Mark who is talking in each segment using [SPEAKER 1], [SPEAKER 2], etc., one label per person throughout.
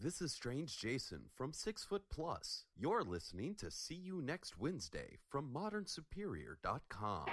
[SPEAKER 1] this is Strange Jason from Six Foot Plus. You're listening to See You Next Wednesday from ModernSuperior.com.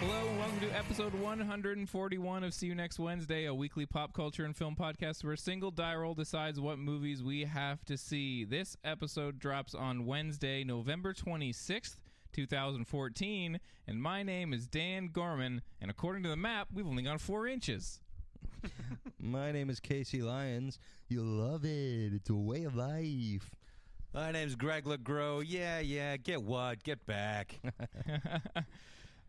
[SPEAKER 2] Hello, and welcome to episode 141 of See You Next Wednesday, a weekly pop culture and film podcast where a single die roll decides what movies we have to see. This episode drops on Wednesday, November 26th, 2014, and my name is Dan Gorman, and according to the map, we've only gone four inches.
[SPEAKER 3] My name is Casey Lyons. You love it. It's a way of life.
[SPEAKER 4] My name's Greg LeGros. Yeah, yeah. Get what? Get back.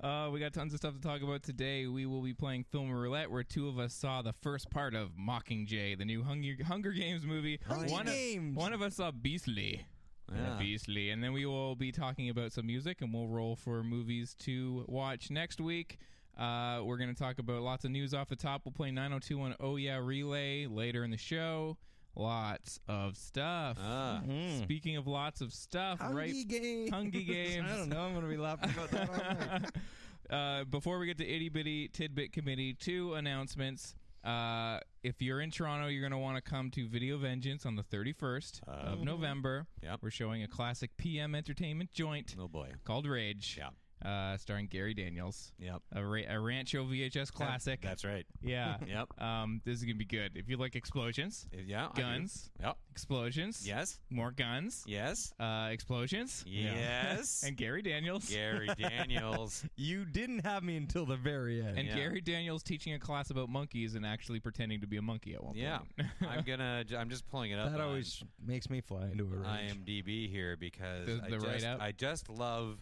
[SPEAKER 2] Uh, we got tons of stuff to talk about today. We will be playing Film Roulette, where two of us saw the first part of Mockingjay, the new Hunger, Hunger Games movie.
[SPEAKER 3] Hunger
[SPEAKER 2] one,
[SPEAKER 3] Games!
[SPEAKER 2] Of, one of us saw Beastly.
[SPEAKER 4] Yeah.
[SPEAKER 2] Beastly. And then we will be talking about some music, and we'll roll for movies to watch next week. Uh, we're going to talk about lots of news off the top. We'll play 90210 Oh Yeah Relay later in the show. Lots of stuff. Mm-hmm.
[SPEAKER 4] Ah.
[SPEAKER 2] Speaking of lots of stuff, right?
[SPEAKER 3] games.
[SPEAKER 2] Hungry games.
[SPEAKER 3] I don't know. I'm going to be laughing about that all night.
[SPEAKER 2] uh, before we get to itty bitty tidbit committee, two announcements. Uh, if you're in Toronto, you're going to want to come to Video Vengeance on the 31st of November.
[SPEAKER 4] Oh. Yep.
[SPEAKER 2] We're showing a classic PM Entertainment joint
[SPEAKER 4] oh boy.
[SPEAKER 2] called Rage,
[SPEAKER 4] Yeah.
[SPEAKER 2] uh, starring Gary Daniels,
[SPEAKER 4] Yep.
[SPEAKER 2] a, ra- a Rancho VHS classic.
[SPEAKER 4] That's right.
[SPEAKER 2] yeah.
[SPEAKER 4] Yep.
[SPEAKER 2] Um, this is going to be good. If you like explosions,
[SPEAKER 4] Yeah. I do.
[SPEAKER 2] guns,
[SPEAKER 4] Yep.
[SPEAKER 2] explosions,
[SPEAKER 4] Yes.
[SPEAKER 2] more guns,
[SPEAKER 4] Yes.
[SPEAKER 2] uh, explosions,
[SPEAKER 4] Yes.
[SPEAKER 2] and Gary Daniels.
[SPEAKER 4] Gary Daniels.
[SPEAKER 3] You didn't have me until the very end.
[SPEAKER 2] And
[SPEAKER 4] Yeah.
[SPEAKER 2] Gary Daniels teaching a class about monkeys and actually pretending to be a monkey at one
[SPEAKER 4] yeah.
[SPEAKER 2] point.
[SPEAKER 4] I'm gonna. j- I'm just pulling it
[SPEAKER 2] uh,
[SPEAKER 4] up.
[SPEAKER 3] that
[SPEAKER 4] on
[SPEAKER 3] always makes me fly into a rage.
[SPEAKER 4] IMDb here because
[SPEAKER 2] The-
[SPEAKER 4] I
[SPEAKER 2] the
[SPEAKER 4] just
[SPEAKER 2] write-up?
[SPEAKER 4] I just love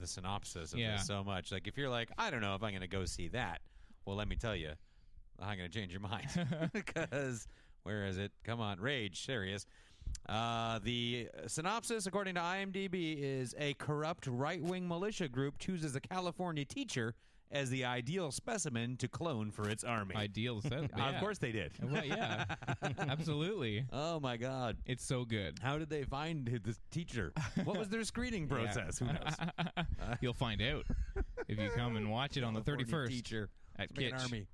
[SPEAKER 4] the synopsis of
[SPEAKER 2] Yeah.
[SPEAKER 4] this so much. Like if you're like, I don't know if I'm gonna go see that. Well, let me tell you, I'm gonna change your mind because where is it? Come on, rage, serious. Uh, the synopsis, according to IMDb, is a corrupt right wing militia group chooses a California teacher as the ideal specimen to clone for its army.
[SPEAKER 2] Ideal set.
[SPEAKER 4] Uh, Of course, they did.
[SPEAKER 2] Well, yeah. Absolutely.
[SPEAKER 4] Oh my God.
[SPEAKER 2] It's so good.
[SPEAKER 4] How did they find this teacher? What was their screening process? Who knows?
[SPEAKER 2] You'll find out if you come and watch it on the 31st.
[SPEAKER 4] Teacher
[SPEAKER 2] at
[SPEAKER 4] Let's make an
[SPEAKER 2] Kitch.
[SPEAKER 4] army.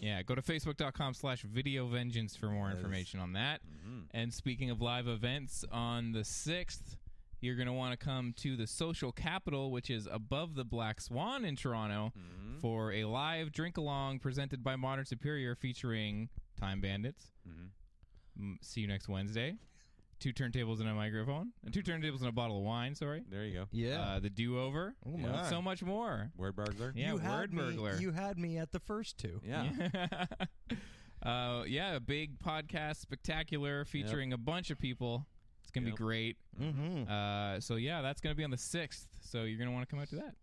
[SPEAKER 2] Yeah, go to facebook.com slash video vengeance for more information on that.
[SPEAKER 3] Mm-hmm.
[SPEAKER 2] And speaking of live events, on the 6th, you're going to want to come to the Social Capital, which is above the Black Swan in Toronto,
[SPEAKER 3] Mm-hmm.
[SPEAKER 2] for a live drink along presented by Modern Superior featuring Time Bandits.
[SPEAKER 3] Mm-hmm.
[SPEAKER 2] M- see you next Wednesday. Two turntables and a microphone. Uh, Two turntables and a bottle of wine, sorry.
[SPEAKER 4] There you go.
[SPEAKER 3] Yeah.
[SPEAKER 2] Uh, the do over.
[SPEAKER 3] Oh my.
[SPEAKER 2] So much more.
[SPEAKER 4] Word burglar.
[SPEAKER 2] Yeah,
[SPEAKER 3] you
[SPEAKER 2] word
[SPEAKER 3] had me,
[SPEAKER 2] burglar.
[SPEAKER 3] You had me at the first two.
[SPEAKER 4] Yeah.
[SPEAKER 2] uh, yeah, a big podcast spectacular featuring a bunch of people. It's gonna
[SPEAKER 4] Yep. Mm.
[SPEAKER 2] be great.
[SPEAKER 3] Mm-hmm.
[SPEAKER 2] Uh, so yeah, that's gonna be on the sixth. So you're gonna want to come out to that.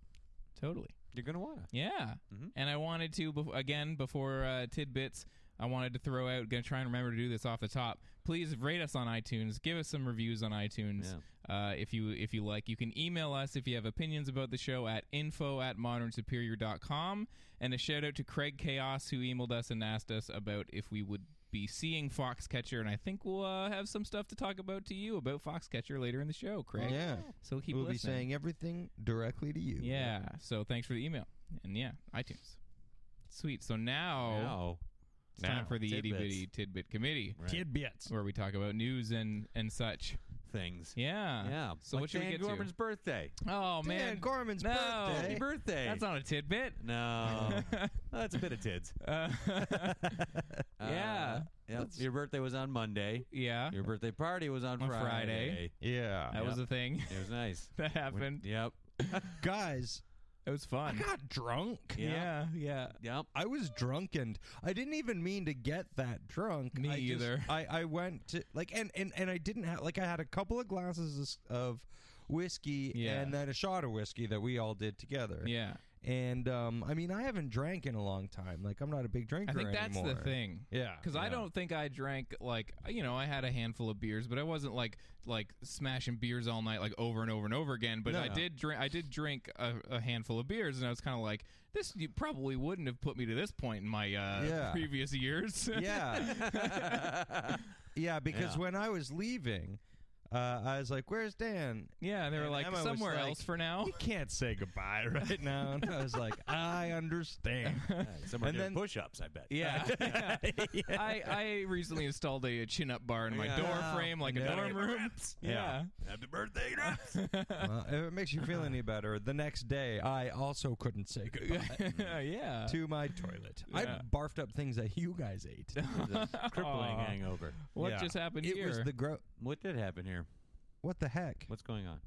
[SPEAKER 2] Totally.
[SPEAKER 4] You're gonna wanna.
[SPEAKER 2] Yeah.
[SPEAKER 3] Mm-hmm.
[SPEAKER 2] And I wanted to bef- again before uh, tidbits. I wanted to throw out. Gonna try and remember to do this off the top. Please rate us on iTunes. Give us some reviews on iTunes. Uh, if you if you like, you can email us if you have opinions about the show at info at modernsuperior.com. And a shout out to Craig Chaos who emailed us and asked us about if we would be seeing Foxcatcher, and I think we'll uh, have some stuff to talk about to you about Foxcatcher later in the show, Craig.
[SPEAKER 3] Yeah.
[SPEAKER 2] So keep
[SPEAKER 3] we'll
[SPEAKER 2] listening.
[SPEAKER 3] be saying everything directly to you.
[SPEAKER 2] yeah. So thanks for the email, and yeah, iTunes. Sweet. So now,
[SPEAKER 4] Now-
[SPEAKER 2] Oh. it's time
[SPEAKER 4] now,
[SPEAKER 2] for the itty
[SPEAKER 4] tidbits.
[SPEAKER 2] bitty tidbit committee,
[SPEAKER 4] Right.
[SPEAKER 5] Tidbits.
[SPEAKER 2] where we talk about news and and such.
[SPEAKER 4] things.
[SPEAKER 2] Yeah.
[SPEAKER 4] Yeah.
[SPEAKER 2] So
[SPEAKER 4] like
[SPEAKER 2] what should
[SPEAKER 4] Dan
[SPEAKER 2] we get
[SPEAKER 4] Gorman's
[SPEAKER 2] to?
[SPEAKER 4] birthday.
[SPEAKER 2] Oh man,
[SPEAKER 3] Dan Gorman's
[SPEAKER 2] No.
[SPEAKER 3] birthday.
[SPEAKER 4] Happy birthday.
[SPEAKER 2] That's not a tidbit.
[SPEAKER 4] No. That's a bit of tids.
[SPEAKER 2] Uh,
[SPEAKER 4] Uh,
[SPEAKER 2] Yeah.
[SPEAKER 4] yeah. Your birthday was on Monday.
[SPEAKER 2] yeah.
[SPEAKER 4] Your birthday party was on,
[SPEAKER 2] On Friday.
[SPEAKER 3] Yeah.
[SPEAKER 2] That was
[SPEAKER 4] Yeah.
[SPEAKER 2] a thing
[SPEAKER 4] It was nice.
[SPEAKER 2] that
[SPEAKER 4] We-
[SPEAKER 2] happened.
[SPEAKER 4] Yep.
[SPEAKER 3] Guys,
[SPEAKER 2] It was fun.
[SPEAKER 3] got drunk.
[SPEAKER 2] Mm. Yeah, yeah.
[SPEAKER 4] Yep.
[SPEAKER 3] I was drunk and I didn't even mean to get that drunk.
[SPEAKER 2] Me
[SPEAKER 3] I just-
[SPEAKER 2] either.
[SPEAKER 3] I, I went to like and and and I didn't have like I had a couple of glasses of whiskey
[SPEAKER 2] Yeah.
[SPEAKER 3] and then a shot of whiskey that we all did together.
[SPEAKER 2] Yeah.
[SPEAKER 3] And um, I mean I haven't drank in a long time. Like I'm not a big drinker.
[SPEAKER 2] I think that's
[SPEAKER 3] anymore.
[SPEAKER 2] the thing.
[SPEAKER 3] Yeah.
[SPEAKER 2] Because I
[SPEAKER 3] yeah.
[SPEAKER 2] don't think I drank like you know I had a handful of beers, but I wasn't like like smashing beers all night like over and over and over again. But
[SPEAKER 3] No,
[SPEAKER 2] I
[SPEAKER 3] no.
[SPEAKER 2] did drink I did drink a, a handful of beers, and I was kind of like this you probably wouldn't have put me to this point in my uh,
[SPEAKER 3] Yeah.
[SPEAKER 2] previous years.
[SPEAKER 3] Yeah. yeah, because
[SPEAKER 4] Yeah.
[SPEAKER 3] when I was leaving, uh, I was like, Where's Dan?
[SPEAKER 2] yeah. They were
[SPEAKER 3] And
[SPEAKER 2] like
[SPEAKER 3] Emma was
[SPEAKER 2] somewhere
[SPEAKER 3] like,
[SPEAKER 2] else for now.
[SPEAKER 3] You can't say goodbye right now. And I was like, I understand.
[SPEAKER 4] Somebody
[SPEAKER 3] And
[SPEAKER 4] did
[SPEAKER 3] then-
[SPEAKER 4] push-ups, I bet.
[SPEAKER 2] Yeah. I, I recently installed a chin up bar in my
[SPEAKER 4] Yeah.
[SPEAKER 2] door frame like
[SPEAKER 3] Yeah.
[SPEAKER 2] a dorm room. Yeah.
[SPEAKER 4] Happy birthday, Gramps.
[SPEAKER 3] Well, if it makes you feel any better, the next day I also couldn't say goodbye
[SPEAKER 2] yeah.
[SPEAKER 3] to my toilet.
[SPEAKER 2] Yeah.
[SPEAKER 3] I barfed up things that you guys ate.
[SPEAKER 4] Crippling
[SPEAKER 2] Aw.
[SPEAKER 4] hangover.
[SPEAKER 2] What
[SPEAKER 3] Yeah.
[SPEAKER 2] just happened
[SPEAKER 3] it
[SPEAKER 2] here?
[SPEAKER 3] was the gro-
[SPEAKER 4] What did happen here?
[SPEAKER 3] What the heck?
[SPEAKER 4] What's going on?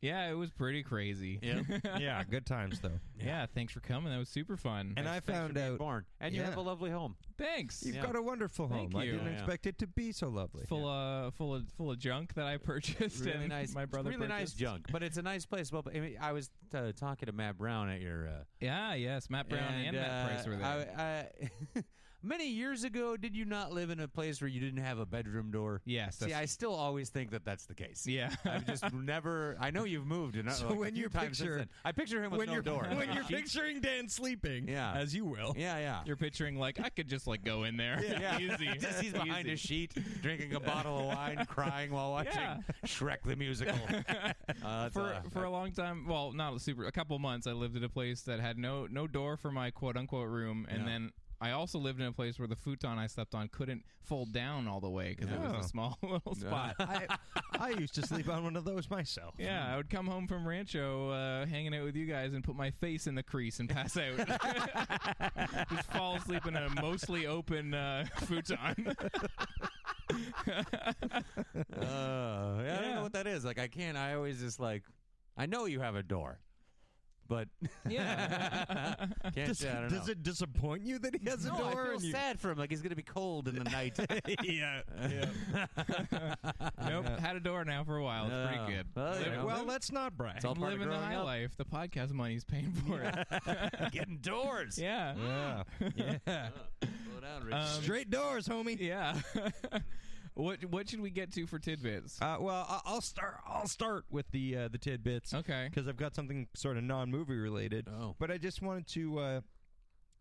[SPEAKER 2] yeah, it was pretty crazy.
[SPEAKER 4] Yeah.
[SPEAKER 3] yeah, Ah, good times though.
[SPEAKER 2] Yeah, thanks for coming. That was super fun.
[SPEAKER 3] And I found out
[SPEAKER 4] Born. And you have
[SPEAKER 3] Yeah.
[SPEAKER 4] a lovely home.
[SPEAKER 2] thanks.
[SPEAKER 3] you've
[SPEAKER 4] Yeah.
[SPEAKER 3] got a wonderful
[SPEAKER 2] Thank
[SPEAKER 3] home. I
[SPEAKER 2] you.
[SPEAKER 3] didn't
[SPEAKER 4] Yeah.
[SPEAKER 3] expect it to be so lovely.
[SPEAKER 2] Full of full of full of junk that I purchased.
[SPEAKER 4] Really
[SPEAKER 2] and
[SPEAKER 4] nice.
[SPEAKER 2] My
[SPEAKER 4] it's
[SPEAKER 2] brother
[SPEAKER 4] Really nice
[SPEAKER 2] purchased.
[SPEAKER 4] junk, but it's a nice place. Well, but, I, mean, I was uh, talking to Matt Brown at your. Uh,
[SPEAKER 2] Yeah. Yes. Matt Brown and, Matt Price were there.
[SPEAKER 4] I, I, many years ago, did you not live in a place where you didn't have a bedroom door?
[SPEAKER 2] Yes,
[SPEAKER 4] See,
[SPEAKER 2] that's-
[SPEAKER 4] I still always think that that's the case.
[SPEAKER 2] Yeah.
[SPEAKER 4] I've just never. I know you've moved, and
[SPEAKER 3] So
[SPEAKER 4] like,
[SPEAKER 3] when
[SPEAKER 4] a few
[SPEAKER 3] you
[SPEAKER 4] times since
[SPEAKER 3] picture-
[SPEAKER 4] then. I picture him with no door.
[SPEAKER 3] picturing Dan sleeping,
[SPEAKER 4] Yeah. as
[SPEAKER 3] you will.
[SPEAKER 4] yeah, yeah.
[SPEAKER 2] You're picturing like I could just like go in there.
[SPEAKER 4] yeah.
[SPEAKER 2] Easy.
[SPEAKER 4] Just he's behind
[SPEAKER 2] Easy.
[SPEAKER 4] a sheet, drinking a bottle of wine, crying while watching
[SPEAKER 2] Yeah.
[SPEAKER 4] Shrek the Musical. Uh, that's
[SPEAKER 2] for
[SPEAKER 4] all.
[SPEAKER 2] for a long time. Well, not super. A couple months, I lived at a place that had no no door for my quote unquote room, and
[SPEAKER 4] Yeah.
[SPEAKER 2] then I also lived in a place where the futon I slept on couldn't fold down all the way because it was
[SPEAKER 3] Oh.
[SPEAKER 2] a small little spot.
[SPEAKER 3] I, I used to sleep on one of those myself.
[SPEAKER 2] Yeah, I would come home from Rancho, uh, hanging out with you guys, and put my face in the crease and pass out. Just fall asleep in a mostly open uh, futon.
[SPEAKER 4] Uh, yeah, I don't
[SPEAKER 2] Yeah.
[SPEAKER 4] know what that is. Like, I can't. I always just like. I know you have a door, but
[SPEAKER 2] yeah,
[SPEAKER 4] can't.
[SPEAKER 3] Does,
[SPEAKER 4] say- I don't
[SPEAKER 3] does
[SPEAKER 4] know.
[SPEAKER 3] it disappoint you that he has
[SPEAKER 4] no,
[SPEAKER 3] a door?
[SPEAKER 4] I feel
[SPEAKER 3] and you-
[SPEAKER 4] sad for him. Like he's gonna be cold in the night.
[SPEAKER 3] yeah.
[SPEAKER 2] nope. Had a door now for a while. It's
[SPEAKER 4] Yeah.
[SPEAKER 2] pretty good.
[SPEAKER 4] Well, you
[SPEAKER 2] Living-
[SPEAKER 4] know,
[SPEAKER 3] Well, let's not brag.
[SPEAKER 4] all part of
[SPEAKER 2] living the
[SPEAKER 4] growing
[SPEAKER 2] high
[SPEAKER 4] up.
[SPEAKER 2] life. The podcast money's paying for it.
[SPEAKER 4] getting doors.
[SPEAKER 2] yeah.
[SPEAKER 3] Yeah. Um, yeah.
[SPEAKER 4] Slow down, Rich.
[SPEAKER 3] Straight doors, homie.
[SPEAKER 2] Yeah. what what should we get to for tidbits?
[SPEAKER 3] Uh, well, I- I'll start. I'll start with the uh, the tidbits,
[SPEAKER 2] Okay.
[SPEAKER 3] Because I've got something sort of non movie related.
[SPEAKER 4] Oh.
[SPEAKER 3] But I just wanted to uh,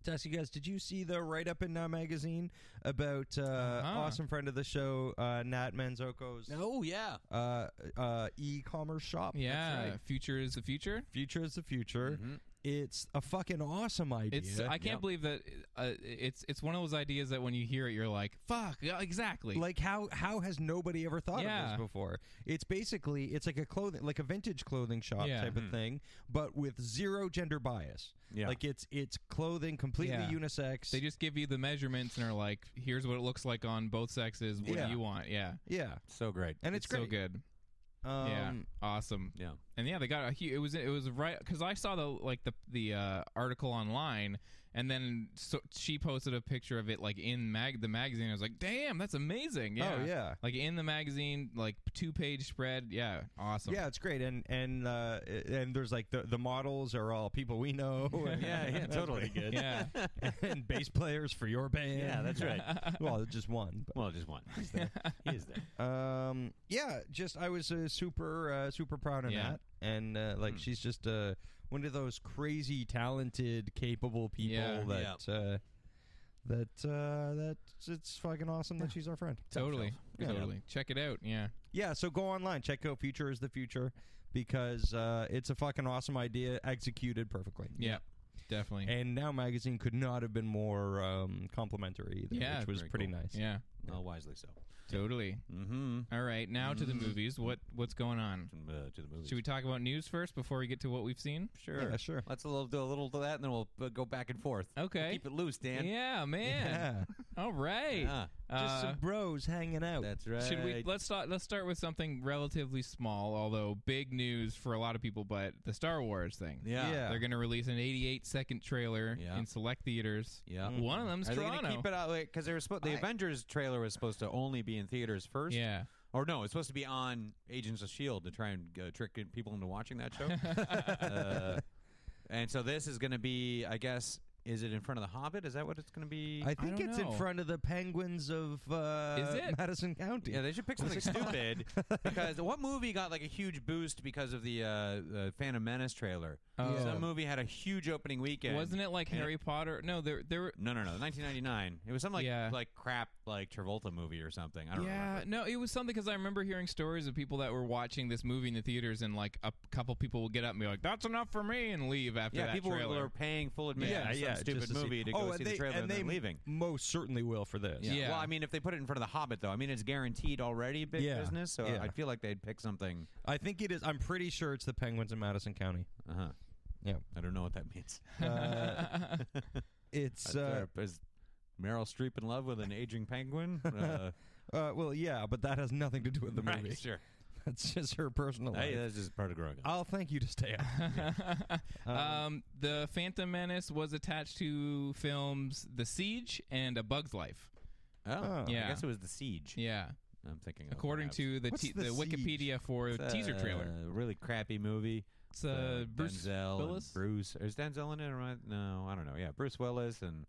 [SPEAKER 3] to ask you guys: Did you see the write up in Now Magazine about uh,
[SPEAKER 2] Uh-huh.
[SPEAKER 3] awesome friend of the show uh, Nat Manzoko's
[SPEAKER 4] oh yeah.
[SPEAKER 3] uh, uh, e commerce shop?
[SPEAKER 2] yeah.
[SPEAKER 3] That's right.
[SPEAKER 2] Future is the future.
[SPEAKER 3] future is the future. It's a fucking awesome idea.
[SPEAKER 2] It's I can't believe that uh, it's it's one of those ideas that when you hear it you're like fuck yeah, exactly
[SPEAKER 3] like how how has nobody ever thought
[SPEAKER 2] Yeah.
[SPEAKER 3] of this before it's basically it's like a clothing like a vintage clothing shop
[SPEAKER 2] Yeah.
[SPEAKER 3] type of thing but with zero gender bias
[SPEAKER 4] Hmm. Yeah.
[SPEAKER 3] like it's it's clothing completely
[SPEAKER 2] Yeah.
[SPEAKER 3] unisex
[SPEAKER 2] they just give you the measurements and are like here's what it looks like on both sexes what
[SPEAKER 3] Yeah.
[SPEAKER 2] do you want yeah
[SPEAKER 3] yeah
[SPEAKER 4] So great.
[SPEAKER 3] and it's,
[SPEAKER 2] it's so
[SPEAKER 3] great.
[SPEAKER 2] good
[SPEAKER 3] um,
[SPEAKER 2] yeah awesome
[SPEAKER 4] Yeah.
[SPEAKER 2] and yeah they got a huge it was it was right because I saw the like the the uh, article online and then so, she posted a picture of it like in mag the magazine I was like damn that's amazing yeah
[SPEAKER 3] Oh, yeah.
[SPEAKER 2] like in the magazine like two page spread yeah awesome
[SPEAKER 3] yeah, it's great, and and uh, and there's like the the models are all people we know. and-
[SPEAKER 4] Yeah, yeah,
[SPEAKER 3] that's
[SPEAKER 4] totally.
[SPEAKER 3] pretty good.
[SPEAKER 2] yeah
[SPEAKER 3] and bass players for your band.
[SPEAKER 4] Yeah, that's right.
[SPEAKER 3] well, just one. but-
[SPEAKER 4] Well, just one. He's there. He is there.
[SPEAKER 3] Um. Yeah. Just I was uh, super uh, super proud of
[SPEAKER 2] Yeah. Hmm.
[SPEAKER 3] that, and uh, like she's just uh, one of those crazy talented, capable people
[SPEAKER 2] Yeah.
[SPEAKER 3] that uh, that uh, that it's fucking awesome that she's our friend.
[SPEAKER 2] Totally.
[SPEAKER 3] Yeah.
[SPEAKER 2] Totally. Check it out. Yeah.
[SPEAKER 3] Yeah, so go online, check out Future is the Future because uh, it's a fucking awesome idea executed perfectly.
[SPEAKER 2] Yeah. Definitely.
[SPEAKER 3] And Now Magazine could not have been more um, complimentary either,
[SPEAKER 2] Yeah,
[SPEAKER 3] which was
[SPEAKER 4] very
[SPEAKER 3] pretty
[SPEAKER 4] cool.
[SPEAKER 3] nice.
[SPEAKER 2] yeah.
[SPEAKER 4] Well, wisely so.
[SPEAKER 2] Totally.
[SPEAKER 4] Mm-hmm.
[SPEAKER 2] All right. Now to the movies. What what's going on?
[SPEAKER 4] Uh, Mm. to the movies.
[SPEAKER 2] Should we talk about news first before we get to what we've seen?
[SPEAKER 4] Sure.
[SPEAKER 3] Yeah, sure.
[SPEAKER 4] Let's a little, do a little to that, and then we'll uh, go back and forth.
[SPEAKER 2] Okay.
[SPEAKER 4] We'll keep it loose, Dan.
[SPEAKER 2] Yeah, man.
[SPEAKER 3] Yeah.
[SPEAKER 2] All right.
[SPEAKER 4] Yeah.
[SPEAKER 3] Just
[SPEAKER 2] Uh,
[SPEAKER 3] some bros hanging out.
[SPEAKER 4] That's right.
[SPEAKER 2] Should we let's start let's start with something relatively small, although big news for a lot of people, but the Star Wars thing.
[SPEAKER 4] Yeah.
[SPEAKER 3] Yeah.
[SPEAKER 2] They're gonna release an eighty eight second trailer
[SPEAKER 4] Yeah.
[SPEAKER 2] in select theaters.
[SPEAKER 4] Yeah.
[SPEAKER 2] One of them's
[SPEAKER 4] Are they
[SPEAKER 2] Toronto.
[SPEAKER 4] gonna keep it out? Because they were supposed. The Avengers trailer was supposed to only be in theaters first.
[SPEAKER 2] yeah.
[SPEAKER 4] Or no, it's supposed to be on Agents of Shield to try and uh, trick people into watching that show. uh, and so this is going to be, I guess, is it in front of the Hobbit? Is that what it's going to be?
[SPEAKER 3] I think
[SPEAKER 2] don't
[SPEAKER 3] it's
[SPEAKER 2] know.
[SPEAKER 3] in front of the Penguins of uh,
[SPEAKER 2] Is it?
[SPEAKER 3] Madison County.
[SPEAKER 4] yeah, they should pick something stupid because what movie got like a huge boost because of the uh, uh, Phantom Menace trailer?
[SPEAKER 2] Oh.
[SPEAKER 4] Some movie had a huge opening weekend.
[SPEAKER 2] Wasn't it like
[SPEAKER 4] And
[SPEAKER 2] Harry Potter? No, there there were
[SPEAKER 4] No, no, no. 1999. It was some like
[SPEAKER 2] Yeah.
[SPEAKER 4] like crap like Travolta movie or something. I don't
[SPEAKER 2] yeah,
[SPEAKER 4] remember.
[SPEAKER 2] no, it was something because I remember hearing stories of people that were watching this movie in the theaters, and like a couple people would get up and be like, "That's enough for me," and leave after
[SPEAKER 4] Yeah,
[SPEAKER 2] that
[SPEAKER 4] people
[SPEAKER 2] trailer.
[SPEAKER 4] were paying full admission
[SPEAKER 2] Yeah,
[SPEAKER 4] to some stupid
[SPEAKER 3] just to see-
[SPEAKER 4] movie to go
[SPEAKER 3] Oh,
[SPEAKER 4] see
[SPEAKER 3] and
[SPEAKER 4] the
[SPEAKER 3] they-
[SPEAKER 4] trailer and,
[SPEAKER 3] and
[SPEAKER 4] then
[SPEAKER 3] they
[SPEAKER 4] leaving.
[SPEAKER 3] Most certainly will for this.
[SPEAKER 2] Yeah.
[SPEAKER 4] Well, I mean, if they put it in front of the Hobbit, though, I mean, it's guaranteed already big
[SPEAKER 3] Yeah.
[SPEAKER 4] business, so
[SPEAKER 3] Yeah.
[SPEAKER 4] I feel like they'd pick something.
[SPEAKER 3] I think it is. I'm pretty sure it's the Penguins in Madison County.
[SPEAKER 4] Uh huh.
[SPEAKER 3] Yeah.
[SPEAKER 4] I don't know what that means.
[SPEAKER 3] Uh, it's uh,
[SPEAKER 4] is Meryl Streep in love with an aging penguin? Uh,
[SPEAKER 3] uh, well, yeah, but that has nothing to do with the
[SPEAKER 4] right,
[SPEAKER 3] movie.
[SPEAKER 4] sure.
[SPEAKER 3] That's just her personal life.
[SPEAKER 4] Hey, that's just part of growing up.
[SPEAKER 3] I'll thank you to stay out.
[SPEAKER 2] um, the Phantom Menace was attached to films The Siege and A Bug's Life.
[SPEAKER 4] oh,
[SPEAKER 2] yeah.
[SPEAKER 4] I guess it was the siege.
[SPEAKER 2] Yeah,
[SPEAKER 4] I'm thinking. of
[SPEAKER 2] according
[SPEAKER 4] Oh, perhaps.
[SPEAKER 2] to the
[SPEAKER 3] What's
[SPEAKER 2] te-
[SPEAKER 3] The
[SPEAKER 2] the,
[SPEAKER 3] Siege?
[SPEAKER 2] Wikipedia for
[SPEAKER 4] It's uh,
[SPEAKER 2] teaser trailer.
[SPEAKER 4] a really crappy movie.
[SPEAKER 2] It's uh, Bruce
[SPEAKER 4] Denzel and
[SPEAKER 2] Willis.
[SPEAKER 4] Bruce is Denzel in it? Or what? no, I don't know. Yeah, Bruce Willis and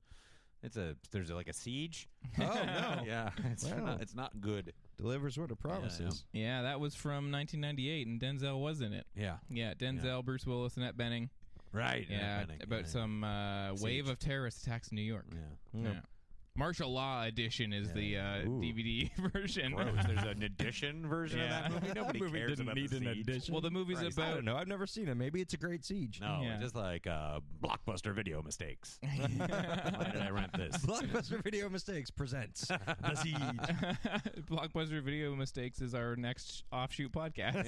[SPEAKER 4] it's a there's like a siege.
[SPEAKER 3] oh no!
[SPEAKER 4] yeah, it's
[SPEAKER 3] Wow.
[SPEAKER 4] not it's not good.
[SPEAKER 3] Delivers what it promises.
[SPEAKER 2] Yeah, that was from 1998, and Denzel was in it.
[SPEAKER 4] Yeah,
[SPEAKER 2] Yeah, Denzel, Bruce Willis, Annette Benning.
[SPEAKER 4] right.
[SPEAKER 2] Yeah,
[SPEAKER 4] Benning,
[SPEAKER 2] about
[SPEAKER 4] yeah.
[SPEAKER 2] some uh, wave
[SPEAKER 4] Siege.
[SPEAKER 2] of terrorist attacks in New York.
[SPEAKER 4] Yeah.
[SPEAKER 2] Yeah. Martial Law Edition is the uh,
[SPEAKER 4] Ooh.
[SPEAKER 2] DVD version.
[SPEAKER 4] Gross. There's an edition version
[SPEAKER 2] Yeah.
[SPEAKER 4] of that movie. Nobody
[SPEAKER 3] movie
[SPEAKER 4] cares
[SPEAKER 3] didn't
[SPEAKER 4] about
[SPEAKER 3] need
[SPEAKER 4] the
[SPEAKER 3] an
[SPEAKER 4] siege.
[SPEAKER 3] edition.
[SPEAKER 2] well, the movie's
[SPEAKER 4] Christ.
[SPEAKER 3] I
[SPEAKER 2] about
[SPEAKER 3] don't know. I've never seen it. Maybe it's a great siege.
[SPEAKER 4] No,
[SPEAKER 2] Yeah.
[SPEAKER 4] just like uh, blockbuster video mistakes. Why did I rent this?
[SPEAKER 3] Blockbuster Video Mistakes presents the siege.
[SPEAKER 2] Blockbuster Video Mistakes is our next offshoot podcast.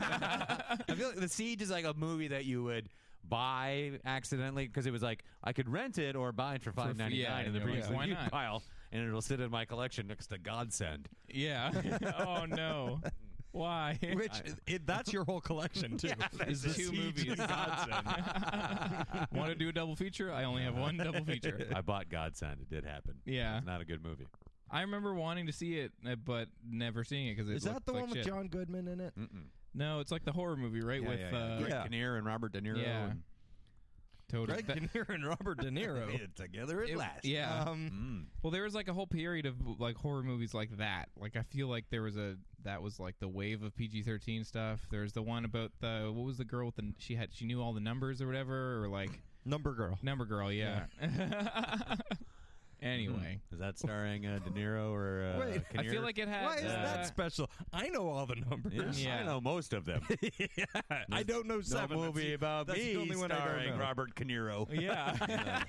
[SPEAKER 4] I feel like The Siege is like a movie that you would buy accidentally because it was like I could rent it or buy it for five ninety
[SPEAKER 2] yeah,
[SPEAKER 4] nine in the
[SPEAKER 2] and you're like,
[SPEAKER 4] review
[SPEAKER 2] why not?
[SPEAKER 4] pile, and it'll sit in my collection next to Godsend.
[SPEAKER 2] Yeah. oh no. Why?
[SPEAKER 3] Which it, that's your whole collection too.
[SPEAKER 2] is the two movies. Want to do a double feature? I only have one double feature.
[SPEAKER 4] I bought Godsend. It did happen.
[SPEAKER 2] Yeah.
[SPEAKER 4] it's not a good movie.
[SPEAKER 2] I remember wanting to see it, uh, but never seeing it because
[SPEAKER 3] Is that the one with John Goodman in it?
[SPEAKER 2] No, it's like the horror movie, right? with Uh,
[SPEAKER 4] Greg
[SPEAKER 3] Yeah.
[SPEAKER 4] Kinnear and Robert De Niro.
[SPEAKER 2] Yeah.
[SPEAKER 4] and-
[SPEAKER 2] totally.
[SPEAKER 3] Greg
[SPEAKER 2] That-
[SPEAKER 3] Kinnear and Robert De Niro.
[SPEAKER 4] It- together at
[SPEAKER 2] it-
[SPEAKER 4] last.
[SPEAKER 2] yeah.
[SPEAKER 3] Um,
[SPEAKER 4] Mm.
[SPEAKER 2] well, there was like a whole period of like horror movies like that. Like I feel like there was a that was like the wave of PG thirteen stuff. There's the one about the what was the girl with the she had she knew all the numbers or whatever or like
[SPEAKER 3] Number Girl.
[SPEAKER 2] number girl. Yeah. anyway,
[SPEAKER 4] Is that starring uh, De Niro or uh,
[SPEAKER 3] Wait, I
[SPEAKER 2] I
[SPEAKER 4] Kinnear?
[SPEAKER 2] feel like it had.
[SPEAKER 3] Why is
[SPEAKER 2] uh,
[SPEAKER 3] that special? I know all the
[SPEAKER 4] Yeah,
[SPEAKER 3] numbers.
[SPEAKER 2] Yeah.
[SPEAKER 4] I know most of them.
[SPEAKER 3] I don't know
[SPEAKER 4] no
[SPEAKER 3] seven.
[SPEAKER 4] movie
[SPEAKER 3] That's-
[SPEAKER 4] about
[SPEAKER 3] that's
[SPEAKER 4] me
[SPEAKER 3] the only one I don't
[SPEAKER 4] starring
[SPEAKER 3] know.
[SPEAKER 4] Robert Kinnear.
[SPEAKER 2] Yeah.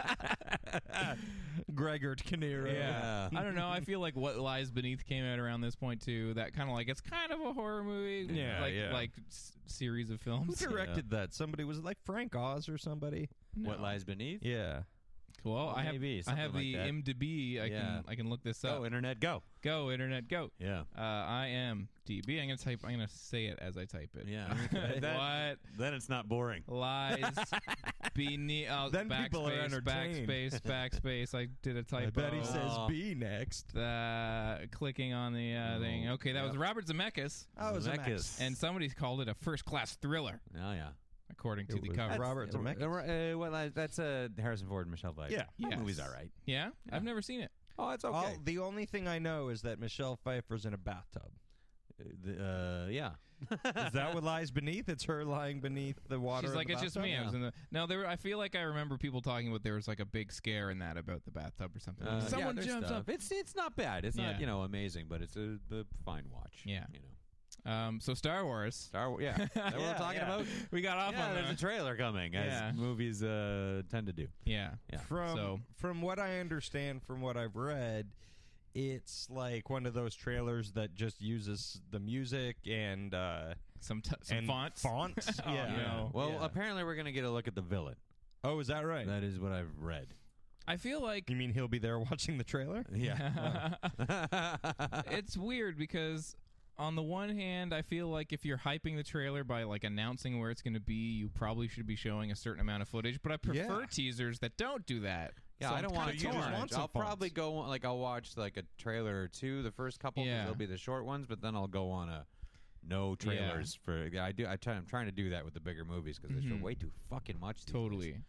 [SPEAKER 3] Gregor Kinnear.
[SPEAKER 2] yeah.
[SPEAKER 4] Yeah.
[SPEAKER 2] I don't know. I feel like What Lies Beneath came out around this point too. That kind of like it's kind of a horror movie.
[SPEAKER 4] Yeah,
[SPEAKER 2] Like
[SPEAKER 4] yeah.
[SPEAKER 2] like s- series of
[SPEAKER 3] Who
[SPEAKER 2] films.
[SPEAKER 3] directed that? Somebody was it like Frank Oz or somebody?
[SPEAKER 4] What lies beneath?
[SPEAKER 3] Yeah.
[SPEAKER 2] Cool. I have
[SPEAKER 4] Maybe,
[SPEAKER 2] I
[SPEAKER 4] something
[SPEAKER 2] have
[SPEAKER 4] like
[SPEAKER 2] the
[SPEAKER 4] that.
[SPEAKER 2] IMDb. I
[SPEAKER 4] Yeah.
[SPEAKER 2] can
[SPEAKER 4] Oh,
[SPEAKER 2] I can look this up.
[SPEAKER 4] Go internet, go.
[SPEAKER 2] go internet go.
[SPEAKER 4] Yeah.
[SPEAKER 2] Uh, I am DB. I'm gonna type. I'm gonna say it as I type it.
[SPEAKER 4] Yeah.
[SPEAKER 2] what
[SPEAKER 4] Then it's not boring.
[SPEAKER 2] lies beneath? Oh,
[SPEAKER 3] Then
[SPEAKER 2] backspace,
[SPEAKER 3] people are entertained.
[SPEAKER 2] Backspace. Backspace. I did a typo.
[SPEAKER 3] I bet he says
[SPEAKER 4] Oh.
[SPEAKER 3] B next.
[SPEAKER 2] uh, clicking on the uh,
[SPEAKER 3] Oh,
[SPEAKER 2] thing. Okay, that was Robert Zemeckis,
[SPEAKER 3] I Oh, was a
[SPEAKER 4] Zemeckis.
[SPEAKER 3] mess.
[SPEAKER 2] and somebody's called it a first-class thriller,
[SPEAKER 4] Oh yeah.
[SPEAKER 2] according to
[SPEAKER 3] It
[SPEAKER 2] the
[SPEAKER 3] was
[SPEAKER 2] cover.
[SPEAKER 3] Robert Zemeckis.
[SPEAKER 4] Uh, uh, what lies? That's uh, Harrison Ford and Michelle Pfeiffer.
[SPEAKER 3] Yeah.
[SPEAKER 4] that
[SPEAKER 2] Yes.
[SPEAKER 4] movie's all right.
[SPEAKER 2] Yeah? I've never seen it.
[SPEAKER 4] Oh, it's
[SPEAKER 3] All-
[SPEAKER 4] okay.
[SPEAKER 3] the only thing I know is that Michelle Pfeiffer's in a bathtub.
[SPEAKER 4] Uh, the, uh, yeah.
[SPEAKER 3] Is that what lies beneath? It's her lying beneath the water.
[SPEAKER 2] She's
[SPEAKER 3] in
[SPEAKER 2] like,
[SPEAKER 3] the
[SPEAKER 2] it's just
[SPEAKER 3] bathtub?"
[SPEAKER 2] me. I was in the no. There, were, I feel like I remember people talking about there was like a big scare in that about the bathtub or something.
[SPEAKER 4] Uh,
[SPEAKER 2] Someone
[SPEAKER 4] yeah, there's
[SPEAKER 2] jumps
[SPEAKER 4] stuff.
[SPEAKER 2] up.
[SPEAKER 4] It's it's not bad. It's
[SPEAKER 2] Yeah.
[SPEAKER 4] not you know amazing, but it's a, a fine watch.
[SPEAKER 2] Yeah.
[SPEAKER 4] you know
[SPEAKER 2] Um, so Star Wars.
[SPEAKER 4] Star Wars. Yeah, Is that what we're
[SPEAKER 3] Yeah,
[SPEAKER 4] talking
[SPEAKER 3] yeah.
[SPEAKER 4] about.
[SPEAKER 2] We got off
[SPEAKER 4] Yeah,
[SPEAKER 2] on
[SPEAKER 4] there's
[SPEAKER 2] that.
[SPEAKER 4] a trailer coming, as
[SPEAKER 2] Yeah.
[SPEAKER 4] movies uh, tend to do.
[SPEAKER 2] yeah.
[SPEAKER 4] Yeah.
[SPEAKER 3] From
[SPEAKER 2] So-
[SPEAKER 3] from what I understand, from what I've read, it's like one of those trailers that just uses the music and uh,
[SPEAKER 2] Some t- some
[SPEAKER 3] and
[SPEAKER 2] fonts.
[SPEAKER 3] fonts.
[SPEAKER 2] Oh,
[SPEAKER 3] yeah.
[SPEAKER 2] no.
[SPEAKER 4] Well,
[SPEAKER 3] Yeah.
[SPEAKER 4] apparently we're gonna get a look at the villain.
[SPEAKER 3] oh, is that right?
[SPEAKER 4] That is what I've read.
[SPEAKER 2] I feel like
[SPEAKER 3] you mean he'll be there watching the trailer?
[SPEAKER 4] Yeah.
[SPEAKER 2] it's weird because on the one hand, I feel like if you're hyping the trailer by like announcing where it's going to be, you probably should be showing a certain amount of footage. But I prefer
[SPEAKER 3] Yeah.
[SPEAKER 2] teasers that don't do that.
[SPEAKER 4] Yeah,
[SPEAKER 2] So
[SPEAKER 4] I
[SPEAKER 2] I'm
[SPEAKER 4] don't want
[SPEAKER 2] kinda
[SPEAKER 4] too
[SPEAKER 3] torn.
[SPEAKER 4] much.
[SPEAKER 3] You just want
[SPEAKER 4] I'll
[SPEAKER 3] some
[SPEAKER 4] probably
[SPEAKER 3] fonts.
[SPEAKER 4] go on, like I'll watch like a trailer or two, the first couple, 'cause
[SPEAKER 2] Yeah.
[SPEAKER 4] they'll be the short ones, but then I'll go on a no trailers for. yeah, I do. I try, I'm trying to do that with the bigger movies because there's way too fucking much. These Days.
[SPEAKER 2] Totally.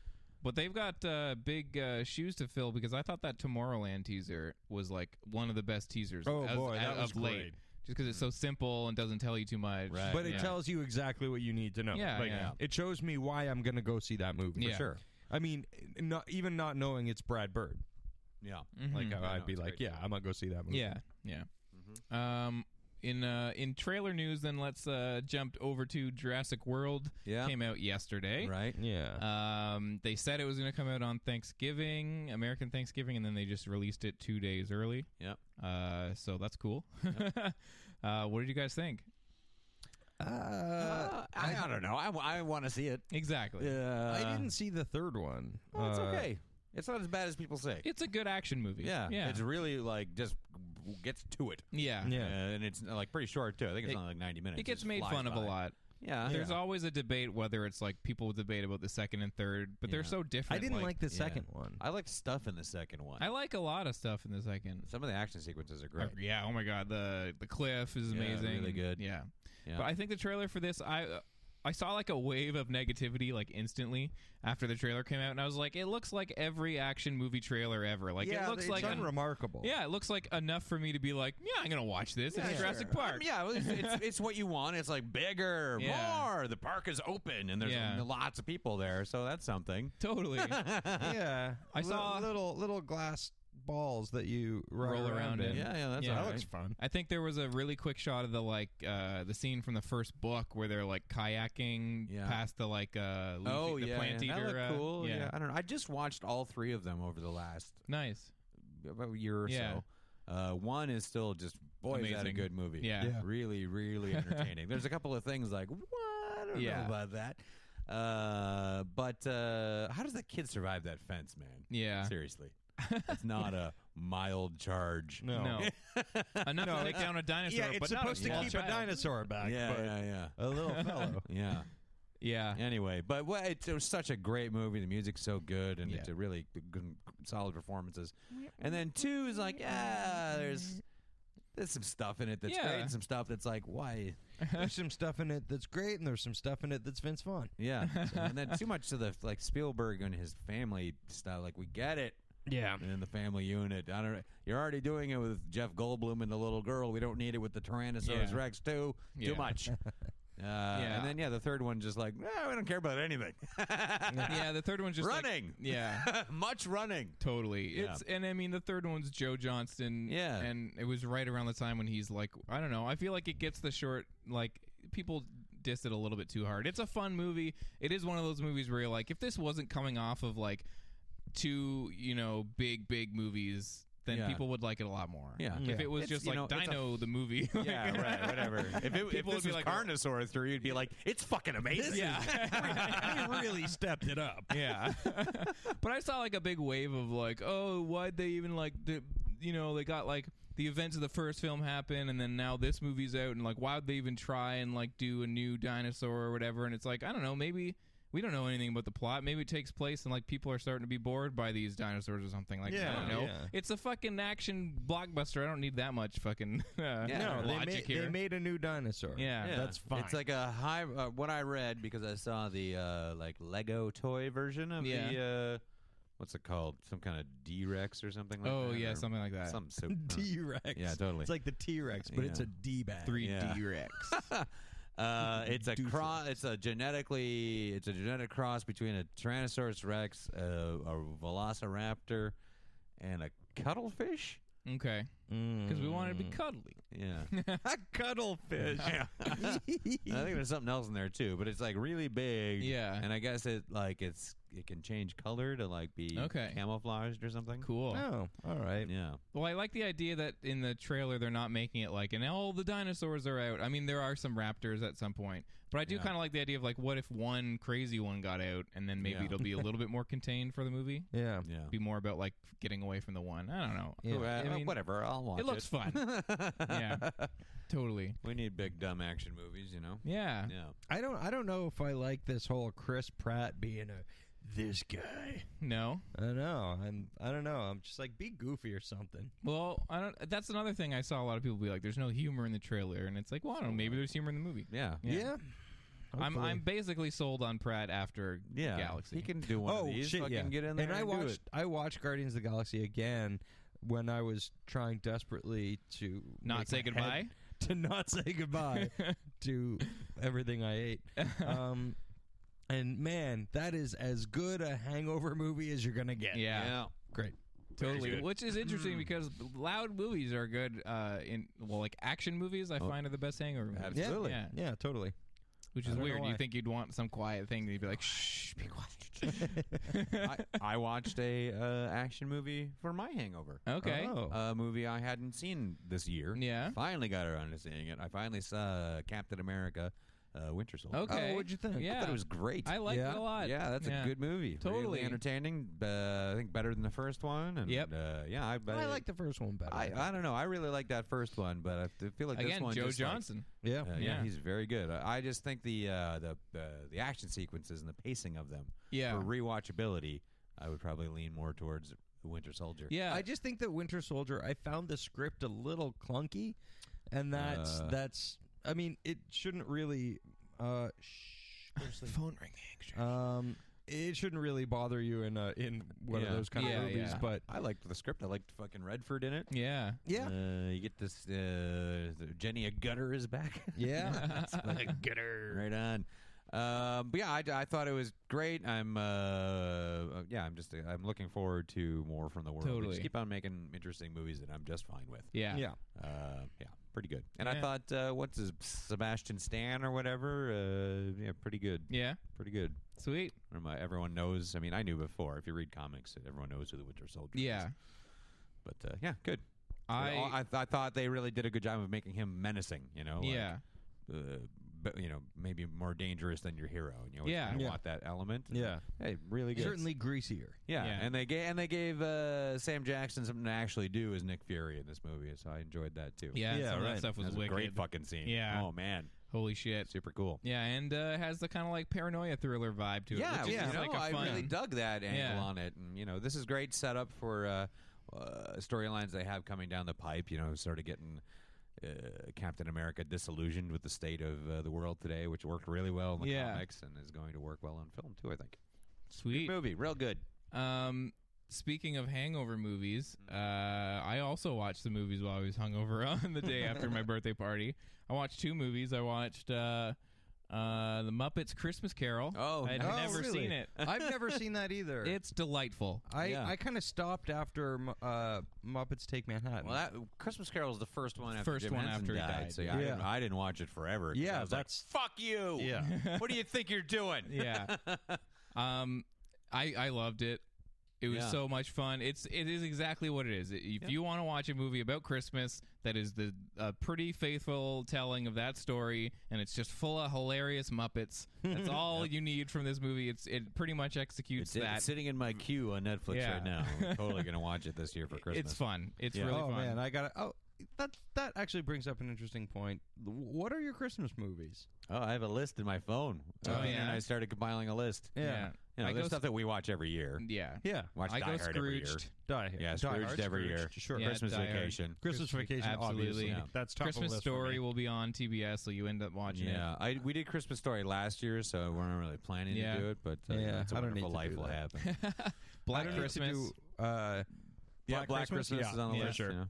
[SPEAKER 2] But they've got uh, big uh, shoes to fill because I thought that Tomorrowland teaser was like one of the best teasers
[SPEAKER 3] Oh,
[SPEAKER 2] as-
[SPEAKER 3] boy, that
[SPEAKER 2] as-
[SPEAKER 3] was
[SPEAKER 2] of late.
[SPEAKER 3] great.
[SPEAKER 2] Just because it's so simple and doesn't tell you too much.
[SPEAKER 4] Right.
[SPEAKER 3] But it
[SPEAKER 2] Yeah.
[SPEAKER 3] tells you exactly what you need to know.
[SPEAKER 2] Yeah,
[SPEAKER 3] Like,
[SPEAKER 2] yeah.
[SPEAKER 3] It shows me why I'm going to go see that movie.
[SPEAKER 2] For Yeah. sure.
[SPEAKER 3] I mean, not, even not knowing it's Brad Bird,
[SPEAKER 4] Yeah.
[SPEAKER 3] like
[SPEAKER 2] Mhm.
[SPEAKER 3] I'd
[SPEAKER 4] no,
[SPEAKER 3] be
[SPEAKER 4] it's
[SPEAKER 3] like,
[SPEAKER 4] great.
[SPEAKER 3] yeah, I'm going to go see that movie.
[SPEAKER 2] Yeah, yeah. Um, in uh, in trailer news, then let's uh, jump over to Jurassic World.
[SPEAKER 4] Yeah.
[SPEAKER 2] came out yesterday.
[SPEAKER 4] Right.
[SPEAKER 3] Yeah.
[SPEAKER 2] Um, they said it was going to come out on Thanksgiving, American Thanksgiving, and then they just released it two days early.
[SPEAKER 4] Yep.
[SPEAKER 2] Uh, so that's cool. uh, what did you guys think?
[SPEAKER 4] Uh, I, I don't know. I, w- I want to see it.
[SPEAKER 2] Exactly.
[SPEAKER 4] Yeah.
[SPEAKER 2] Uh,
[SPEAKER 3] I didn't see the third one.
[SPEAKER 2] Oh,
[SPEAKER 4] Well, it's
[SPEAKER 3] Uh,
[SPEAKER 4] okay. It's not as bad as people say.
[SPEAKER 2] It's a good action movie.
[SPEAKER 4] yeah.
[SPEAKER 2] yeah,
[SPEAKER 4] It's really like just gets to it.
[SPEAKER 2] yeah.
[SPEAKER 3] Yeah.
[SPEAKER 4] Uh, and it's like pretty short too. I think it's
[SPEAKER 2] It-
[SPEAKER 4] only like 90 minutes.
[SPEAKER 2] It gets
[SPEAKER 4] just
[SPEAKER 2] made
[SPEAKER 4] flies
[SPEAKER 2] fun of a
[SPEAKER 4] by.
[SPEAKER 2] lot.
[SPEAKER 4] Yeah.
[SPEAKER 2] There's always a debate whether it's like people debate about the second and third, but they're
[SPEAKER 4] Yeah.
[SPEAKER 2] so different.
[SPEAKER 3] I didn't like, the
[SPEAKER 4] yeah.
[SPEAKER 3] second one.
[SPEAKER 4] I liked stuff in the second one.
[SPEAKER 2] I like a lot of stuff in the second.
[SPEAKER 4] Some of the action sequences are
[SPEAKER 2] Uh,
[SPEAKER 4] great.
[SPEAKER 2] Yeah. Oh my God. The the cliff is
[SPEAKER 4] Yeah,
[SPEAKER 2] amazing.
[SPEAKER 4] really
[SPEAKER 2] and-
[SPEAKER 4] good.
[SPEAKER 2] Yeah.
[SPEAKER 4] Yeah.
[SPEAKER 2] But I think the trailer for this, I uh, I saw like a wave of negativity like instantly after the trailer came out, and I was like, it looks like every action movie trailer ever. Like
[SPEAKER 3] yeah,
[SPEAKER 2] it looks
[SPEAKER 3] it's
[SPEAKER 2] like. en-
[SPEAKER 3] unremarkable.
[SPEAKER 2] yeah, it looks like enough for me to be like, yeah, I'm gonna watch this.
[SPEAKER 4] Yeah,
[SPEAKER 2] it's Jurassic
[SPEAKER 4] sure.
[SPEAKER 2] Park.
[SPEAKER 4] Um, yeah, well, it's, it's, it's what you want. It's like bigger,
[SPEAKER 2] Yeah.
[SPEAKER 4] more. The park is open, and there's
[SPEAKER 2] Yeah.
[SPEAKER 4] lots of people there, so that's something.
[SPEAKER 2] Totally.
[SPEAKER 3] yeah.
[SPEAKER 2] I saw-
[SPEAKER 3] little little glass balls that you ride
[SPEAKER 2] Roll around in.
[SPEAKER 4] Yeah, yeah, that's
[SPEAKER 2] Yeah.
[SPEAKER 4] all
[SPEAKER 3] That
[SPEAKER 4] right.
[SPEAKER 3] looks fun.
[SPEAKER 2] I think there was a really quick shot of the like uh, the scene from the first book where they're like kayaking
[SPEAKER 4] Yeah.
[SPEAKER 2] past the like uh, leaf,
[SPEAKER 4] oh
[SPEAKER 2] the
[SPEAKER 4] yeah,
[SPEAKER 2] plant
[SPEAKER 4] yeah.
[SPEAKER 2] eater.
[SPEAKER 4] That looked
[SPEAKER 2] uh,
[SPEAKER 4] cool. yeah, I don't know. I just watched all three of them over the last
[SPEAKER 2] nice.
[SPEAKER 4] about a year or
[SPEAKER 2] Yeah.
[SPEAKER 4] so. Uh, one is still just boy is that a
[SPEAKER 2] Amazing.
[SPEAKER 4] good movie.
[SPEAKER 2] Yeah. Yeah.
[SPEAKER 4] really, really entertaining. There's a couple of things like what I don't
[SPEAKER 2] Yeah.
[SPEAKER 4] know about that. Uh, but uh, how does that kid survive that fence, man?
[SPEAKER 2] Yeah.
[SPEAKER 4] seriously, it's not a mild charge.
[SPEAKER 3] No.
[SPEAKER 2] No. Enough
[SPEAKER 3] No,
[SPEAKER 2] to take down a dinosaur.
[SPEAKER 3] Yeah,
[SPEAKER 2] but
[SPEAKER 3] it's
[SPEAKER 2] not
[SPEAKER 3] supposed to
[SPEAKER 2] small
[SPEAKER 3] keep a
[SPEAKER 2] child.
[SPEAKER 3] dinosaur back,
[SPEAKER 4] Yeah,
[SPEAKER 3] but
[SPEAKER 4] yeah,
[SPEAKER 2] Uh,
[SPEAKER 3] a little fellow.
[SPEAKER 4] yeah, yeah.
[SPEAKER 2] Yeah.
[SPEAKER 4] Anyway, but well, it, it was such a great movie. The music's so good, and
[SPEAKER 2] Yeah.
[SPEAKER 4] it's a really g- g- solid performances. And then two is like, yeah, there's there's some stuff in it that's
[SPEAKER 2] Yeah.
[SPEAKER 4] great, and some stuff that's like, why?
[SPEAKER 3] there's some stuff in it that's great, and there's some stuff in it that's Vince Vaughn.
[SPEAKER 4] Yeah, and then too much of the like Spielberg and his family style. Like we get it,
[SPEAKER 3] Yeah.
[SPEAKER 4] and the family unit. I don't. You're already doing it with Jeff Goldblum and the little girl. We don't need it with the Tyrannosaurus
[SPEAKER 2] Yeah.
[SPEAKER 4] Rex too. Too
[SPEAKER 2] Yeah.
[SPEAKER 4] much. Uh,
[SPEAKER 2] Yeah.
[SPEAKER 4] And then yeah, the third one just like, eh, we don't care about anything.
[SPEAKER 2] yeah, the third one's just like-
[SPEAKER 4] Running.
[SPEAKER 2] yeah,
[SPEAKER 4] much running.
[SPEAKER 2] totally.
[SPEAKER 4] Yeah.
[SPEAKER 2] It's and I mean the third one's Joe Johnston.
[SPEAKER 4] Yeah.
[SPEAKER 2] and it was right around the time when he's like, I don't know. I feel like it gets the short. Like people diss it a little bit too hard. It's a fun movie. It is one of those movies where you're like, if this wasn't coming off of like two, you know, big big movies, then
[SPEAKER 4] Yeah.
[SPEAKER 2] people would like it a lot more.
[SPEAKER 4] Yeah.
[SPEAKER 2] if
[SPEAKER 3] Yeah.
[SPEAKER 2] it was
[SPEAKER 4] It's-
[SPEAKER 2] just
[SPEAKER 4] you
[SPEAKER 2] like
[SPEAKER 4] know, it's a-
[SPEAKER 2] Dino the movie.
[SPEAKER 4] Yeah, right, whatever. If it
[SPEAKER 2] People
[SPEAKER 4] if
[SPEAKER 2] would
[SPEAKER 4] this
[SPEAKER 2] be
[SPEAKER 4] was
[SPEAKER 2] like,
[SPEAKER 4] Carnosaur three, you'd be like, it's fucking amazing.
[SPEAKER 2] yeah.
[SPEAKER 3] we really stepped it up.
[SPEAKER 2] Yeah. but I saw like a big wave of like, oh, why'd they even like, the, you know, they got like the events of the first film happen and then now this movie's out and like, why'd they even try and like do a new dinosaur or whatever? And it's like, I don't know, maybe. We don't know anything about the plot. Maybe it takes place and like people are starting to be bored by these dinosaurs or something. Like I
[SPEAKER 3] Yeah,
[SPEAKER 2] don't know.
[SPEAKER 3] yeah.
[SPEAKER 2] It's a fucking action blockbuster. I don't need that much fucking uh,
[SPEAKER 3] No, they
[SPEAKER 2] logic
[SPEAKER 3] made,
[SPEAKER 2] here.
[SPEAKER 3] they made a new dinosaur.
[SPEAKER 2] Yeah. Yeah.
[SPEAKER 3] That's fine.
[SPEAKER 4] It's like a high. Uh, what I read because I saw the uh, like Lego toy version of the. Uh, What's it called? Some kind of D Rex or something like that?
[SPEAKER 2] oh yeah,
[SPEAKER 4] or
[SPEAKER 2] something like that.
[SPEAKER 4] Some soup.
[SPEAKER 3] T Rex.
[SPEAKER 4] Yeah, totally.
[SPEAKER 3] It's like the T Rex, but it's
[SPEAKER 4] Yeah.
[SPEAKER 3] a D bag.
[SPEAKER 2] three
[SPEAKER 4] yeah.
[SPEAKER 2] D Rex.
[SPEAKER 4] Uh, it's a cross. It's a genetically. It's a genetic cross between a Tyrannosaurus Rex, a, a Velociraptor, and a cuttlefish.
[SPEAKER 2] Okay.
[SPEAKER 3] Mm.
[SPEAKER 2] Because we want it to be cuddly.
[SPEAKER 4] Yeah.
[SPEAKER 3] cuttlefish.
[SPEAKER 4] Yeah. I think there's something else in there too, but it's like really big.
[SPEAKER 2] Yeah.
[SPEAKER 4] And I guess it like it's it can change color to like be
[SPEAKER 2] Okay.
[SPEAKER 4] camouflaged or something.
[SPEAKER 2] Cool.
[SPEAKER 3] Oh, all right.
[SPEAKER 4] Yeah.
[SPEAKER 2] Well, I like the idea that in the trailer they're not making it like, and all the dinosaurs are out. I mean, there are some raptors at some point, but I do
[SPEAKER 4] Yeah.
[SPEAKER 2] kind of like the idea of like, what if one crazy one got out, and then maybe
[SPEAKER 4] Yeah.
[SPEAKER 2] it'll be a little bit more contained for the movie.
[SPEAKER 3] Yeah.
[SPEAKER 4] Yeah.
[SPEAKER 2] Be more about like getting away from the one. I don't know.
[SPEAKER 3] Yeah.
[SPEAKER 4] Well,
[SPEAKER 2] I
[SPEAKER 4] uh,
[SPEAKER 2] mean,
[SPEAKER 4] whatever. I'll watch
[SPEAKER 2] it
[SPEAKER 4] it.
[SPEAKER 2] looks fun. yeah, totally.
[SPEAKER 4] We need big dumb action movies, you know.
[SPEAKER 2] Yeah.
[SPEAKER 4] Yeah.
[SPEAKER 3] I don't. I don't know if I like this whole Chris Pratt being a this guy.
[SPEAKER 2] No.
[SPEAKER 3] I know. I'm. I don't know. I'm just like be goofy or something.
[SPEAKER 2] Well, I don't. That's another thing I saw a lot of people be like, "There's no humor in the trailer," and it's like, well, I don't know. Maybe there's humor in the movie.
[SPEAKER 4] Yeah.
[SPEAKER 2] Yeah. I'm
[SPEAKER 3] Hopefully.
[SPEAKER 2] I'm basically sold on Pratt after
[SPEAKER 4] Yeah.
[SPEAKER 2] Galaxy.
[SPEAKER 4] He can do one
[SPEAKER 3] Oh,
[SPEAKER 4] of these. Fucking get in there
[SPEAKER 3] and I
[SPEAKER 4] do
[SPEAKER 3] watched
[SPEAKER 4] it.
[SPEAKER 3] I watched Guardians of the Galaxy again when I was trying desperately to
[SPEAKER 2] Not
[SPEAKER 3] make
[SPEAKER 2] say
[SPEAKER 3] my
[SPEAKER 2] goodbye?
[SPEAKER 3] head- to not say goodbye to everything I ate. Um, and man, that is as good a hangover movie as you're gonna get.
[SPEAKER 2] yeah.
[SPEAKER 4] Yeah.
[SPEAKER 3] great.
[SPEAKER 2] Totally,
[SPEAKER 4] good.
[SPEAKER 2] which is interesting because loud movies are good. Uh, in well, like action movies, I find are the best hangover movies.
[SPEAKER 4] Oh. Absolutely.
[SPEAKER 2] yeah,
[SPEAKER 3] Yeah, totally.
[SPEAKER 2] which
[SPEAKER 3] I
[SPEAKER 2] is
[SPEAKER 3] don't know
[SPEAKER 2] weird. You
[SPEAKER 3] why.
[SPEAKER 2] think you'd want some quiet thing, and you'd be like, "Shh, be quiet."
[SPEAKER 4] I, I watched a uh, action movie for my hangover.
[SPEAKER 2] okay,
[SPEAKER 3] Oh,
[SPEAKER 4] a movie I hadn't seen this year.
[SPEAKER 2] Yeah.
[SPEAKER 4] Finally got around to seeing it. I finally saw Captain America uh, Winter Soldier.
[SPEAKER 2] okay.
[SPEAKER 3] Oh, what'd you think? I thought
[SPEAKER 2] Yeah,
[SPEAKER 4] I thought it was great.
[SPEAKER 2] I liked
[SPEAKER 3] Yeah.
[SPEAKER 2] it a lot.
[SPEAKER 4] yeah, that's a good movie.
[SPEAKER 2] Totally.
[SPEAKER 4] really entertaining. Uh, I think better than the first one. And,
[SPEAKER 2] Yep.
[SPEAKER 4] Uh, yeah, I, bet
[SPEAKER 3] I like the first one better.
[SPEAKER 4] I, I don't know. I really like that first one, but I f- feel like this
[SPEAKER 2] Again,
[SPEAKER 4] one
[SPEAKER 2] Joe
[SPEAKER 4] just, like-
[SPEAKER 2] Johnson.
[SPEAKER 3] yeah.
[SPEAKER 4] uh, yeah.
[SPEAKER 2] Yeah.
[SPEAKER 4] he's very good. I, I just think the uh, the uh, the action sequences and the pacing of them
[SPEAKER 2] Yeah.
[SPEAKER 4] for rewatchability, I would probably lean more towards Winter Soldier.
[SPEAKER 2] yeah,
[SPEAKER 3] I just think that Winter Soldier, I found the script a little clunky, and that's
[SPEAKER 4] Uh.
[SPEAKER 3] that's. I mean, it shouldn't really. Uh, shh, go to sleep.
[SPEAKER 2] phone ringing.
[SPEAKER 3] um, it shouldn't really bother you in uh, in one
[SPEAKER 4] Yeah.
[SPEAKER 3] of those kind
[SPEAKER 2] Yeah,
[SPEAKER 3] of movies,
[SPEAKER 2] yeah.
[SPEAKER 3] but
[SPEAKER 4] I liked the script. I liked fucking Redford in it.
[SPEAKER 2] Yeah,
[SPEAKER 3] yeah,
[SPEAKER 4] Uh, you get this. Uh, the Jenny a gutter is back.
[SPEAKER 3] yeah,
[SPEAKER 4] gutter. Right on. Um, but yeah, I, I thought it was great. I'm uh, uh, yeah, I'm just uh, I'm looking forward to more from the world. They
[SPEAKER 2] Totally.
[SPEAKER 4] just keep on making interesting movies that I'm just fine with.
[SPEAKER 2] yeah,
[SPEAKER 3] yeah.
[SPEAKER 4] Uh, yeah, pretty good. And I
[SPEAKER 2] Yeah.
[SPEAKER 4] thought uh, what's his Sebastian Stan or whatever. Uh, yeah, pretty good.
[SPEAKER 2] yeah.
[SPEAKER 4] Pretty good.
[SPEAKER 2] Sweet.
[SPEAKER 4] Or my- everyone knows. I mean, I knew before. If you read comics, everyone knows who the Winter Soldier is.
[SPEAKER 2] Yeah,
[SPEAKER 4] But uh, yeah, good.
[SPEAKER 2] I.
[SPEAKER 4] I, I, th- I thought they really did a good job of making him menacing. You know, like,
[SPEAKER 2] yeah,
[SPEAKER 4] uh, but, you know, maybe more dangerous than your hero, and you always
[SPEAKER 2] Yeah.
[SPEAKER 4] kind of
[SPEAKER 3] Yeah.
[SPEAKER 4] want that element.
[SPEAKER 3] Yeah.
[SPEAKER 4] hey, really good.
[SPEAKER 3] certainly greasier.
[SPEAKER 4] yeah.
[SPEAKER 2] Yeah.
[SPEAKER 4] And they gave and they gave uh, Sam Jackson something to actually do as Nick Fury in this movie, so I enjoyed that too.
[SPEAKER 2] yeah.
[SPEAKER 3] Yeah,
[SPEAKER 2] some of
[SPEAKER 3] right.
[SPEAKER 2] that stuff was
[SPEAKER 4] That was a
[SPEAKER 2] wicked.
[SPEAKER 4] great fucking scene.
[SPEAKER 2] Yeah.
[SPEAKER 4] Oh man,
[SPEAKER 2] Holy shit.
[SPEAKER 4] super cool.
[SPEAKER 2] Yeah, and uh, has the kind of like paranoia thriller vibe to it.
[SPEAKER 4] Yeah,
[SPEAKER 2] which is
[SPEAKER 4] you
[SPEAKER 2] just
[SPEAKER 4] know,
[SPEAKER 2] like a fun.
[SPEAKER 4] I really dug that angle
[SPEAKER 2] Yeah.
[SPEAKER 4] on it, and you know, this is great setup for uh, uh, storylines they have coming down the pipe. You know, sort of getting uh, Captain America disillusioned with the state of uh, the world today, which worked really well in the
[SPEAKER 2] Yeah.
[SPEAKER 4] comics and is going to work well on film too. I think
[SPEAKER 2] Sweet.
[SPEAKER 4] movie, real good.
[SPEAKER 2] Um, speaking of hangover movies, uh, I also watched the movies while I was hungover on the day after my birthday party. I watched two movies. I watched uh, uh, The Muppets Christmas Carol.
[SPEAKER 4] Oh, Uh,
[SPEAKER 2] I'd
[SPEAKER 4] nice.
[SPEAKER 2] never
[SPEAKER 3] really?
[SPEAKER 2] seen it.
[SPEAKER 3] I've never seen that either.
[SPEAKER 2] It's delightful.
[SPEAKER 3] I,
[SPEAKER 4] Yeah.
[SPEAKER 3] I kind of stopped after Mu- uh, Muppets Take Manhattan.
[SPEAKER 4] Well, that Christmas Carol is the first one after
[SPEAKER 2] First
[SPEAKER 4] Jim
[SPEAKER 2] one
[SPEAKER 4] Henson
[SPEAKER 2] after he
[SPEAKER 4] died,
[SPEAKER 2] died.
[SPEAKER 4] so yeah, I,
[SPEAKER 3] Yeah.
[SPEAKER 4] didn't, I didn't watch it forever. 'cause
[SPEAKER 3] Yeah,
[SPEAKER 4] I was like,
[SPEAKER 3] that's-
[SPEAKER 4] fuck you.
[SPEAKER 3] Yeah.
[SPEAKER 4] what do you think you're doing?
[SPEAKER 2] Yeah. um, I I loved it. It was
[SPEAKER 4] Yeah.
[SPEAKER 2] so much fun. It's it is exactly what it is. If you want to watch a movie about Christmas that is the uh, pretty faithful telling of that story, and it's just full of hilarious Muppets. That's all you need from this movie. It's it pretty much executes
[SPEAKER 4] It's, it's
[SPEAKER 2] that. Mm.
[SPEAKER 4] sitting in my queue on Netflix
[SPEAKER 2] Yeah.
[SPEAKER 4] right now. I'm totally going to watch it this year for Christmas.
[SPEAKER 2] It's fun. It's
[SPEAKER 4] Yeah.
[SPEAKER 2] really
[SPEAKER 3] oh
[SPEAKER 2] fun.
[SPEAKER 3] man, I got to Oh, that that actually brings up an interesting point. What are your Christmas movies?
[SPEAKER 4] Oh, I have a list in my phone.
[SPEAKER 2] Oh,
[SPEAKER 4] Uh,
[SPEAKER 2] yeah?
[SPEAKER 4] And I started compiling a list.
[SPEAKER 2] yeah.
[SPEAKER 4] You know,
[SPEAKER 2] I
[SPEAKER 4] there's
[SPEAKER 2] go Mm,
[SPEAKER 4] stuff
[SPEAKER 2] sc-
[SPEAKER 4] that we watch every year.
[SPEAKER 2] yeah.
[SPEAKER 3] Yeah,
[SPEAKER 4] Watch
[SPEAKER 2] I
[SPEAKER 4] Die
[SPEAKER 2] go
[SPEAKER 4] Hard every year.
[SPEAKER 2] Scrooged.
[SPEAKER 3] Die Hard.
[SPEAKER 4] Yeah,
[SPEAKER 3] Die
[SPEAKER 4] Scrooged
[SPEAKER 3] Hard,
[SPEAKER 4] every
[SPEAKER 3] Scrooged,
[SPEAKER 4] year.
[SPEAKER 3] Sure.
[SPEAKER 2] Yeah,
[SPEAKER 4] Christmas
[SPEAKER 2] Die Hard.
[SPEAKER 4] Vacation.
[SPEAKER 3] Christmas
[SPEAKER 2] Christmas-
[SPEAKER 3] Vacation,
[SPEAKER 2] absolutely.
[SPEAKER 3] obviously.
[SPEAKER 4] Yeah.
[SPEAKER 3] That's top of the
[SPEAKER 2] Christmas
[SPEAKER 3] list for
[SPEAKER 2] Story
[SPEAKER 3] me.
[SPEAKER 2] will be on TBS, so you end up watching it.
[SPEAKER 4] Yeah, I, we did Christmas Story last year, so we weren't really planning
[SPEAKER 2] Yeah.
[SPEAKER 4] to do it, but uh,
[SPEAKER 3] Yeah,
[SPEAKER 4] that's a
[SPEAKER 3] I don't
[SPEAKER 4] wonderful
[SPEAKER 3] need to
[SPEAKER 4] life
[SPEAKER 3] do
[SPEAKER 4] will
[SPEAKER 3] that.
[SPEAKER 4] happen.
[SPEAKER 2] Black
[SPEAKER 3] I don't need to
[SPEAKER 2] Christmas.
[SPEAKER 3] do, uh,
[SPEAKER 4] yeah, Black Christmas,
[SPEAKER 3] Yeah,
[SPEAKER 4] is on the
[SPEAKER 3] yeah,
[SPEAKER 4] list.
[SPEAKER 3] sure.
[SPEAKER 4] you know.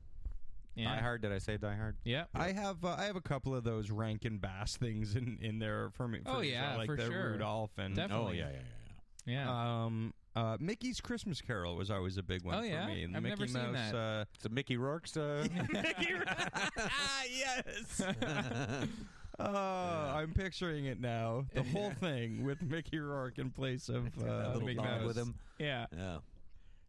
[SPEAKER 2] Yeah.
[SPEAKER 4] Die Hard. Did I say Die Hard?
[SPEAKER 2] Yeah.
[SPEAKER 3] I have uh, I have a couple of those Rankin Bass things in in there for me. For
[SPEAKER 2] Oh,
[SPEAKER 3] me, so
[SPEAKER 2] yeah,
[SPEAKER 3] like
[SPEAKER 2] for
[SPEAKER 3] the
[SPEAKER 2] sure.
[SPEAKER 3] Rudolph and
[SPEAKER 2] Def-
[SPEAKER 4] Oh
[SPEAKER 2] Definitely.
[SPEAKER 4] yeah, yeah, yeah,
[SPEAKER 2] Yeah.
[SPEAKER 3] um, uh, Mickey's Christmas Carol was always a big one
[SPEAKER 2] Oh,
[SPEAKER 3] for
[SPEAKER 2] yeah?
[SPEAKER 3] me. And the
[SPEAKER 2] I've never
[SPEAKER 3] Mickey Mouse.
[SPEAKER 2] seen that.
[SPEAKER 3] Uh,
[SPEAKER 4] It's a Mickey Rourke's. Uh,
[SPEAKER 3] ah, yes. Oh, I'm picturing it now. The whole thing with Mickey Rourke in place of uh,
[SPEAKER 4] little
[SPEAKER 3] Mickey
[SPEAKER 4] dog
[SPEAKER 3] Mouse.
[SPEAKER 4] with him.
[SPEAKER 2] yeah.
[SPEAKER 4] Yeah.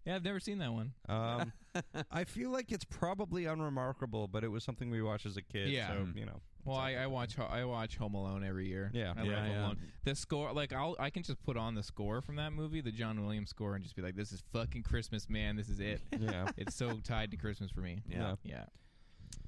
[SPEAKER 2] Yeah. I've never seen that one.
[SPEAKER 3] Um, I feel like it's probably unremarkable, but it was something we watched as a kid.
[SPEAKER 2] Yeah. Mm.
[SPEAKER 3] So, you know.
[SPEAKER 2] Well, I, I watch Ho- I watch Home Alone every year.
[SPEAKER 3] Yeah.
[SPEAKER 2] I
[SPEAKER 3] Yeah,
[SPEAKER 2] love Home
[SPEAKER 4] yeah.
[SPEAKER 2] Alone. The score, like I'll I can just put on the score from that movie, the John Williams score, and just be like, "This is fucking Christmas, man. This is it.
[SPEAKER 3] Yeah.
[SPEAKER 2] it's so tied to Christmas for me."
[SPEAKER 4] Yeah.
[SPEAKER 2] Yeah.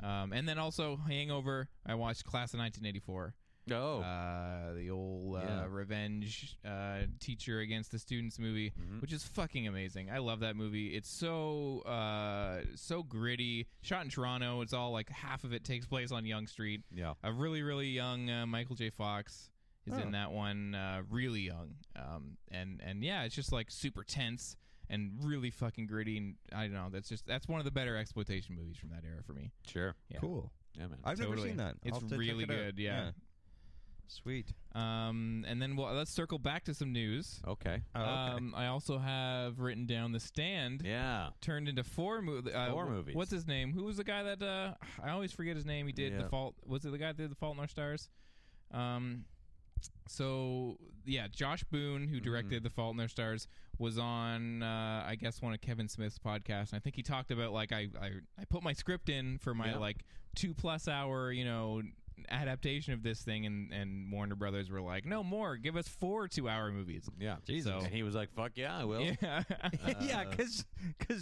[SPEAKER 2] Um, and then also Hangover. I watched Class of 1984.
[SPEAKER 4] Oh.
[SPEAKER 2] Uh, the old uh,
[SPEAKER 4] Yeah.
[SPEAKER 2] revenge uh, teacher against the students movie,
[SPEAKER 4] Mm-hmm.
[SPEAKER 2] which is fucking amazing. I love that movie. It's so uh, so gritty. Shot in Toronto. It's all like half of it takes place on Young Street.
[SPEAKER 4] yeah.
[SPEAKER 2] A really really young uh, Michael J. Fox is
[SPEAKER 3] Oh.
[SPEAKER 2] in that one. Uh, really young. Um, and and yeah, it's just like super tense. And really fucking gritty, and I don't know. That's just that's one of the better exploitation movies from that era for me.
[SPEAKER 4] Sure.
[SPEAKER 2] Yeah.
[SPEAKER 3] Cool.
[SPEAKER 4] Yeah, man.
[SPEAKER 3] I've never
[SPEAKER 2] Totally.
[SPEAKER 3] seen that.
[SPEAKER 2] It's
[SPEAKER 3] I'll have to check
[SPEAKER 2] really
[SPEAKER 3] it out.
[SPEAKER 2] good, yeah.
[SPEAKER 3] Sweet.
[SPEAKER 2] Um, and then well, let's circle back to some news.
[SPEAKER 4] okay.
[SPEAKER 3] Oh, okay.
[SPEAKER 2] Um, I also have written down the stand
[SPEAKER 4] Yeah.
[SPEAKER 2] turned into four movies. Uh,
[SPEAKER 4] Four
[SPEAKER 2] wh-
[SPEAKER 4] movies.
[SPEAKER 2] What's his name? Who was the guy that uh, I always forget his name? He did
[SPEAKER 4] Yeah.
[SPEAKER 2] the fault. Was it the guy that did the Fault in Our Stars? Um, so yeah, Josh Boone, who
[SPEAKER 4] Mm-hmm.
[SPEAKER 2] directed the Fault in Our Stars, was on uh, I guess one of Kevin Smith's podcasts, and I think he talked about like I I, I put my script in for my
[SPEAKER 4] Yeah.
[SPEAKER 2] like two plus hour you know adaptation of this thing, and and Warner Brothers were like, no more, give us four two hour movies.
[SPEAKER 4] Yeah.
[SPEAKER 2] Jesus.
[SPEAKER 4] And he was like, "Fuck yeah, I will."
[SPEAKER 2] Yeah.
[SPEAKER 3] yeah, because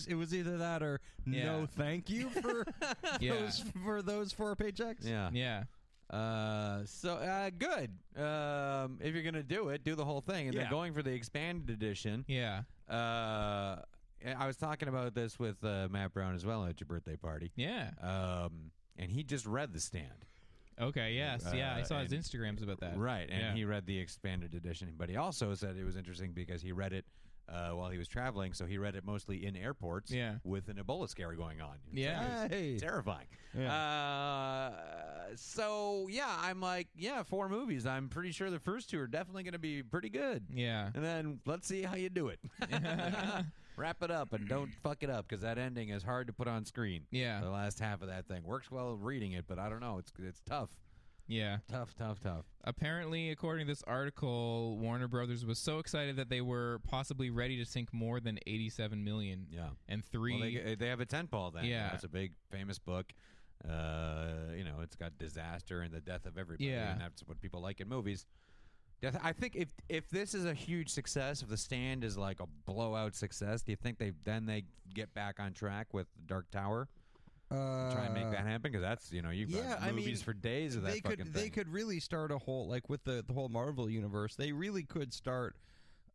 [SPEAKER 3] it was either that or
[SPEAKER 2] uh, Yeah.
[SPEAKER 3] no, thank you for
[SPEAKER 2] Yeah.
[SPEAKER 3] those for those four paychecks.
[SPEAKER 4] Yeah.
[SPEAKER 2] yeah.
[SPEAKER 4] Uh, so uh, good. Um, if you're gonna do it, do the whole thing, and they're
[SPEAKER 3] Yeah.
[SPEAKER 4] going for the expanded edition.
[SPEAKER 2] Yeah.
[SPEAKER 4] Uh, I was talking about this with uh, Matt Brown as well at your birthday party.
[SPEAKER 2] Yeah.
[SPEAKER 4] Um, and he just read the stand,
[SPEAKER 2] Okay. Yes. yeah. I
[SPEAKER 4] Uh,
[SPEAKER 2] saw his
[SPEAKER 4] and-
[SPEAKER 2] Instagrams about that.
[SPEAKER 4] right? And
[SPEAKER 2] yeah.
[SPEAKER 4] he read the expanded edition, but he also said it was interesting because he read it. Uh, while he was traveling, so he read it mostly in airports
[SPEAKER 2] Yeah.
[SPEAKER 4] with an Ebola scare going on.
[SPEAKER 2] Yeah.
[SPEAKER 3] Hey.
[SPEAKER 4] terrifying. Uh, so yeah, I'm like, yeah, four movies. I'm pretty sure the first two are definitely going to be pretty good.
[SPEAKER 2] Yeah.
[SPEAKER 4] And then let's see how you do it. Wrap it up and don't fuck it up because that ending is hard to put on screen.
[SPEAKER 2] Yeah.
[SPEAKER 4] the last half of that thing works well reading it, but I don't know. It's it's tough,
[SPEAKER 2] Yeah.
[SPEAKER 4] tough, tough, tough.
[SPEAKER 2] Apparently, according to this article, Warner Brothers was so excited that they were possibly ready to sink more than 87 million.
[SPEAKER 4] Yeah.
[SPEAKER 2] And
[SPEAKER 4] Well,
[SPEAKER 2] three.
[SPEAKER 4] they, they have a ten ball then.
[SPEAKER 2] Yeah.
[SPEAKER 4] it's a big famous book. Uh, you know, it's got disaster and the death of everybody,
[SPEAKER 2] Yeah.
[SPEAKER 4] and that's what people like in movies. Death, I think if if this is a huge success, if The Stand is like a blowout success, do you think they then they get back on track with Dark Tower?
[SPEAKER 3] Uh,
[SPEAKER 4] Try and make that happen because that's you know you've
[SPEAKER 3] yeah,
[SPEAKER 4] got
[SPEAKER 3] I
[SPEAKER 4] movies
[SPEAKER 3] mean,
[SPEAKER 4] for days of that
[SPEAKER 3] they could
[SPEAKER 4] fucking
[SPEAKER 3] they
[SPEAKER 4] thing.
[SPEAKER 3] could really start a whole like with the the whole Marvel universe. They really could start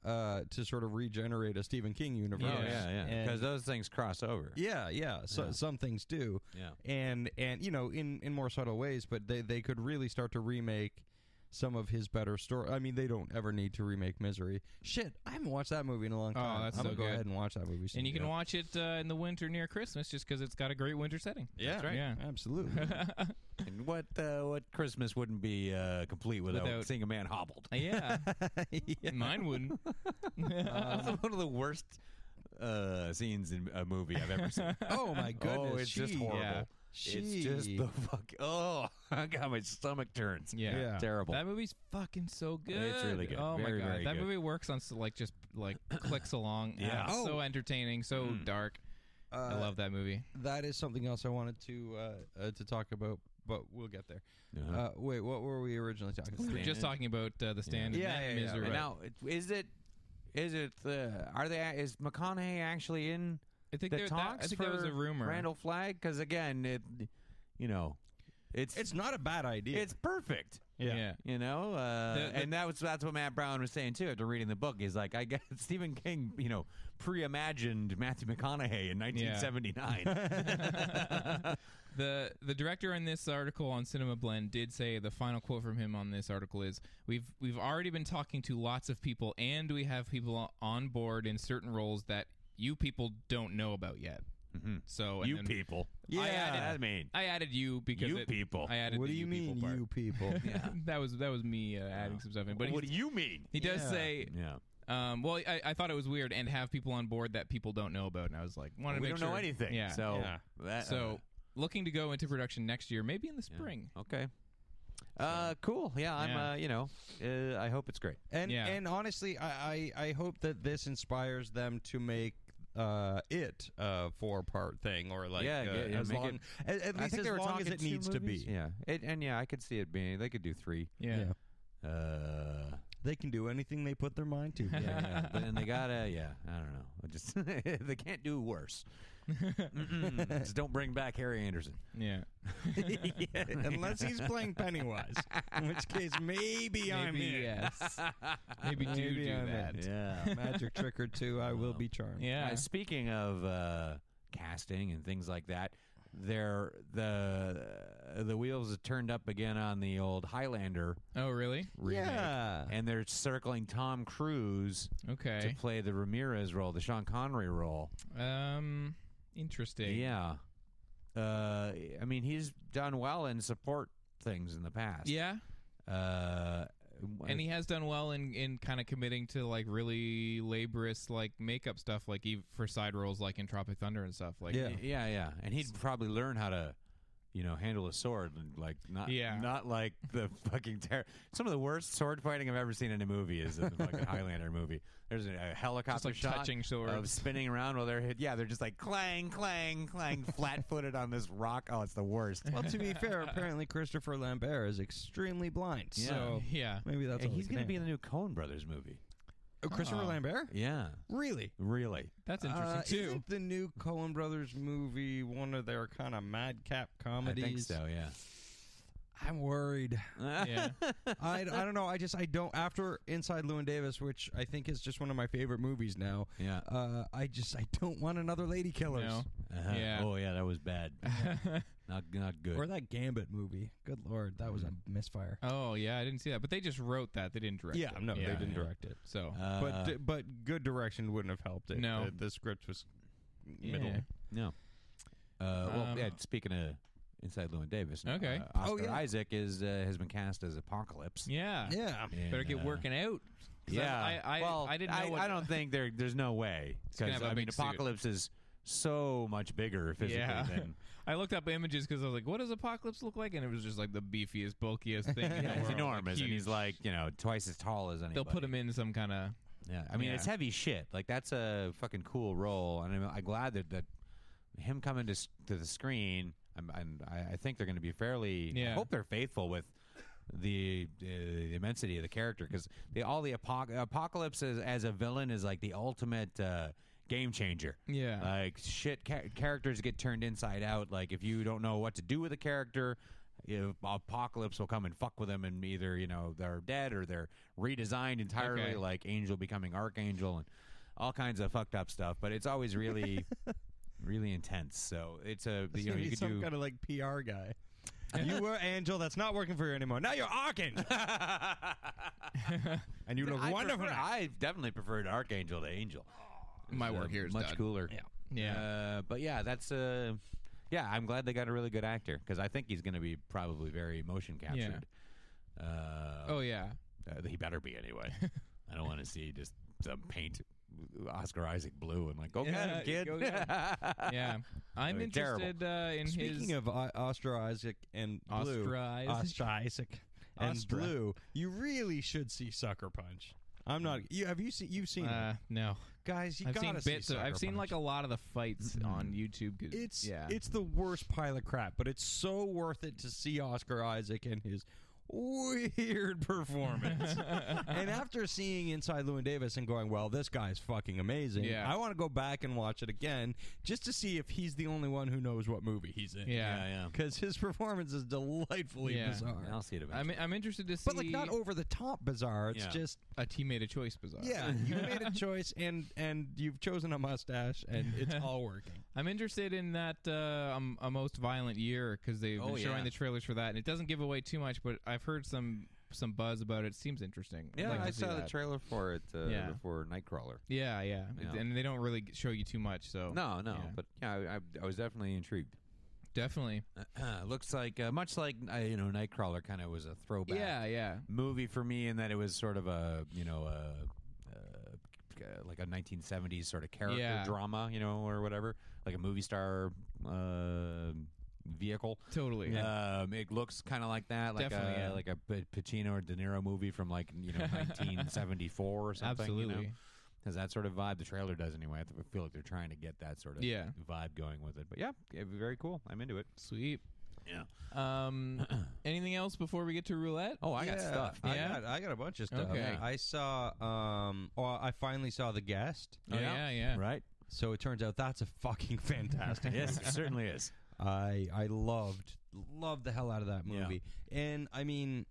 [SPEAKER 3] uh, to sort of regenerate a Stephen King universe.
[SPEAKER 4] oh yeah, yeah,
[SPEAKER 3] And-
[SPEAKER 4] because those things cross over.
[SPEAKER 3] Yeah, yeah. So, Some things do.
[SPEAKER 4] Yeah.
[SPEAKER 3] And and you know, in in more subtle ways, but they they could really start to remake some of his better story. I mean, they don't ever need to remake Misery. Shit, I haven't watched that movie in a long
[SPEAKER 2] Oh,
[SPEAKER 3] time.
[SPEAKER 2] that's
[SPEAKER 3] I'm
[SPEAKER 2] so
[SPEAKER 3] gonna go
[SPEAKER 2] good.
[SPEAKER 3] ahead and watch that movie. soon.
[SPEAKER 2] and you can
[SPEAKER 3] Yeah.
[SPEAKER 2] watch it uh, in the winter near Christmas just because it's got a great winter setting.
[SPEAKER 3] Yeah,
[SPEAKER 2] That's right. Yeah.
[SPEAKER 3] absolutely.
[SPEAKER 4] And what uh, what Christmas wouldn't be uh, complete without,
[SPEAKER 2] Without-
[SPEAKER 4] seeing a man hobbled?
[SPEAKER 2] Yeah. Mine wouldn't.
[SPEAKER 4] That's one of the worst uh, scenes in a movie I've ever seen.
[SPEAKER 3] oh my goodness,
[SPEAKER 4] oh, it's just
[SPEAKER 3] gee.
[SPEAKER 4] horrible.
[SPEAKER 2] yeah.
[SPEAKER 4] It's just
[SPEAKER 3] Gee.
[SPEAKER 4] the fuck. Oh, I got my stomach turns.
[SPEAKER 2] Yeah.
[SPEAKER 3] Yeah.
[SPEAKER 4] terrible.
[SPEAKER 2] That movie's fucking so good.
[SPEAKER 4] It's really good.
[SPEAKER 2] Oh my
[SPEAKER 4] Very,
[SPEAKER 2] god,
[SPEAKER 4] very
[SPEAKER 2] that
[SPEAKER 4] good.
[SPEAKER 2] movie works on s- like just like clicks along.
[SPEAKER 4] Yeah. Hmm. Uh,
[SPEAKER 2] Ah, it's so
[SPEAKER 3] Oh.
[SPEAKER 2] entertaining, so dark. I
[SPEAKER 3] uh,
[SPEAKER 2] love that movie.
[SPEAKER 3] that is something else I wanted to uh, uh, to talk about, but we'll get there.
[SPEAKER 4] Uh-huh.
[SPEAKER 3] Uh, wait, what were we originally talking
[SPEAKER 2] We were
[SPEAKER 3] about?
[SPEAKER 2] just talking about uh, the stand.
[SPEAKER 3] Yeah,
[SPEAKER 2] and
[SPEAKER 3] yeah,
[SPEAKER 2] then
[SPEAKER 3] yeah.
[SPEAKER 2] Misery.
[SPEAKER 4] And now, it- is it? Is it? The, are they? Is McConaughey actually in
[SPEAKER 2] I think
[SPEAKER 4] the
[SPEAKER 2] there, that,
[SPEAKER 4] talks
[SPEAKER 2] I think
[SPEAKER 4] for
[SPEAKER 2] there was a rumor.
[SPEAKER 4] Randall Flag? Because again, it, you know, it's
[SPEAKER 3] It's not a bad idea.
[SPEAKER 4] it's perfect.
[SPEAKER 2] yeah.
[SPEAKER 4] You know, uh,
[SPEAKER 2] The- the-
[SPEAKER 4] and that was that's what Matt Brown was saying too after reading the book. He's like, I guess Stephen King, you know, pre-imagined Matthew McConaughey in 1979.
[SPEAKER 2] The the director in this article on Cinema Blend did say the final quote from him on this article is we've we've already been talking to lots of people and we have people on board in certain roles that you people don't know about yet.
[SPEAKER 4] Mhm.
[SPEAKER 2] So and
[SPEAKER 4] You
[SPEAKER 2] then
[SPEAKER 4] people.
[SPEAKER 3] Yeah.
[SPEAKER 4] I added, I mean,
[SPEAKER 2] I added you because
[SPEAKER 4] You
[SPEAKER 2] it-
[SPEAKER 4] people.
[SPEAKER 2] I added
[SPEAKER 3] what
[SPEAKER 2] the
[SPEAKER 3] do you, mean,
[SPEAKER 2] people part.
[SPEAKER 3] you people?
[SPEAKER 2] that was that was me uh, adding some stuff in. But
[SPEAKER 4] what
[SPEAKER 2] he's-
[SPEAKER 4] do you mean?
[SPEAKER 2] he does
[SPEAKER 3] Yeah.
[SPEAKER 2] say,
[SPEAKER 4] Yeah.
[SPEAKER 2] um, well, I, I thought it was weird and have people on board that people don't know about, and I was like, wanted
[SPEAKER 4] we
[SPEAKER 2] to make
[SPEAKER 4] don't know
[SPEAKER 2] sure-
[SPEAKER 4] anything.
[SPEAKER 2] Yeah.
[SPEAKER 4] So,
[SPEAKER 3] Yeah.
[SPEAKER 4] That, uh,
[SPEAKER 2] so looking to go into production next year, maybe in the
[SPEAKER 4] yeah.
[SPEAKER 2] spring.
[SPEAKER 4] Okay. Uh, cool. Yeah, I'm.
[SPEAKER 2] Yeah.
[SPEAKER 4] Uh, you know, uh, I hope it's great.
[SPEAKER 3] And
[SPEAKER 2] Yeah.
[SPEAKER 3] and honestly, I, I I hope that this inspires them to make uh it a four part thing or like
[SPEAKER 4] Yeah,
[SPEAKER 3] uh,
[SPEAKER 4] yeah, yeah,
[SPEAKER 3] as
[SPEAKER 4] make
[SPEAKER 3] long
[SPEAKER 4] it-
[SPEAKER 3] at, at
[SPEAKER 4] I
[SPEAKER 3] least
[SPEAKER 4] think
[SPEAKER 3] as
[SPEAKER 4] they were
[SPEAKER 3] long as
[SPEAKER 4] talking
[SPEAKER 3] it
[SPEAKER 4] two
[SPEAKER 3] needs to
[SPEAKER 4] movies?
[SPEAKER 3] be.
[SPEAKER 4] Yeah. It, and yeah, I could see it being. They could do three.
[SPEAKER 2] Yeah.
[SPEAKER 3] Yeah.
[SPEAKER 4] Uh,
[SPEAKER 3] They can do anything they put their mind to.
[SPEAKER 4] yeah, yeah. but and they gotta. Yeah, I don't know. I just they can't do worse. Mm-mm. just don't bring back Harry Anderson.
[SPEAKER 2] Yeah.
[SPEAKER 3] Unless he's playing Pennywise, in which case maybe, I'm
[SPEAKER 2] maybe
[SPEAKER 3] in.
[SPEAKER 2] yes. maybe do
[SPEAKER 3] Maybe
[SPEAKER 2] do
[SPEAKER 3] I'm in.
[SPEAKER 2] that.
[SPEAKER 4] Yeah.
[SPEAKER 3] Magic trick or two, I will be charmed.
[SPEAKER 2] Yeah.
[SPEAKER 4] Uh, speaking of uh, casting and things like that, there the the wheels have turned up again on the old Highlander
[SPEAKER 2] Oh, really?
[SPEAKER 4] remake,
[SPEAKER 3] Yeah.
[SPEAKER 4] and they're circling Tom Cruise
[SPEAKER 2] Okay.
[SPEAKER 4] to play the Ramirez role, the Sean Connery role.
[SPEAKER 2] Um, interesting.
[SPEAKER 4] Yeah, uh, I mean he's done well in support things in the past.
[SPEAKER 2] Yeah.
[SPEAKER 4] uh,
[SPEAKER 2] And he has done well in, in kind of committing to like really laborious like makeup stuff, like ev for side roles, like in Tropic Thunder and stuff. Like,
[SPEAKER 3] Yeah.
[SPEAKER 4] yeah, yeah, and he'd probably learn how to, you know, handle a sword, and, like not,
[SPEAKER 2] Yeah.
[SPEAKER 4] not like the fucking ter- some of the worst sword fighting I've ever seen in a movie is in the fucking Highlander movie. There's a, a helicopter
[SPEAKER 2] like,
[SPEAKER 4] shot
[SPEAKER 2] touching swords.
[SPEAKER 4] of spinning around while they're hit. Yeah, they're just like clang, clang, clang, flat footed on this rock. Oh, it's the worst.
[SPEAKER 3] Well, to be fair, apparently Christopher Lambert is extremely blind.
[SPEAKER 4] Yeah.
[SPEAKER 3] So
[SPEAKER 2] yeah.
[SPEAKER 3] maybe that's
[SPEAKER 4] Hey,
[SPEAKER 3] all
[SPEAKER 4] he's
[SPEAKER 3] going to
[SPEAKER 4] be in the new Cohen Brothers movie.
[SPEAKER 3] Oh, Christopher Lambert?
[SPEAKER 4] Yeah,
[SPEAKER 3] Really?
[SPEAKER 4] really.
[SPEAKER 2] That's Oh. interesting
[SPEAKER 3] Uh,
[SPEAKER 2] too.
[SPEAKER 3] Isn't the new Coen Brothers movie one of their kind of madcap comedies?
[SPEAKER 4] I think so. Yeah.
[SPEAKER 3] I'm worried.
[SPEAKER 2] yeah.
[SPEAKER 3] I, I don't know. I just I don't. After Inside Llewyn Davis, which I think is just one of my favorite movies now.
[SPEAKER 4] Yeah.
[SPEAKER 3] Uh, I just I don't want another Lady Killers
[SPEAKER 2] No.
[SPEAKER 4] Uh-huh.
[SPEAKER 2] Yeah.
[SPEAKER 4] Oh yeah, that was bad. not not good.
[SPEAKER 3] or that Gambit movie. Good lord, that was a misfire.
[SPEAKER 2] Oh yeah, I didn't see that, but they just wrote that. They didn't direct.
[SPEAKER 3] yeah,
[SPEAKER 2] it.
[SPEAKER 3] no, they didn't
[SPEAKER 2] yeah.
[SPEAKER 3] direct it.
[SPEAKER 2] So
[SPEAKER 4] Uh,
[SPEAKER 3] but d- but good direction wouldn't have helped it.
[SPEAKER 2] No.
[SPEAKER 3] the, the script was
[SPEAKER 2] yeah.
[SPEAKER 3] middle.
[SPEAKER 4] No. Uh, well,
[SPEAKER 2] Um,
[SPEAKER 4] yeah, speaking of Inside Llewyn Davis, uh,
[SPEAKER 2] Okay.
[SPEAKER 4] Oscar
[SPEAKER 3] Oh, yeah.
[SPEAKER 4] Isaac is uh, has been cast as Apocalypse.
[SPEAKER 2] yeah,
[SPEAKER 3] Yeah,
[SPEAKER 4] And,
[SPEAKER 2] better get
[SPEAKER 4] uh,
[SPEAKER 2] working out. 'Cause I'm-
[SPEAKER 4] Yeah,
[SPEAKER 2] I, I,
[SPEAKER 4] well,
[SPEAKER 2] I didn't know.
[SPEAKER 4] I,
[SPEAKER 2] what,
[SPEAKER 4] don't think there. There's no way
[SPEAKER 2] gonna
[SPEAKER 4] because
[SPEAKER 2] have a
[SPEAKER 4] I mean,
[SPEAKER 2] big suit.
[SPEAKER 4] Apocalypse is so much bigger physically
[SPEAKER 2] Yeah.
[SPEAKER 4] than
[SPEAKER 2] I looked up images because I was like, "What does Apocalypse look like?" And it was just like the beefiest, bulkiest thing. in the
[SPEAKER 4] yeah, he's
[SPEAKER 2] world, like,
[SPEAKER 4] enormous, and
[SPEAKER 2] huge.
[SPEAKER 4] he's like you know twice as tall as anybody.
[SPEAKER 2] They'll put him in some kind of.
[SPEAKER 4] Yeah, I mean
[SPEAKER 2] Yeah.
[SPEAKER 4] it's heavy shit. Like that's a fucking cool role, and I'm, I'm glad that that him coming to s- to the screen. I'm, I'm I I think they're going to be fairly. I
[SPEAKER 2] Yeah.
[SPEAKER 4] hope they're faithful with the uh, the immensity of the character because the all the apoc- apocalypse as, as a villain is like the ultimate. Uh, Game changer,
[SPEAKER 2] Yeah.
[SPEAKER 3] Uh,
[SPEAKER 4] Like shit, cha- characters get turned inside out. Like if you don't know what to do with a character, you know, apocalypse will come and fuck with them, and either you know they're dead or they're redesigned entirely.
[SPEAKER 2] Okay.
[SPEAKER 4] Like like angel becoming archangel and all kinds of fucked up stuff. But it's always really, really intense. So it's a you know you could
[SPEAKER 3] some
[SPEAKER 4] do
[SPEAKER 3] kind of like PR guy. you were Angel. That's not working for you anymore. Now you're Archangel, and you look
[SPEAKER 4] I
[SPEAKER 3] wonderful.
[SPEAKER 4] Prefer, I definitely preferred archangel to angel.
[SPEAKER 2] My
[SPEAKER 4] It's,
[SPEAKER 2] work
[SPEAKER 4] uh,
[SPEAKER 2] here is
[SPEAKER 4] much
[SPEAKER 2] done.
[SPEAKER 4] cooler.
[SPEAKER 2] Yeah.
[SPEAKER 4] Uh, but yeah, that's uh, yeah. I'm glad they got a really good actor because I think he's going to be probably very motion captured. Uh,
[SPEAKER 2] oh yeah.
[SPEAKER 4] Uh, he better be anyway. I don't want to see just some paint Oscar Isaac blue and like, go get
[SPEAKER 2] Yeah,
[SPEAKER 4] him, kid.
[SPEAKER 2] go get Yeah. I'm
[SPEAKER 4] That'd be terrible.
[SPEAKER 2] interested uh, in his.
[SPEAKER 3] Speaking of uh, Ostra Isaac and Blue,
[SPEAKER 2] Ostra Isaac?
[SPEAKER 3] Ostra Isaac and
[SPEAKER 2] Ostra.
[SPEAKER 3] Blue, you really should see Sucker Punch. I'm not. You have you seen? You've seen it.
[SPEAKER 2] uh, no,
[SPEAKER 3] guys. You
[SPEAKER 2] I've
[SPEAKER 3] gotta
[SPEAKER 2] seen
[SPEAKER 3] see
[SPEAKER 2] bits. Of,
[SPEAKER 3] Sucker
[SPEAKER 2] I've seen
[SPEAKER 3] Punch.
[SPEAKER 2] like
[SPEAKER 3] Mm-hmm.
[SPEAKER 2] a lot of the fights on YouTube. 'cause-
[SPEAKER 3] It's
[SPEAKER 2] yeah.
[SPEAKER 3] it's the worst pile of crap, but it's so worth it to see Oscar Isaac and his weird performance. and after seeing Inside Llewyn Davis and going, "Well, this guy's fucking amazing,"
[SPEAKER 2] Yeah.
[SPEAKER 3] I want to go back and watch it again just to see if he's the only one who knows what movie he's in.
[SPEAKER 2] yeah.
[SPEAKER 4] yeah, yeah.
[SPEAKER 3] because his performance is delightfully
[SPEAKER 2] Yeah.
[SPEAKER 3] bizarre,
[SPEAKER 4] I'll see it eventually.
[SPEAKER 2] I'm I'm interested to see.
[SPEAKER 3] but like not over the top bizarre. It's
[SPEAKER 4] Yeah.
[SPEAKER 3] just
[SPEAKER 2] a teammate of choice bizarre.
[SPEAKER 3] yeah, you made a choice and and you've chosen a mustache, and it's all working.
[SPEAKER 2] I'm interested in that uh, um, a most violent year because they've
[SPEAKER 4] Oh,
[SPEAKER 2] been showing
[SPEAKER 4] yeah.
[SPEAKER 2] the trailers for that, and it doesn't give away too much. But I've heard some some buzz about it. Seems interesting. I'd
[SPEAKER 4] Yeah,
[SPEAKER 2] like
[SPEAKER 4] I
[SPEAKER 2] to see
[SPEAKER 4] saw the
[SPEAKER 2] that.
[SPEAKER 4] trailer for it uh,
[SPEAKER 2] Yeah.
[SPEAKER 4] before Nightcrawler.
[SPEAKER 2] Yeah, yeah,
[SPEAKER 4] Yeah.
[SPEAKER 2] and they don't really g- show you too much. So
[SPEAKER 4] Oh, No, no,
[SPEAKER 2] yeah.
[SPEAKER 4] but yeah, I, I, I was definitely intrigued.
[SPEAKER 2] definitely.
[SPEAKER 4] looks like uh, much like uh, you know Nightcrawler, kind of was a throwback.
[SPEAKER 2] Yeah, yeah,
[SPEAKER 4] movie for me in that it was sort of a you know a, uh, like a 1970s sort of character
[SPEAKER 2] Yeah.
[SPEAKER 4] drama you know or whatever like a movie star uh, vehicle
[SPEAKER 2] totally.
[SPEAKER 4] um, it looks kind of like that like
[SPEAKER 2] Definitely,
[SPEAKER 4] a
[SPEAKER 2] yeah.
[SPEAKER 4] like a P- Pacino or De Niro movie from like you know 1974 or something
[SPEAKER 2] Absolutely.
[SPEAKER 4] you know? Has that sort of vibe? The trailer does anyway. I th- feel like they're trying to get that sort of
[SPEAKER 2] Yeah.
[SPEAKER 4] vibe going with it. But yeah, it'd be very cool. I'm into it.
[SPEAKER 2] Sweet.
[SPEAKER 4] Yeah.
[SPEAKER 2] Um, anything else before we get to roulette?
[SPEAKER 4] Oh, I got
[SPEAKER 3] Yeah,
[SPEAKER 4] stuff.
[SPEAKER 3] I
[SPEAKER 2] Yeah?
[SPEAKER 3] got I got a bunch of stuff.
[SPEAKER 2] Okay.
[SPEAKER 3] I saw um well, I finally saw the guest.
[SPEAKER 2] Oh, yeah, yeah.
[SPEAKER 4] Right?
[SPEAKER 3] So it turns out that's a fucking fantastic.
[SPEAKER 4] Yes, it certainly is.
[SPEAKER 3] I I loved loved the hell out of that
[SPEAKER 4] Yeah.
[SPEAKER 3] movie. And I mean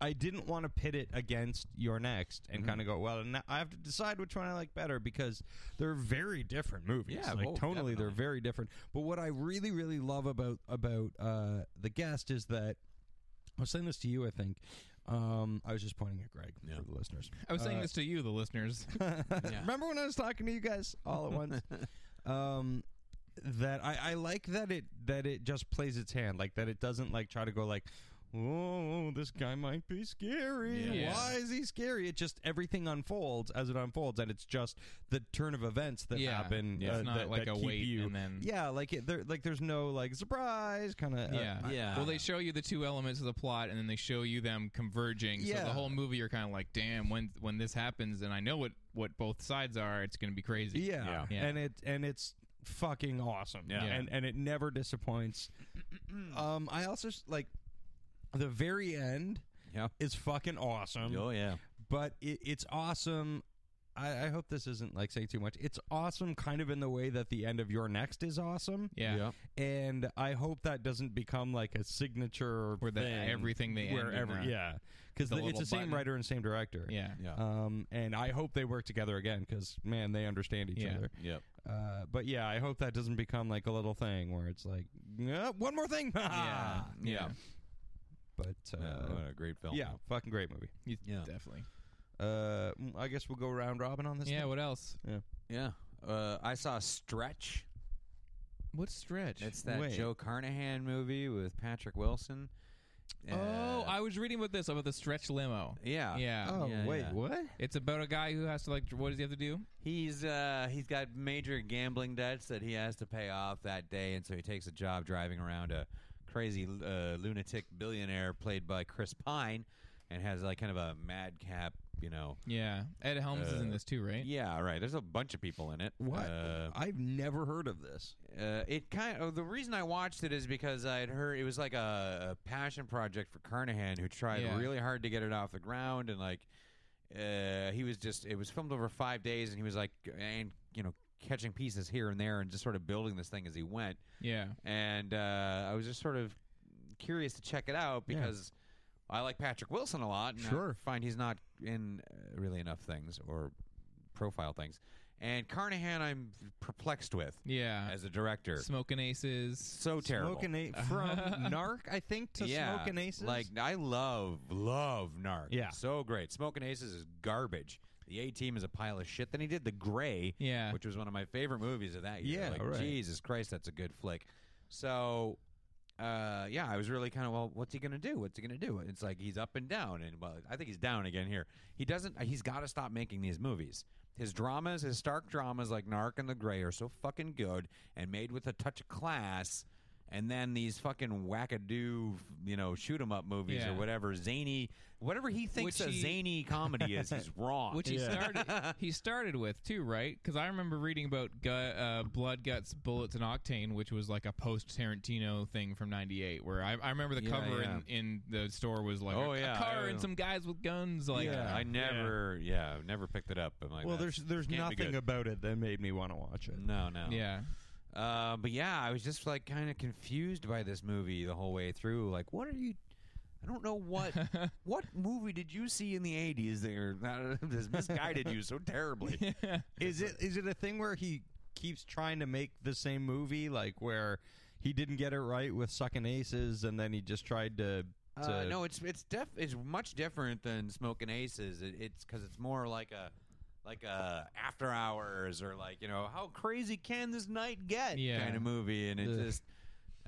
[SPEAKER 3] I didn't want to pit it against your next and
[SPEAKER 4] Mm-hmm.
[SPEAKER 3] kind of go, well, n- I have to decide which one I like better because they're very different movies.
[SPEAKER 4] Yeah,
[SPEAKER 3] like
[SPEAKER 4] oh,
[SPEAKER 3] totally they're
[SPEAKER 4] definitely.
[SPEAKER 3] very different. But what I really really love about about uh the guest is that I was saying this to you, I think. Um, I was just pointing at Greg for the listeners. Uh,
[SPEAKER 2] I was saying this to you, the listeners.
[SPEAKER 3] Remember when I was talking to you guys all at once? um, that I, I like that it that it just plays its hand, like that it doesn't like try to go like, oh, this guy might be scary.
[SPEAKER 2] Yeah.
[SPEAKER 3] Why is he scary? It just everything unfolds as it unfolds, and it's just the turn of events that
[SPEAKER 2] Yeah.
[SPEAKER 3] happen.
[SPEAKER 2] Yeah.
[SPEAKER 3] uh,
[SPEAKER 2] It's not
[SPEAKER 3] that-
[SPEAKER 2] like
[SPEAKER 3] that
[SPEAKER 2] a
[SPEAKER 3] keep
[SPEAKER 2] wait
[SPEAKER 3] you.
[SPEAKER 2] and then-
[SPEAKER 3] yeah, like it, there like there's no like surprise uh, kind of
[SPEAKER 2] yeah,
[SPEAKER 4] yeah.
[SPEAKER 2] Well, they show you the two elements of the plot, and then they show you them converging. So the
[SPEAKER 3] Yeah.
[SPEAKER 2] whole movie, you're kind of like, damn, when when this happens, and I know what what both sides are, it's going to be crazy.
[SPEAKER 3] Yeah.
[SPEAKER 2] Yeah.
[SPEAKER 3] And it and it's fucking awesome.
[SPEAKER 4] Yeah. Yeah.
[SPEAKER 3] And and it never disappoints. um I also s- like the very end
[SPEAKER 4] Yeah.
[SPEAKER 3] is fucking awesome.
[SPEAKER 4] Oh yeah.
[SPEAKER 3] But it, it's awesome. I, I hope this isn't like saying too much. It's awesome kind of in the way that the end of your next is awesome.
[SPEAKER 2] yeah.
[SPEAKER 3] And I hope that doesn't become like a signature
[SPEAKER 2] Where the-
[SPEAKER 3] thing
[SPEAKER 2] everything they
[SPEAKER 3] where
[SPEAKER 2] end in
[SPEAKER 3] every-
[SPEAKER 2] the-
[SPEAKER 3] yeah because
[SPEAKER 2] the
[SPEAKER 3] it's
[SPEAKER 2] little
[SPEAKER 3] the same
[SPEAKER 2] button.
[SPEAKER 3] writer and same director
[SPEAKER 2] Yeah.
[SPEAKER 4] Yeah.
[SPEAKER 3] um, and I hope they work together again because man, they understand each
[SPEAKER 2] Yeah.
[SPEAKER 3] other.
[SPEAKER 4] Yep.
[SPEAKER 3] Uh, but yeah, I hope that doesn't become like a little thing where it's like "Nope, one more thing. Ah.
[SPEAKER 2] Yeah.
[SPEAKER 4] Yeah.
[SPEAKER 3] But uh,
[SPEAKER 4] what a great film.
[SPEAKER 3] yeah, fucking great movie.
[SPEAKER 2] You-
[SPEAKER 4] Yeah.
[SPEAKER 2] Definitely.
[SPEAKER 3] Uh, mm, I guess we'll go round robin on this.
[SPEAKER 2] Yeah.
[SPEAKER 3] thing.
[SPEAKER 2] What else?
[SPEAKER 4] Yeah. Uh, I saw Stretch.
[SPEAKER 2] What stretch?
[SPEAKER 4] It's that
[SPEAKER 3] Wait.
[SPEAKER 4] Joe Carnahan movie with Patrick Wilson.
[SPEAKER 2] oh,
[SPEAKER 4] Uh,
[SPEAKER 2] I was reading about this about the stretch limo.
[SPEAKER 4] yeah.
[SPEAKER 2] Yeah.
[SPEAKER 3] Oh
[SPEAKER 4] Yeah,
[SPEAKER 3] wait,
[SPEAKER 4] yeah.
[SPEAKER 3] what?
[SPEAKER 2] It's about a guy who has to like. What does he have to do?
[SPEAKER 4] He's uh, he's got major gambling debts that he has to pay off that day, and so he takes a job driving around a crazy uh, lunatic billionaire played by Chris Pine, and has like kind of a madcap, you know.
[SPEAKER 2] Yeah. Ed Helms
[SPEAKER 4] Uh,
[SPEAKER 2] is in this too, right?
[SPEAKER 4] Yeah, right. There's a bunch of people in it.
[SPEAKER 3] What?
[SPEAKER 4] Uh,
[SPEAKER 3] I've never heard of this.
[SPEAKER 4] uh, it kind of the reason I watched it is because I'd heard it was like a, a passion project for Carnahan, who tried
[SPEAKER 2] Yeah.
[SPEAKER 4] really hard to get it off the ground, and like uh, he was just it was filmed over five days, and he was like and you know catching pieces here and there, and just sort of building this thing as he went.
[SPEAKER 2] Yeah.
[SPEAKER 4] And uh, I was just sort of curious to check it out because. I like Patrick Wilson a lot. And
[SPEAKER 3] Sure.
[SPEAKER 4] I find he's not in uh, really enough things or profile things. And Carnahan, I'm perplexed with
[SPEAKER 2] Yeah.
[SPEAKER 4] as a director.
[SPEAKER 2] Smoking aces.
[SPEAKER 4] So terrible.
[SPEAKER 3] Smoke and A- from Narc, I think to
[SPEAKER 4] yeah,
[SPEAKER 3] Smoke and Aces.
[SPEAKER 4] Like I love love Narc.
[SPEAKER 3] Yeah.
[SPEAKER 4] so great. Smoke and Aces is garbage. The A Team is a pile of shit. Then he did The Gray,
[SPEAKER 2] Yeah.
[SPEAKER 4] which was one of my favorite movies of that year.
[SPEAKER 3] Yeah,
[SPEAKER 4] like,
[SPEAKER 3] right.
[SPEAKER 4] Jesus Christ, that's a good flick. So. Uh, yeah, I was really kind of well. What's he gonna do? What's he gonna do? It's like he's up and down, and well, I think he's down again here. He doesn't. He's got to stop making these movies. His dramas, his stark dramas like Narc and The Gray, are so fucking good and made with a touch of class. And then these fucking wackadoo, you know, shoot 'em up movies
[SPEAKER 2] Yeah.
[SPEAKER 4] or whatever zany, whatever he thinks
[SPEAKER 2] Which
[SPEAKER 4] a
[SPEAKER 2] he-
[SPEAKER 4] zany comedy is, he's wrong.
[SPEAKER 2] Which he started. he started with too, right? Because I remember reading about gut, uh, blood, guts, bullets, and octane, which was like a post-Tarantino thing from '98. Where I, I remember the
[SPEAKER 4] Yeah,
[SPEAKER 2] cover
[SPEAKER 4] yeah.
[SPEAKER 2] In, in the store was like
[SPEAKER 4] Oh,
[SPEAKER 2] a, a
[SPEAKER 4] yeah,
[SPEAKER 2] car
[SPEAKER 4] I-
[SPEAKER 2] and some guys with guns. Like,
[SPEAKER 4] yeah, I
[SPEAKER 2] yeah,
[SPEAKER 4] never, yeah, I've never picked it up. I'm like,
[SPEAKER 3] well,
[SPEAKER 4] that's-
[SPEAKER 3] there's there's
[SPEAKER 4] can't be
[SPEAKER 3] nothing
[SPEAKER 4] good. Mm.
[SPEAKER 3] about it that made me want to watch it.
[SPEAKER 4] no, no,
[SPEAKER 2] yeah,
[SPEAKER 4] Uh, but yeah, I was just like kind of confused by this movie the whole way through. Like, what are you? I don't know what what movie did you see in the '80s that you're- that has misguided you so terribly?
[SPEAKER 3] Is it is it a thing where he keeps trying to make the same movie, like where he didn't get it right with sucking aces, and then he just tried to
[SPEAKER 4] Uh, no, it's it's def it's much different than smoking aces. It, it's because it's more like a like a after hours or like you know how crazy can this night get
[SPEAKER 2] Yeah.
[SPEAKER 4] kind of movie, and it
[SPEAKER 3] Ugh.
[SPEAKER 4] just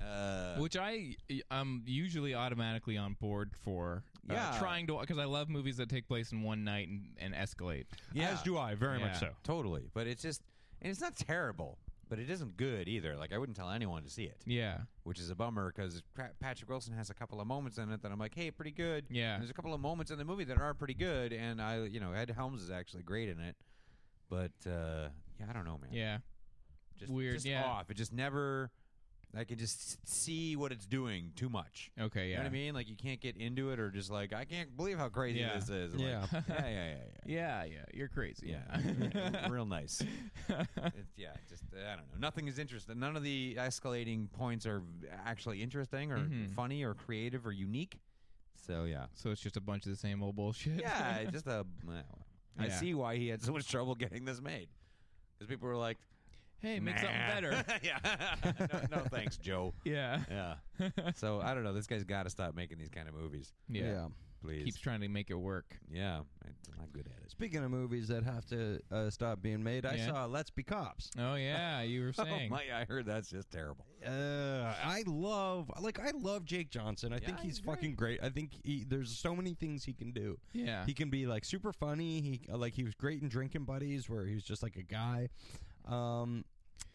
[SPEAKER 4] uh,
[SPEAKER 2] which I I'm usually automatically on board for. Uh,
[SPEAKER 4] Yeah.
[SPEAKER 2] trying to because I love movies that take place in one night and, and escalate.
[SPEAKER 4] yeah,
[SPEAKER 3] as do I, very
[SPEAKER 2] Yeah.
[SPEAKER 3] much so.
[SPEAKER 4] totally. But it's just and it's not terrible, but it isn't good either. Like I wouldn't tell anyone to see it,
[SPEAKER 2] Yeah,
[SPEAKER 4] which is a bummer because Patrick Wilson has a couple of moments in it that I'm like, hey, pretty good.
[SPEAKER 2] Yeah.
[SPEAKER 4] And there's a couple of moments in the movie that are pretty good, and I you know Ed Helms is actually great in it, but uh, yeah, I don't know, man.
[SPEAKER 2] yeah,
[SPEAKER 4] just
[SPEAKER 2] Weird,
[SPEAKER 4] just
[SPEAKER 2] yeah.
[SPEAKER 4] off. It just never. I can just s- see what it's doing too much.
[SPEAKER 2] okay, yeah.
[SPEAKER 4] You know what I mean? Like you can't get into it, or just like I can't believe how crazy
[SPEAKER 2] Yeah.
[SPEAKER 4] this is. Like,
[SPEAKER 3] Yeah.
[SPEAKER 4] yeah, yeah, yeah, yeah.
[SPEAKER 2] Yeah, yeah, you're crazy.
[SPEAKER 4] Yeah, real nice. It's, yeah, just uh, I don't know. Nothing is interesting. None of the escalating points are actually interesting, or
[SPEAKER 2] Mhm.
[SPEAKER 4] funny, or creative, or unique. So yeah,
[SPEAKER 2] so it's just a bunch of the same old bullshit.
[SPEAKER 4] yeah, it's just a. well, I
[SPEAKER 2] Yeah.
[SPEAKER 4] see why he had so much trouble getting this made, because people were like,
[SPEAKER 2] hey, make something
[SPEAKER 4] "Nah."
[SPEAKER 2] better.
[SPEAKER 4] yeah, no, no thanks, Joe.
[SPEAKER 2] yeah.
[SPEAKER 4] Yeah. so I don't know. This guy's got to stop making these kind of movies,
[SPEAKER 2] yeah,
[SPEAKER 4] please.
[SPEAKER 2] Keeps trying to make it work.
[SPEAKER 4] yeah, I'm not good at it.
[SPEAKER 3] Speaking of movies that have to uh, stop being made, I
[SPEAKER 2] Yeah.
[SPEAKER 3] saw Let's Be Cops.
[SPEAKER 2] Oh yeah, you were saying.
[SPEAKER 4] Oh my! I heard that's just terrible.
[SPEAKER 3] Uh, I love, like, I love Jake Johnson. I
[SPEAKER 4] Yeah,
[SPEAKER 3] think he's,
[SPEAKER 4] he's great.
[SPEAKER 3] fucking great. I think he, there's so many things he can do.
[SPEAKER 2] Yeah.
[SPEAKER 3] he can be like super funny. He uh, like he was great in Drinking Buddies, where he was just like a guy. Um,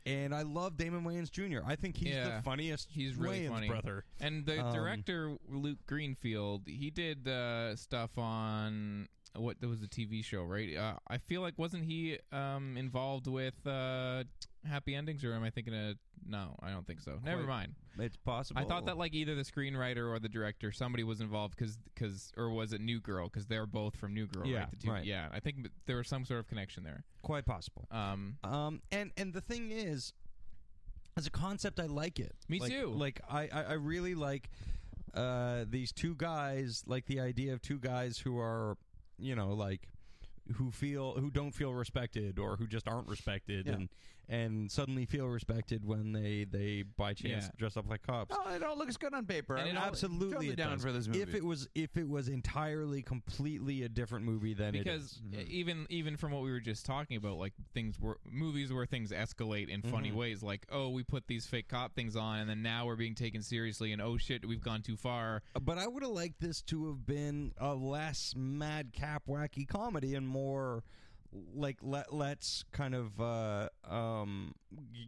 [SPEAKER 3] and I love Damon Wayans Jr. I think he's
[SPEAKER 2] Yeah.
[SPEAKER 3] the funniest.
[SPEAKER 2] He's really
[SPEAKER 3] Wayans
[SPEAKER 2] funny,
[SPEAKER 3] brother.
[SPEAKER 2] And the
[SPEAKER 3] Um,
[SPEAKER 2] director Luke Greenfield, he did uh, stuff on what that was a TV show, right? Uh, I feel like wasn't he um, involved with uh, Happy Endings, or am I thinking of? No, I don't think so. Never
[SPEAKER 3] Quite
[SPEAKER 2] mind.
[SPEAKER 3] It's possible.
[SPEAKER 2] I thought that like either the screenwriter or the director, somebody was involved because or was it New Girl? Because they're both from New Girl,
[SPEAKER 3] Yeah,
[SPEAKER 2] right? The two-
[SPEAKER 3] right.
[SPEAKER 2] Yeah, I think there was some sort of connection there.
[SPEAKER 3] quite possible.
[SPEAKER 2] Um,
[SPEAKER 3] Um, and and the thing is, as a concept, I like it.
[SPEAKER 2] Me
[SPEAKER 3] Like-
[SPEAKER 2] too.
[SPEAKER 3] Like I, I, I really like uh, these two guys. Like the idea of two guys who are, you know, like who feel who don't feel respected or who just aren't respected and and suddenly feel respected when they they by chance
[SPEAKER 2] Yeah.
[SPEAKER 3] dress up like cops.
[SPEAKER 4] Oh, it all looks good on paper.
[SPEAKER 2] And
[SPEAKER 4] I'm
[SPEAKER 2] it
[SPEAKER 4] all-
[SPEAKER 3] Absolutely,
[SPEAKER 4] Throw me
[SPEAKER 3] it
[SPEAKER 4] down
[SPEAKER 3] does.
[SPEAKER 4] for this movie.
[SPEAKER 3] If it was, if it was entirely, completely a different movie, then it is. Mm-hmm.
[SPEAKER 2] because uh, even even from what we were just talking about like things were movies where things escalate in funny
[SPEAKER 3] Mm-hmm.
[SPEAKER 2] ways like oh we put these fake cop things on and then now we're being taken seriously and oh shit we've gone too far
[SPEAKER 3] But I would have liked this to have been a less madcap, wacky comedy and more like let let's kind of uh, um,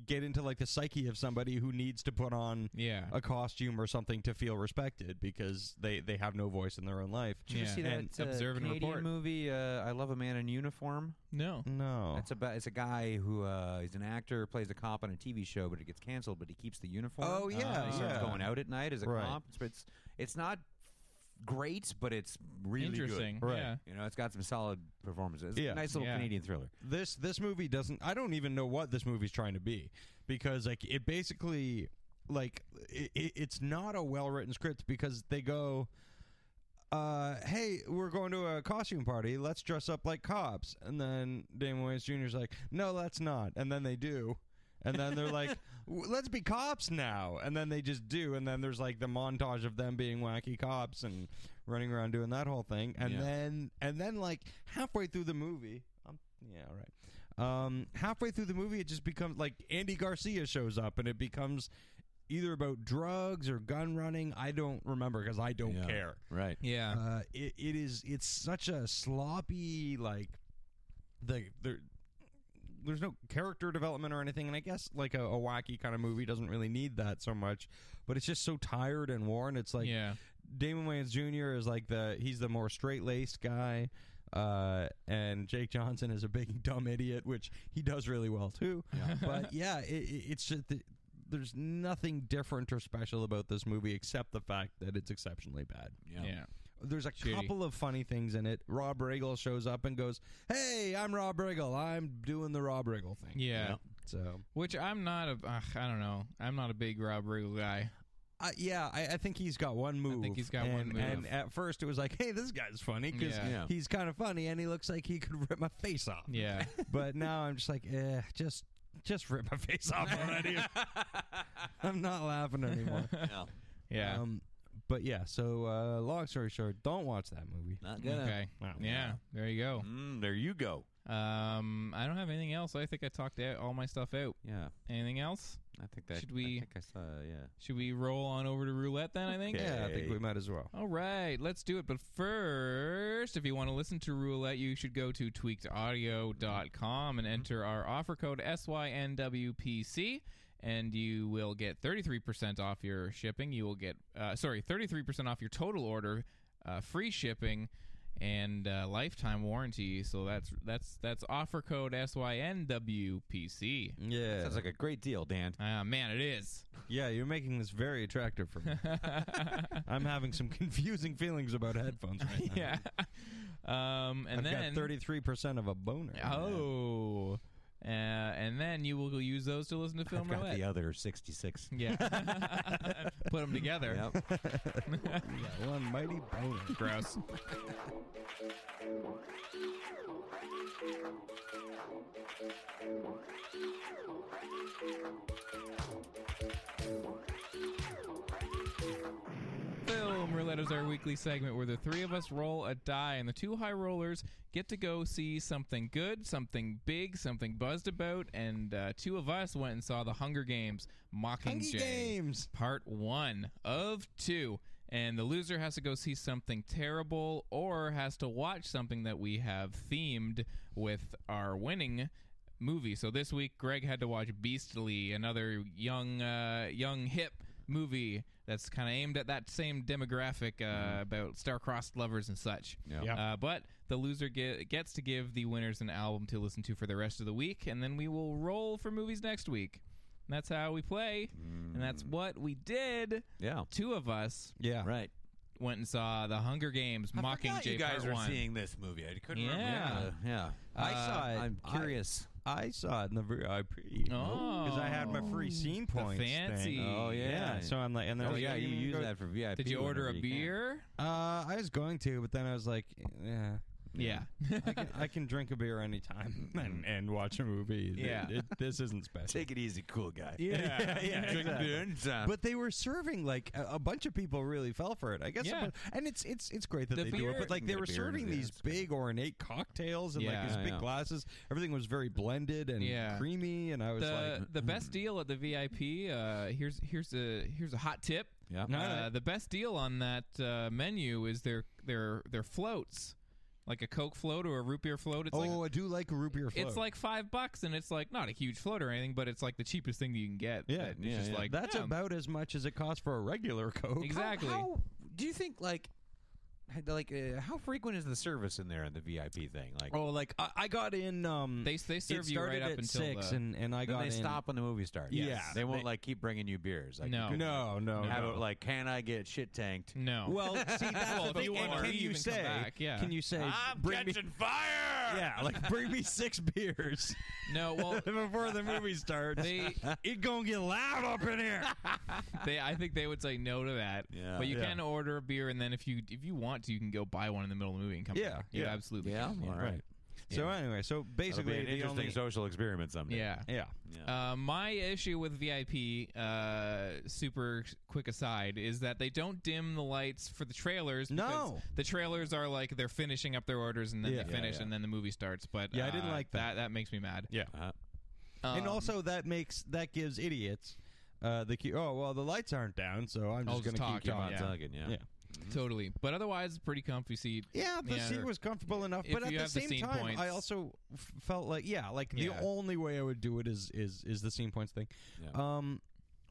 [SPEAKER 3] get into like the psyche of somebody who needs to put on
[SPEAKER 2] yeah
[SPEAKER 3] a costume or something to feel respected because they they have no voice in their own life.
[SPEAKER 4] Did you
[SPEAKER 2] Yeah.
[SPEAKER 4] see that
[SPEAKER 3] And
[SPEAKER 4] uh,
[SPEAKER 2] observe and
[SPEAKER 4] Canadian
[SPEAKER 2] report.
[SPEAKER 4] movie? Uh, I love a man in uniform.
[SPEAKER 2] no
[SPEAKER 3] No,
[SPEAKER 4] That's about. It's a guy who uh, he's an actor, plays a cop on a TV show, but it gets canceled. But he keeps the uniform.
[SPEAKER 2] Ah.
[SPEAKER 3] Oh, yeah,
[SPEAKER 4] he starts
[SPEAKER 3] yeah.
[SPEAKER 4] going out at night as a
[SPEAKER 3] Right.
[SPEAKER 4] cop. It's it's, it's not great, but it's really good.
[SPEAKER 2] interesting
[SPEAKER 3] Right.
[SPEAKER 2] yeah
[SPEAKER 4] You know, it's got some solid performances. It's
[SPEAKER 3] Yeah.
[SPEAKER 4] a nice little
[SPEAKER 2] Yeah.
[SPEAKER 4] Canadian thriller.
[SPEAKER 3] this this movie doesn't i don't even know what this movie's trying to be because like it basically like it, it, it's not a well-written script because they go uh hey we're going to a costume party let's dress up like cops and then damon wayans jr's like no let's not and then they do and then they're like "W- let's be cops now and then they just do and then there's like the montage of them being wacky cops and running around doing that whole thing and
[SPEAKER 4] Yeah.
[SPEAKER 3] then and then like halfway through the movie i'm yeah all right um halfway through the movie it just becomes like andy garcia shows up and it becomes either about drugs or gun running i don't remember because i don't
[SPEAKER 4] Yeah.
[SPEAKER 3] care
[SPEAKER 4] Right.
[SPEAKER 2] yeah
[SPEAKER 3] uh, it, it is it's such a sloppy like the there there's no character development or anything and i guess like a, a wacky kind of movie doesn't really need that so much but it's just so tired and worn it's like
[SPEAKER 2] yeah
[SPEAKER 3] damon wayans jr is like the he's the more straight-laced guy uh, and Jake Johnson is a big dumb idiot, which he does really well too. but yeah, it, it- it's just that there's nothing different or special about this movie except the fact that it's exceptionally bad.
[SPEAKER 2] yeah,
[SPEAKER 3] There's a
[SPEAKER 2] Shitty.
[SPEAKER 3] couple of funny things in it. Rob Riggle shows up and goes, "Hey, I'm Rob Riggle. I'm doing the Rob Riggle thing."
[SPEAKER 2] Yeah.
[SPEAKER 3] So,
[SPEAKER 2] which i'm not a ugh, i don't know i'm not a big rob riggle guy
[SPEAKER 3] uh, yeah, I, I think he's got one move.
[SPEAKER 2] he's got
[SPEAKER 3] and,
[SPEAKER 2] one move.
[SPEAKER 3] And at first, it was like, "Hey, this guy's funny because
[SPEAKER 2] Yeah.
[SPEAKER 4] Yeah.
[SPEAKER 3] he's kind of funny and he looks like he could rip my face off."
[SPEAKER 2] yeah
[SPEAKER 3] But now I'm just like, eh, just just rip my face off already. I'm not laughing anymore.
[SPEAKER 2] yeah
[SPEAKER 3] Um, But yeah, so uh, long story short, don't watch that movie.
[SPEAKER 4] Not gonna.
[SPEAKER 2] Okay.
[SPEAKER 3] Wow.
[SPEAKER 2] Yeah. There you go.
[SPEAKER 4] Mm, there you go.
[SPEAKER 2] Um, I don't have anything else. I think I talked out, all my stuff out.
[SPEAKER 4] Yeah,
[SPEAKER 2] Anything else?
[SPEAKER 4] I think that.
[SPEAKER 2] Should we-
[SPEAKER 4] I think I saw. Yeah.
[SPEAKER 2] Should we roll on over to roulette then? I think.
[SPEAKER 4] Okay.
[SPEAKER 3] Yeah, I think we
[SPEAKER 4] Hey.
[SPEAKER 3] might as well.
[SPEAKER 2] All right, let's do it. But first, if you want to listen to Roulette, you should go to tweakedaudio.com and
[SPEAKER 3] Mm-hmm.
[SPEAKER 2] enter our offer code SYNWPC, and you will get 33% off your shipping. You will get, uh, sorry, 33% off your total order, uh, free shipping. And uh, lifetime warranty, so that's that's that's offer code SYNWPC.
[SPEAKER 3] Yeah,
[SPEAKER 4] Sounds like a great deal, Dan.
[SPEAKER 2] Ah, man, it is.
[SPEAKER 3] yeah, you're making this very attractive for me. I'm having some confusing feelings about headphones right now.
[SPEAKER 2] yeah. Um, and then
[SPEAKER 3] I've got 33% of a boner.
[SPEAKER 2] Oh. Uh, and then you will use those to listen to film
[SPEAKER 4] I've got
[SPEAKER 2] roulette.
[SPEAKER 4] the other sixty-six.
[SPEAKER 2] yeah. Put them together.
[SPEAKER 4] Yep.
[SPEAKER 3] Yeah, one mighty boner.
[SPEAKER 2] Gross. Film Roulette is our weekly segment where the three of us roll a die, and the two high rollers get to go see something good, something big, something buzzed about. And uh, two of us went and saw The Hunger Games Mockingjay.
[SPEAKER 3] Hunger Games.
[SPEAKER 2] Part one of two. And the loser has to go see something terrible or has to watch something that we have themed with our winning movie. So this week, Greg had to watch Beastly, another young, uh, young hip movie that's kind of aimed at that same demographic uh, about star-crossed lovers and such.
[SPEAKER 4] Yeah.
[SPEAKER 2] Uh, but the loser ge- gets to give the winners an album to listen to for the rest of the week, and then we will roll for movies next week. And that's how we play, and that's what we did.
[SPEAKER 4] Yeah.
[SPEAKER 2] Two of us
[SPEAKER 3] Yeah.
[SPEAKER 4] Right.
[SPEAKER 2] went and saw The Hunger Games,
[SPEAKER 4] I
[SPEAKER 2] Mocking
[SPEAKER 4] forgot
[SPEAKER 2] Mockingjay
[SPEAKER 4] you guys
[SPEAKER 2] Part
[SPEAKER 4] were
[SPEAKER 2] One.
[SPEAKER 4] seeing this movie. I couldn't
[SPEAKER 2] Yeah.
[SPEAKER 4] remember. Yeah. yeah. Uh,
[SPEAKER 3] I
[SPEAKER 2] Uh,
[SPEAKER 3] saw it.
[SPEAKER 4] I'm
[SPEAKER 3] I-
[SPEAKER 4] curious.
[SPEAKER 3] I saw it in the VIP
[SPEAKER 2] Oh.
[SPEAKER 3] because I had my free scene points. thing.
[SPEAKER 2] fancy. Oh,
[SPEAKER 3] yeah.
[SPEAKER 4] yeah.
[SPEAKER 3] So I'm like, and then
[SPEAKER 4] oh yeah, you use
[SPEAKER 3] go-
[SPEAKER 4] that for VIP.
[SPEAKER 2] Did you order a
[SPEAKER 4] whenever can.
[SPEAKER 2] beer?
[SPEAKER 3] Uh, I was going to, but then I was like, yeah,
[SPEAKER 2] Yeah.
[SPEAKER 3] I can, I can drink a beer anytime and, and watch a movie. Th-
[SPEAKER 2] Yeah.
[SPEAKER 3] it, this isn't special.
[SPEAKER 4] Take it easy, cool guy.
[SPEAKER 3] Yeah, uh,
[SPEAKER 4] yeah.
[SPEAKER 3] exactly.
[SPEAKER 4] Drink beer anytime.
[SPEAKER 3] But they were serving like a, a bunch of people really fell for it. I guess,
[SPEAKER 2] Yeah.
[SPEAKER 3] a bu- and it's it's it's great that
[SPEAKER 2] The
[SPEAKER 3] they do it.
[SPEAKER 2] beer-
[SPEAKER 3] But like
[SPEAKER 4] You
[SPEAKER 3] they
[SPEAKER 4] can
[SPEAKER 3] were
[SPEAKER 4] get a beer in
[SPEAKER 3] serving
[SPEAKER 4] it, yeah,
[SPEAKER 3] these
[SPEAKER 4] it's good.
[SPEAKER 3] big ornate cocktails and
[SPEAKER 2] Yeah.
[SPEAKER 3] like these
[SPEAKER 4] Yeah,
[SPEAKER 3] big
[SPEAKER 4] yeah.
[SPEAKER 3] glasses. Everything was very blended and
[SPEAKER 2] Yeah.
[SPEAKER 3] creamy. And I was
[SPEAKER 2] the
[SPEAKER 3] like,
[SPEAKER 2] the best deal at the VIP. Uh, here's here's a here's a hot tip.
[SPEAKER 4] Yeah.
[SPEAKER 3] All
[SPEAKER 2] Uh,
[SPEAKER 3] right.
[SPEAKER 2] the best deal on that uh, menu is their their their floats, like a Coke float or a root beer float. It's
[SPEAKER 3] oh,
[SPEAKER 2] like
[SPEAKER 3] I do like a root beer float.
[SPEAKER 2] it's like five bucks, and it's like not a huge float or anything, but it's like the cheapest thing that you can get.
[SPEAKER 3] Yeah,
[SPEAKER 2] That it's
[SPEAKER 4] yeah,
[SPEAKER 2] just
[SPEAKER 4] yeah.
[SPEAKER 2] like
[SPEAKER 3] that's
[SPEAKER 2] yeah,
[SPEAKER 3] about as much as it costs for a regular Coke.
[SPEAKER 2] Ex- Exactly.
[SPEAKER 4] How, how- do you think like had- like uh, how frequent is the service in there in the VIP thing? Like
[SPEAKER 3] Oh, like I, I got in. Um,
[SPEAKER 2] They they
[SPEAKER 3] it
[SPEAKER 2] serve you
[SPEAKER 3] started
[SPEAKER 2] right up
[SPEAKER 3] at
[SPEAKER 2] until
[SPEAKER 3] six,
[SPEAKER 2] the,
[SPEAKER 3] and and I
[SPEAKER 4] then
[SPEAKER 3] got
[SPEAKER 4] they
[SPEAKER 3] in.
[SPEAKER 4] stop when the movie starts.
[SPEAKER 3] Yes. Yeah.
[SPEAKER 4] They won't
[SPEAKER 3] They-
[SPEAKER 4] like keep bringing you beers. Like you
[SPEAKER 2] No.
[SPEAKER 4] could
[SPEAKER 3] No, no,
[SPEAKER 4] have
[SPEAKER 3] no.
[SPEAKER 4] it like can I get shit tanked?
[SPEAKER 2] no.
[SPEAKER 3] Well, see, that's
[SPEAKER 2] Well,
[SPEAKER 3] the
[SPEAKER 2] if you
[SPEAKER 3] thing. and
[SPEAKER 2] want
[SPEAKER 3] can
[SPEAKER 2] to
[SPEAKER 3] you
[SPEAKER 2] even come
[SPEAKER 3] say?
[SPEAKER 2] back, yeah. Ah,
[SPEAKER 3] Can you say? bring me,
[SPEAKER 4] fire.
[SPEAKER 3] yeah, like bring me six beers
[SPEAKER 2] no, well
[SPEAKER 3] before the movie starts.
[SPEAKER 2] they
[SPEAKER 3] it gonna get loud up in here.
[SPEAKER 2] they I think they would say no to that.
[SPEAKER 4] Yeah.
[SPEAKER 2] but you
[SPEAKER 3] Yeah.
[SPEAKER 2] can order a beer, and then if you if you want to, you can go buy one in the middle of the movie and come
[SPEAKER 3] Yeah,
[SPEAKER 2] back. You
[SPEAKER 3] yeah.
[SPEAKER 2] absolutely.
[SPEAKER 4] Yeah.
[SPEAKER 2] can.
[SPEAKER 4] All right.
[SPEAKER 3] So anyway, so
[SPEAKER 4] It'll be
[SPEAKER 3] basically,
[SPEAKER 4] an
[SPEAKER 3] the
[SPEAKER 4] interesting
[SPEAKER 3] only,
[SPEAKER 4] social experiment someday.
[SPEAKER 2] Yeah.
[SPEAKER 3] yeah,
[SPEAKER 2] Uh, my issue with VIP, uh, super quick aside, is that they don't dim the lights for the trailers. because
[SPEAKER 3] No.
[SPEAKER 2] the trailers are like they're finishing up their orders and then
[SPEAKER 3] Yeah.
[SPEAKER 2] they
[SPEAKER 3] Yeah,
[SPEAKER 2] finish
[SPEAKER 4] yeah.
[SPEAKER 2] and then the movie starts. But
[SPEAKER 3] Yeah, I
[SPEAKER 2] uh,
[SPEAKER 3] didn't like that.
[SPEAKER 2] that. makes me mad.
[SPEAKER 3] yeah.
[SPEAKER 4] Uh,
[SPEAKER 3] and
[SPEAKER 2] Um,
[SPEAKER 3] also, that makes that gives idiots uh, the key. Oh well, the lights aren't down, so I'm just
[SPEAKER 2] I'll
[SPEAKER 3] gonna
[SPEAKER 2] just
[SPEAKER 3] keep
[SPEAKER 2] talk,
[SPEAKER 3] talking.
[SPEAKER 4] yeah.
[SPEAKER 2] Yeah.
[SPEAKER 4] Tugging, yeah.
[SPEAKER 3] Yeah.
[SPEAKER 2] totally. But otherwise, pretty comfy seat.
[SPEAKER 3] Yeah, the
[SPEAKER 2] Yeah.
[SPEAKER 3] seat was comfortable enough,
[SPEAKER 2] If
[SPEAKER 3] but at
[SPEAKER 2] you
[SPEAKER 3] the
[SPEAKER 2] have the
[SPEAKER 3] same
[SPEAKER 2] scene
[SPEAKER 3] time,
[SPEAKER 2] points-
[SPEAKER 3] I also f- felt like yeah, like
[SPEAKER 2] Yeah.
[SPEAKER 3] the only way I would do it is is is the scene points thing.
[SPEAKER 4] Yeah.
[SPEAKER 3] Um,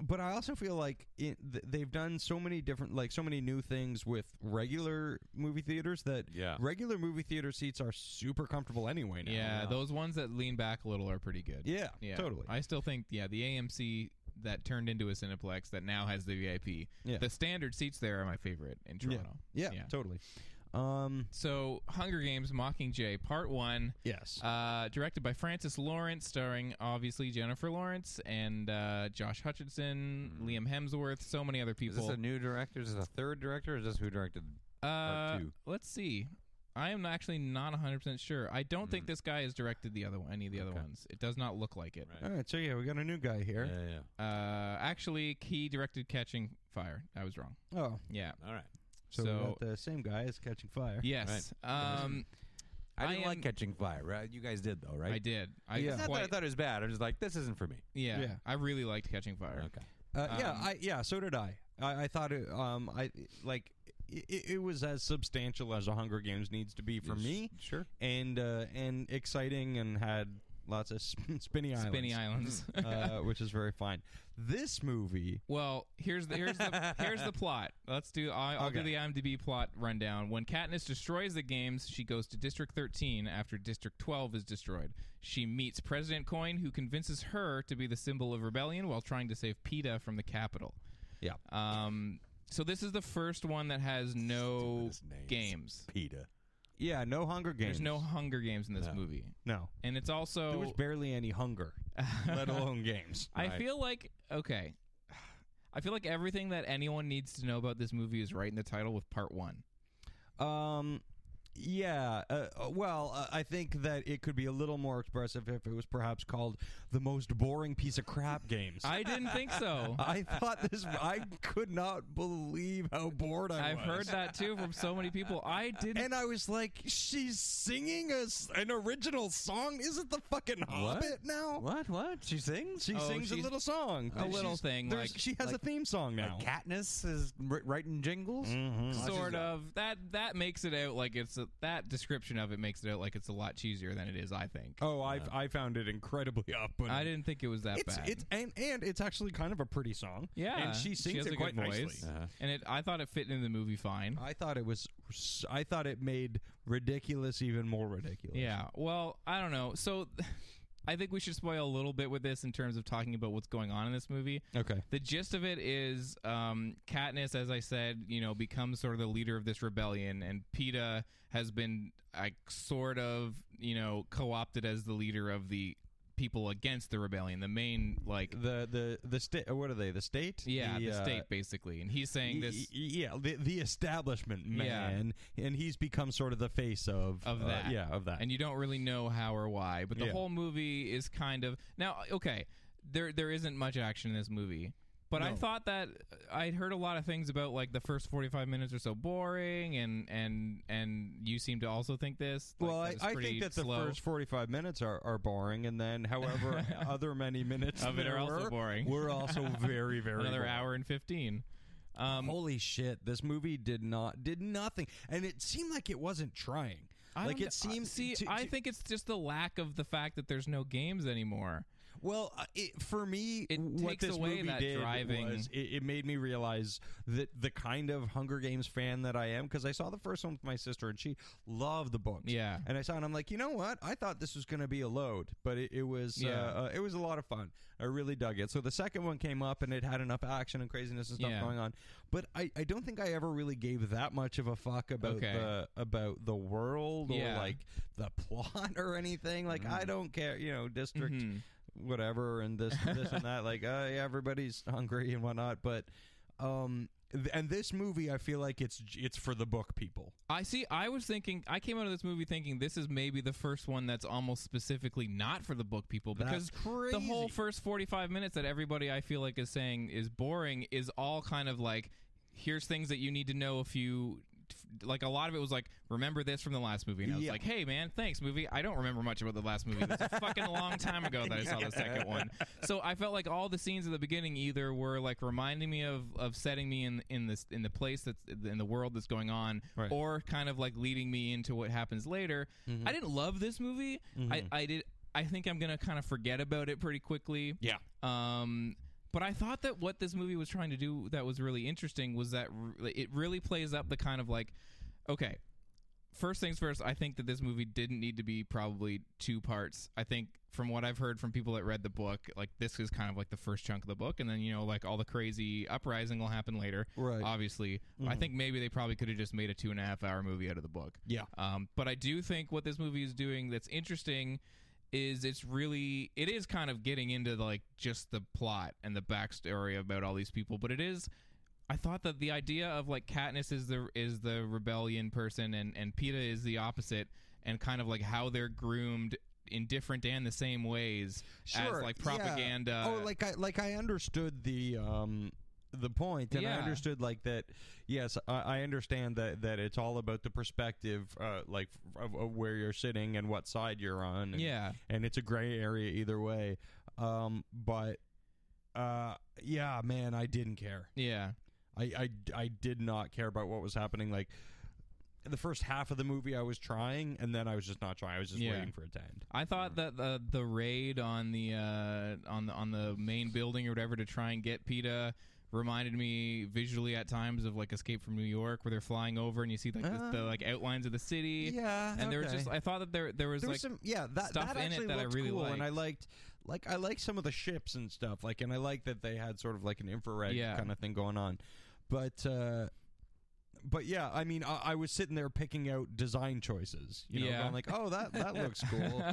[SPEAKER 3] but I also feel like it, th- they've done so many different, like so many new things with regular movie theaters that
[SPEAKER 4] Yeah.
[SPEAKER 3] regular movie theater seats are super comfortable anyway. Now.
[SPEAKER 2] Yeah, those ones that lean back a little are pretty good.
[SPEAKER 3] yeah, totally.
[SPEAKER 2] I still think yeah, the AMC that turned into a Cineplex that now has the VIP.
[SPEAKER 3] Yeah.
[SPEAKER 2] The standard seats there are my favorite in
[SPEAKER 3] yeah.
[SPEAKER 2] Toronto.
[SPEAKER 3] yeah,
[SPEAKER 2] Yeah.
[SPEAKER 3] totally. Um,
[SPEAKER 2] So, Hunger Games Mockingjay Part 1
[SPEAKER 3] yes,
[SPEAKER 2] uh, directed by Francis Lawrence, starring obviously Jennifer Lawrence and uh, Josh Hutcherson, Liam Hemsworth, so many other
[SPEAKER 4] Mm-hmm. Is this
[SPEAKER 2] people.
[SPEAKER 4] a new director? Is this a third director? Or is this who directed?
[SPEAKER 2] uh,
[SPEAKER 4] two?
[SPEAKER 2] Let's see. I am actually not 100% sure. I don't think this guy has directed the other one, any of the other
[SPEAKER 4] Mm. Okay.
[SPEAKER 2] ones. It does not look like it.
[SPEAKER 4] Right.
[SPEAKER 3] All right, so yeah, we got a new guy here.
[SPEAKER 4] yeah.
[SPEAKER 2] Uh, actually, he directed Catching Fire. I was wrong.
[SPEAKER 3] Oh,
[SPEAKER 2] Yeah.
[SPEAKER 4] All right.
[SPEAKER 3] so, we
[SPEAKER 2] So-
[SPEAKER 3] got the same guy is catching fire.
[SPEAKER 2] Yes. Um,
[SPEAKER 4] I
[SPEAKER 2] I
[SPEAKER 4] didn't like
[SPEAKER 2] am-
[SPEAKER 4] catching fire. Right? You guys did though, right?
[SPEAKER 2] I did. I
[SPEAKER 3] Yeah.
[SPEAKER 4] It's not that I
[SPEAKER 2] quite.
[SPEAKER 4] thought it was bad. I'm just like, this isn't for me.
[SPEAKER 2] yeah,
[SPEAKER 3] Yeah.
[SPEAKER 2] I really liked Catching Fire.
[SPEAKER 4] Okay.
[SPEAKER 3] Uh, yeah,
[SPEAKER 2] Um,
[SPEAKER 3] I yeah, so did I. I, I thought it, um, I like it, it was as substantial as a Hunger Games needs to be for
[SPEAKER 4] Yes,
[SPEAKER 3] me.
[SPEAKER 4] sure.
[SPEAKER 3] and uh, and exciting, and had lots of spin- spinny islands,
[SPEAKER 2] Spinny Islands.
[SPEAKER 4] Mm.
[SPEAKER 3] uh, which is very fine. This movie,
[SPEAKER 2] Well, here's the here's the here's the plot. Let's do I, I'll do
[SPEAKER 3] Okay.
[SPEAKER 2] the IMDb plot rundown. When Katniss destroys the games, she goes to District 13 after District 12 is destroyed. She meets President Coin, who convinces her to be the symbol of rebellion while trying to save PETA from the Capitol.
[SPEAKER 3] yeah,
[SPEAKER 2] Um, so this is the first one that has no
[SPEAKER 4] Stupidest names.
[SPEAKER 2] games.
[SPEAKER 4] PETA.
[SPEAKER 3] yeah, no Hunger Games.
[SPEAKER 2] There's no Hunger Games in this
[SPEAKER 4] No.
[SPEAKER 2] movie,
[SPEAKER 3] no.
[SPEAKER 2] and it's also
[SPEAKER 3] There was barely any hunger, let alone games.
[SPEAKER 2] I
[SPEAKER 4] Right.
[SPEAKER 2] feel like okay. I feel like everything that anyone needs to know about this movie is right in the title with part one.
[SPEAKER 3] Um, yeah. Uh, uh, well, uh, I think that it could be a little more expressive if it was perhaps called the most boring piece of crap games.
[SPEAKER 2] I didn't think so.
[SPEAKER 3] I thought this. I could not believe how bored I
[SPEAKER 2] I've
[SPEAKER 3] was.
[SPEAKER 2] heard that too from so many people. I didn't.
[SPEAKER 3] And I was like, she's singing a s an original song. Is it the fucking Hobbit now?
[SPEAKER 4] What? What? She sings.
[SPEAKER 3] She
[SPEAKER 2] Oh,
[SPEAKER 3] sings a
[SPEAKER 2] she's-
[SPEAKER 3] little song,
[SPEAKER 2] a little
[SPEAKER 3] She's-
[SPEAKER 2] thing,
[SPEAKER 3] there's-
[SPEAKER 2] like-
[SPEAKER 3] she has a theme song now. Mm. Mm-hmm.
[SPEAKER 4] Like Katniss is wri- writing jingles.
[SPEAKER 2] sort of that that makes it out like it's a, that description of it makes it out like it's a lot cheesier than it is. I think.
[SPEAKER 3] oh, I I found it incredibly off-putting.
[SPEAKER 2] I didn't think it was that
[SPEAKER 3] It's
[SPEAKER 2] bad.
[SPEAKER 3] it's and and it's actually kind of a pretty song.
[SPEAKER 2] yeah,
[SPEAKER 3] and she sings
[SPEAKER 2] has
[SPEAKER 3] it
[SPEAKER 2] a
[SPEAKER 3] quite
[SPEAKER 2] good
[SPEAKER 3] nicely. Uh-huh.
[SPEAKER 2] voice, and it. I thought it fit into the movie fine.
[SPEAKER 3] I thought it was. I thought it made ridiculous even more ridiculous.
[SPEAKER 2] Yeah. Well, I don't know. So, I think we should spoil a little bit with this in terms of talking about what's going on in this movie.
[SPEAKER 3] Okay.
[SPEAKER 2] The gist of it is um, Katniss, as I said, you know, becomes sort of the leader of this rebellion, and PETA has been like sort of, you know, co-opted as the leader of the people against the rebellion, the main like,
[SPEAKER 3] The the the state. What are they? The state.
[SPEAKER 2] yeah, the,
[SPEAKER 3] uh,
[SPEAKER 2] state basically, and he's saying
[SPEAKER 3] Y-
[SPEAKER 2] this.
[SPEAKER 3] y- yeah the, the establishment
[SPEAKER 2] Yeah.
[SPEAKER 3] man and he's become sort of the face of
[SPEAKER 2] of
[SPEAKER 3] uh,
[SPEAKER 2] that.
[SPEAKER 3] yeah of that
[SPEAKER 2] And you don't really know how or why, but the
[SPEAKER 3] Yeah.
[SPEAKER 2] whole movie is kind of now okay. There there isn't much action in this movie. But I
[SPEAKER 3] No.
[SPEAKER 2] thought that I'd heard a lot of things about like the first forty five minutes are so boring, and and and you seem to also think this. Like,
[SPEAKER 3] well,
[SPEAKER 2] that
[SPEAKER 3] I,
[SPEAKER 2] it's
[SPEAKER 3] I
[SPEAKER 2] pretty
[SPEAKER 3] think that the
[SPEAKER 2] slow.
[SPEAKER 3] first 45 minutes are, are boring, and then however other many minutes
[SPEAKER 2] Of it
[SPEAKER 3] there
[SPEAKER 2] are also
[SPEAKER 3] were,
[SPEAKER 2] boring.
[SPEAKER 3] We're also very, very
[SPEAKER 2] another
[SPEAKER 3] boring.
[SPEAKER 2] hour and fifteen. Um,
[SPEAKER 3] Holy shit! This movie did not did nothing, and it seemed like it wasn't trying.
[SPEAKER 2] I
[SPEAKER 3] like
[SPEAKER 2] don't- Uh,
[SPEAKER 3] it seemed.
[SPEAKER 2] See,
[SPEAKER 3] to-
[SPEAKER 2] I
[SPEAKER 3] to-
[SPEAKER 2] think it's just the lack of the fact that there's no games anymore.
[SPEAKER 3] Well, uh, it, for me,
[SPEAKER 2] It
[SPEAKER 3] what
[SPEAKER 2] takes
[SPEAKER 3] this
[SPEAKER 2] away
[SPEAKER 3] movie
[SPEAKER 2] that
[SPEAKER 3] did
[SPEAKER 2] driving-
[SPEAKER 3] was it, it made me realize that the kind of Hunger Games fan that I am, because I saw the first one with my sister and she loved the books.
[SPEAKER 2] Yeah.
[SPEAKER 3] and I saw it and I'm like, you know what? I thought this was going to be a load, but it, it was
[SPEAKER 2] Yeah.
[SPEAKER 3] uh, uh, it was a lot of fun. I really dug it. So the second one came up and it had enough action and craziness and stuff
[SPEAKER 2] Yeah.
[SPEAKER 3] going on, but I, I don't think I ever really gave that much of a fuck about
[SPEAKER 2] Okay.
[SPEAKER 3] the about the world or
[SPEAKER 2] Yeah.
[SPEAKER 3] like the plot or anything. Like
[SPEAKER 2] Mm.
[SPEAKER 3] I don't care, you know, district
[SPEAKER 2] Mm-hmm.
[SPEAKER 3] whatever and this this and that. Like, uh, yeah, everybody's hungry and whatnot. But um, th- and this movie, I feel like it's it's for the book people.
[SPEAKER 2] I see. I was thinking. I came out of this movie thinking this is maybe the first one that's almost specifically not for the book people because
[SPEAKER 3] That's
[SPEAKER 2] the whole
[SPEAKER 3] crazy.
[SPEAKER 2] first forty-five minutes that everybody I feel like is saying is boring is all kind of like here's things that you need to know if you like a lot of it was like remember this from the last movie and I was
[SPEAKER 3] Yeah.
[SPEAKER 2] like hey man thanks movie I don't remember much about the last movie it's a fucking long time ago that I saw the second one so I felt like all the scenes at the beginning either were like reminding me of of setting me in in this in the place that's in the world that's going on
[SPEAKER 3] Right. Mm-hmm.
[SPEAKER 2] or kind of like leading me into what happens later. I didn't love this movie. I, I did. I think I'm gonna kind of forget about it pretty quickly.
[SPEAKER 3] Yeah.
[SPEAKER 2] Um, but I thought that what this movie was trying to do that was really interesting was that r- it really plays up the kind of like, okay, first things first, I think that this movie didn't need to be probably two parts. I think from what I've heard from people that read the book, like this is kind of like the first chunk of the book, and then you know like all the crazy uprising will happen later.
[SPEAKER 3] Right.
[SPEAKER 2] Obviously, I
[SPEAKER 3] mm-hmm.
[SPEAKER 2] think maybe they probably could have just made a two and a half hour movie out of the book.
[SPEAKER 3] Yeah.
[SPEAKER 2] Um, but I do think what this movie is doing that's interesting is it's really it is kind of getting into the, like just the plot and the backstory about all these people, but it is I thought that the idea of like Katniss is the is the rebellion person and and Peeta is the opposite and kind of like how they're groomed in different and the same ways as like
[SPEAKER 3] yeah.
[SPEAKER 2] propaganda.
[SPEAKER 3] Oh, like I like I understood the um the point, and I
[SPEAKER 2] Yeah.
[SPEAKER 3] understood like that. Yes, I, I understand that that it's all about the perspective, uh, like of, of where you're sitting and what side you're on. And,
[SPEAKER 2] yeah.
[SPEAKER 3] and it's a gray area either way. Um, but uh, yeah, man, I didn't care.
[SPEAKER 2] Yeah.
[SPEAKER 3] I, I I did not care about what was happening. Like the first half of the movie, I was trying, and then I was just not trying. I was just
[SPEAKER 2] Yeah.
[SPEAKER 3] waiting for it to end.
[SPEAKER 2] I thought that the the raid on the uh, on the on the main building or whatever to try and get Peta reminded me visually at times of like Escape from New York, where they're flying over and you see like
[SPEAKER 3] Ah.
[SPEAKER 2] the, the like outlines of the city.
[SPEAKER 3] Yeah,
[SPEAKER 2] and there was
[SPEAKER 3] okay.
[SPEAKER 2] just I thought that there there was
[SPEAKER 3] There
[SPEAKER 2] like
[SPEAKER 3] was some yeah that
[SPEAKER 2] stuff
[SPEAKER 3] that
[SPEAKER 2] in it
[SPEAKER 3] actually
[SPEAKER 2] that I
[SPEAKER 3] looked
[SPEAKER 2] really
[SPEAKER 3] cool and I
[SPEAKER 2] liked.
[SPEAKER 3] liked like I like some of the ships and stuff like and I like that they had sort of like an infrared
[SPEAKER 2] Yeah.
[SPEAKER 3] kind of thing going on, but uh, but yeah I mean I, I was sitting there picking out design choices you know
[SPEAKER 2] Yeah.
[SPEAKER 3] going like oh that that looks cool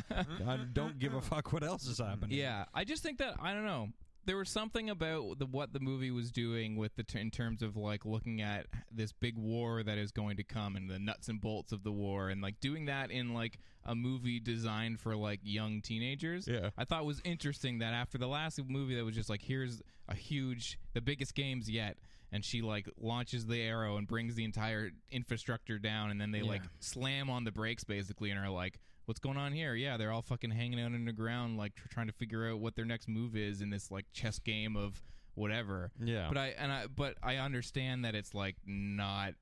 [SPEAKER 3] I don't give a fuck what else is happening
[SPEAKER 2] Yeah, I just think that I don't know. There was something about the, what the movie was doing with the t- in terms of like looking at this big war that is going to come and the nuts and bolts of the war and like doing that in like a movie designed for like young teenagers.
[SPEAKER 3] Yeah.
[SPEAKER 2] I thought was interesting that after the last movie that was just like here's a huge the biggest games yet and she like launches the arrow and brings the entire infrastructure down and then they like slam on the brakes basically and are like what's going on here yeah they're all fucking hanging out underground like tr- trying to figure out what their next move is in this like chess game of whatever
[SPEAKER 3] Yeah.
[SPEAKER 2] but i and i but i understand that it's like not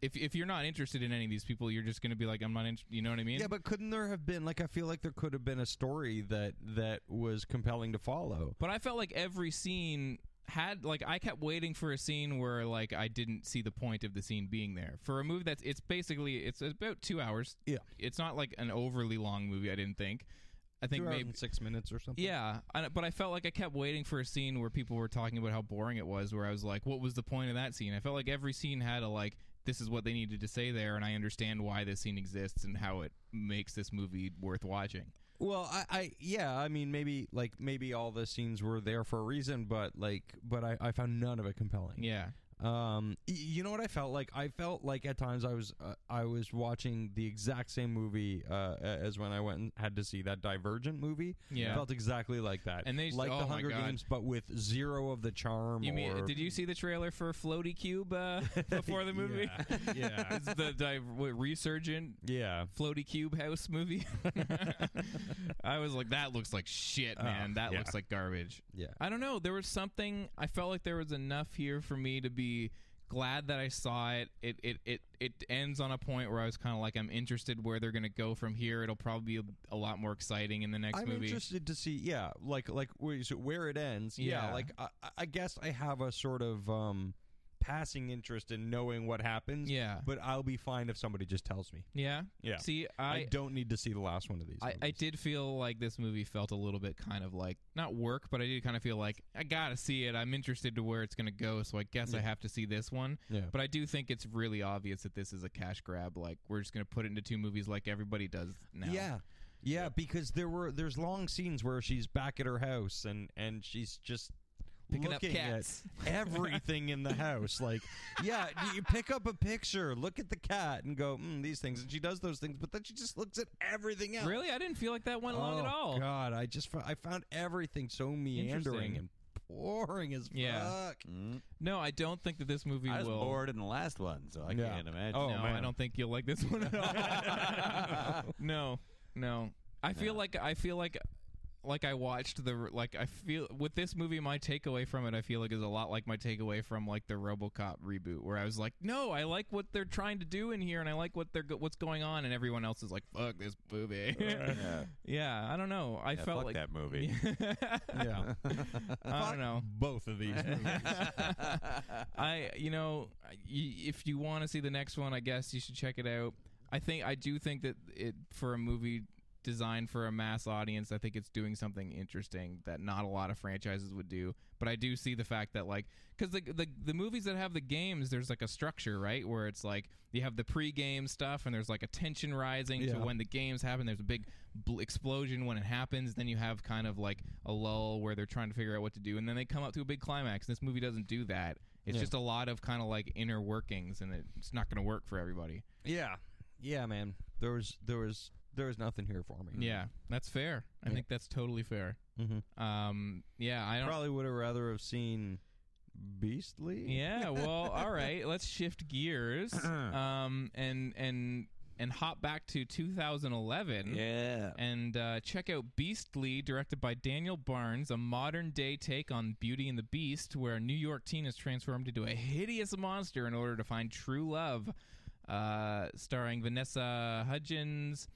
[SPEAKER 2] if, if you're not interested in any of these people, you're just going to be like, I'm not, interested. you know what I mean?
[SPEAKER 3] Yeah, but couldn't there have been like I feel like there could have been a story that that was compelling to follow.
[SPEAKER 2] But I felt like every scene had like I kept waiting for a scene where like I didn't see the point of the scene being there. For a movie that's it's basically it's about 2 hours.
[SPEAKER 3] Yeah.
[SPEAKER 2] It's not like an overly long movie I didn't think. I think
[SPEAKER 3] Two hours
[SPEAKER 2] maybe
[SPEAKER 3] and six minutes or something.
[SPEAKER 2] yeah, I, but I felt like I kept waiting for a scene where people were talking about how boring it was. Where I was like, "What was the point of that scene?" I felt like every scene had a like, "This is what they needed to say there," and I understand why this scene exists and how it makes this movie worth watching.
[SPEAKER 3] Well, I, I yeah, I mean maybe like maybe all the scenes were there for a reason, but like but I, I found none of it compelling.
[SPEAKER 2] Yeah,
[SPEAKER 3] Um y- you know what I felt like? I felt like at times I was uh, I was watching the exact same movie uh, a- as when I went and had to see that Divergent movie.
[SPEAKER 2] Yeah.
[SPEAKER 3] Felt exactly like that.
[SPEAKER 2] And they-
[SPEAKER 3] like
[SPEAKER 2] oh
[SPEAKER 3] the
[SPEAKER 2] my
[SPEAKER 3] Hunger
[SPEAKER 2] God.
[SPEAKER 3] Games but with zero of the charm
[SPEAKER 2] You mean?
[SPEAKER 3] or-
[SPEAKER 2] Did you see the trailer for Floaty Cube uh, before the movie?
[SPEAKER 3] Yeah. Yeah.
[SPEAKER 2] it's the di- what, resurgent
[SPEAKER 3] yeah.
[SPEAKER 2] Floaty Cube house movie. I was like, that looks like shit, man. that
[SPEAKER 3] yeah.
[SPEAKER 2] looks like garbage.
[SPEAKER 3] Yeah.
[SPEAKER 2] I don't know. There was something. I felt like there was enough here for me to be glad that I saw it. It it it it ends on a point where I was kind of like, I'm interested where they're gonna go from here. It'll probably be a, a lot more exciting in the next
[SPEAKER 3] I'm
[SPEAKER 2] movie.
[SPEAKER 3] interested to see, yeah, like like where, so where it ends. Yeah,
[SPEAKER 2] Yeah.
[SPEAKER 3] like I, I guess I have a sort of um passing interest in knowing what happens.
[SPEAKER 2] Yeah.
[SPEAKER 3] but I'll be fine if somebody just tells me.
[SPEAKER 2] yeah.
[SPEAKER 3] Yeah.
[SPEAKER 2] See,
[SPEAKER 3] I,
[SPEAKER 2] I
[SPEAKER 3] don't need to see the last one of these.
[SPEAKER 2] I, I
[SPEAKER 3] movies.
[SPEAKER 2] did feel like this movie felt a little bit kind of like not work, but I did kind of feel like I gotta see it. I'm interested to where it's gonna go, so I guess I have to see this one.
[SPEAKER 3] Yeah.
[SPEAKER 2] But I do think it's really obvious that this is a cash grab. Like we're just gonna put it into two movies, like everybody does now.
[SPEAKER 3] Yeah. Yeah, because there were there's long scenes where she's back at her house and and she's just
[SPEAKER 2] Picking up
[SPEAKER 3] looking
[SPEAKER 2] cats.
[SPEAKER 3] at everything in the house. Like, yeah, you- you pick up a picture, look at the cat, and go mm, these things, and she does those things, but then she just looks at everything else.
[SPEAKER 2] Really, I didn't feel like that went long at
[SPEAKER 3] Oh,
[SPEAKER 2] all.
[SPEAKER 3] God, I just fo- I found everything so meandering
[SPEAKER 2] Interesting.
[SPEAKER 3] and boring as
[SPEAKER 2] Yeah.
[SPEAKER 3] fuck.
[SPEAKER 2] No, I don't think that this movie
[SPEAKER 4] Mm. I was
[SPEAKER 2] will.
[SPEAKER 4] bored in the last one, so I
[SPEAKER 3] Yeah.
[SPEAKER 4] can't imagine.
[SPEAKER 3] Oh,
[SPEAKER 2] no, I
[SPEAKER 3] man.
[SPEAKER 2] don't think you'll like this one at all. no, no. I feel like I feel like like I watched the like I feel with this movie my takeaway from it I feel like is a lot like my takeaway from like the RoboCop reboot where I was like no I like what they're trying to do in here and I like what they're go- what's going on and everyone else is like fuck this movie yeah. I don't know I
[SPEAKER 4] Yeah,
[SPEAKER 2] felt
[SPEAKER 4] fuck
[SPEAKER 2] like
[SPEAKER 4] that movie.
[SPEAKER 3] Yeah,
[SPEAKER 2] I don't know
[SPEAKER 3] both of these. movies.
[SPEAKER 2] I, you know, y- if you want to see the next one, I guess you should check it out. I think I do think that it for a movie designed for a mass audience, I think it's doing something interesting that not a lot of franchises would do. But I do see the fact that like because the, the the movies that have the games, there's like a structure right where it's like you have the pre-game stuff and there's like a tension rising to
[SPEAKER 3] Yeah.
[SPEAKER 2] when the games happen. There's a big bl- explosion when it happens. Then you have kind of like a lull where they're trying to figure out what to do, and then they come up to a big climax. And this movie doesn't do that. It's
[SPEAKER 3] Yeah.
[SPEAKER 2] just a lot of kind of like inner workings, and it's not going to work for everybody.
[SPEAKER 3] Yeah, yeah, man. There was there was there was nothing here for me.
[SPEAKER 2] Yeah, that's fair. I
[SPEAKER 3] Mm-hmm. Yeah.
[SPEAKER 2] think that's totally fair.
[SPEAKER 3] Mhm.
[SPEAKER 2] Um, yeah, I don't.
[SPEAKER 3] probably would have rather have seen Beastly.
[SPEAKER 2] Yeah, well, all right. Let's shift gears um, and and and hop back to 2011.
[SPEAKER 3] yeah.
[SPEAKER 2] And uh, check out Beastly, directed by Daniel Barnes, a modern day take on Beauty and the Beast, where a New York teen is transformed into a hideous monster in order to find true love. Uh, starring Vanessa Hudgens,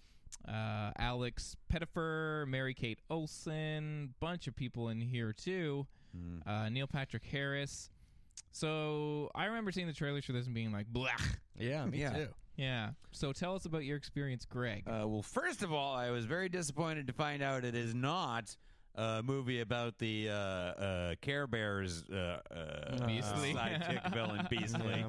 [SPEAKER 2] uh, Alex Pettifer, Mary Kate Olsen, bunch of people in here too. Uh, Neil Patrick Harris. So I remember seeing the trailers for this and being like, blah.
[SPEAKER 3] Yeah, me
[SPEAKER 4] Yeah.
[SPEAKER 3] too.
[SPEAKER 2] Yeah. So tell us about your experience, Greg.
[SPEAKER 4] Uh, well, first of all, I was very disappointed to find out it is not a movie about the uh, uh, Care Bears uh, uh,
[SPEAKER 2] Beastly.
[SPEAKER 4] sidekick villain Beastly.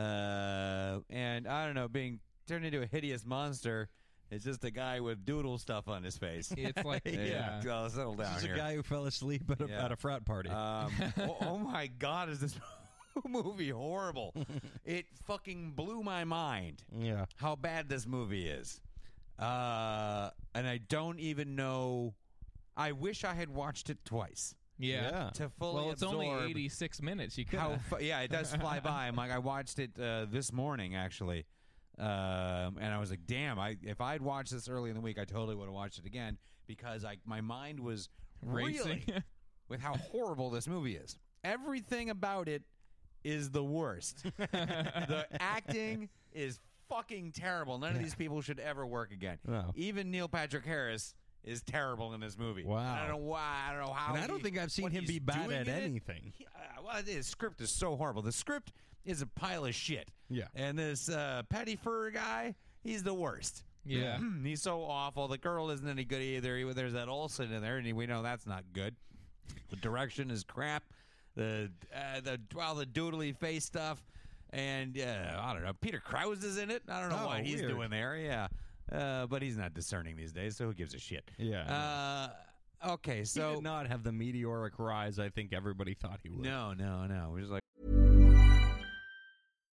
[SPEAKER 4] Uh, and I don't know, being turned into a hideous monster. It's just a guy with doodle stuff on his face.
[SPEAKER 2] it's like, yeah.
[SPEAKER 4] Well, settle down
[SPEAKER 3] This is
[SPEAKER 4] here.
[SPEAKER 3] a guy who fell asleep at a,
[SPEAKER 4] Yeah.
[SPEAKER 3] at a frat party.
[SPEAKER 4] Um, oh, oh my god, is this movie horrible? it fucking blew my mind
[SPEAKER 3] yeah.
[SPEAKER 4] how bad this movie is. Uh, and I don't even know. I wish I had watched it twice
[SPEAKER 2] Yeah.
[SPEAKER 4] to fully
[SPEAKER 2] Well, it's
[SPEAKER 4] absorb
[SPEAKER 2] only 86 minutes. You could
[SPEAKER 3] uh,
[SPEAKER 4] how. Fu- yeah, it does fly by. I'm like, I watched it uh, this morning actually, um, and I was like, damn, I if I'd watched this early in the week, I totally would have watched it again because I my mind was
[SPEAKER 2] racing.
[SPEAKER 4] reeling with how horrible this movie is. Everything about it is the worst. the acting is fucking terrible. None of these people should ever work again.
[SPEAKER 3] No.
[SPEAKER 4] Even Neil Patrick Harris is terrible in this movie.
[SPEAKER 3] Wow.
[SPEAKER 4] I don't know why. I don't know how.
[SPEAKER 3] And I don't
[SPEAKER 4] he-
[SPEAKER 3] think I've seen
[SPEAKER 4] what
[SPEAKER 3] him
[SPEAKER 4] he's
[SPEAKER 3] be bad
[SPEAKER 4] doing
[SPEAKER 3] at
[SPEAKER 4] in it.
[SPEAKER 3] anything.
[SPEAKER 4] He- uh, well, his script is so horrible. The script is a pile of shit.
[SPEAKER 3] Yeah.
[SPEAKER 4] And this uh, Patty Fur guy, he's the worst.
[SPEAKER 2] Yeah.
[SPEAKER 4] he's so awful. The girl isn't any good either. He- There's that Olsen in there, and we know that's not good. The direction is crap. The uh, the all the doodly face stuff, and uh, I don't know. Peter Krause is in it. I don't know
[SPEAKER 3] Oh,
[SPEAKER 4] what he's
[SPEAKER 3] weird.
[SPEAKER 4] doing there. Yeah, uh, but he's not discerning these days, so who gives a shit?
[SPEAKER 3] Yeah.
[SPEAKER 4] Uh, okay,
[SPEAKER 3] So
[SPEAKER 4] so
[SPEAKER 3] he did not have the meteoric rise I think everybody thought he would.
[SPEAKER 4] no, no, no. We're just like.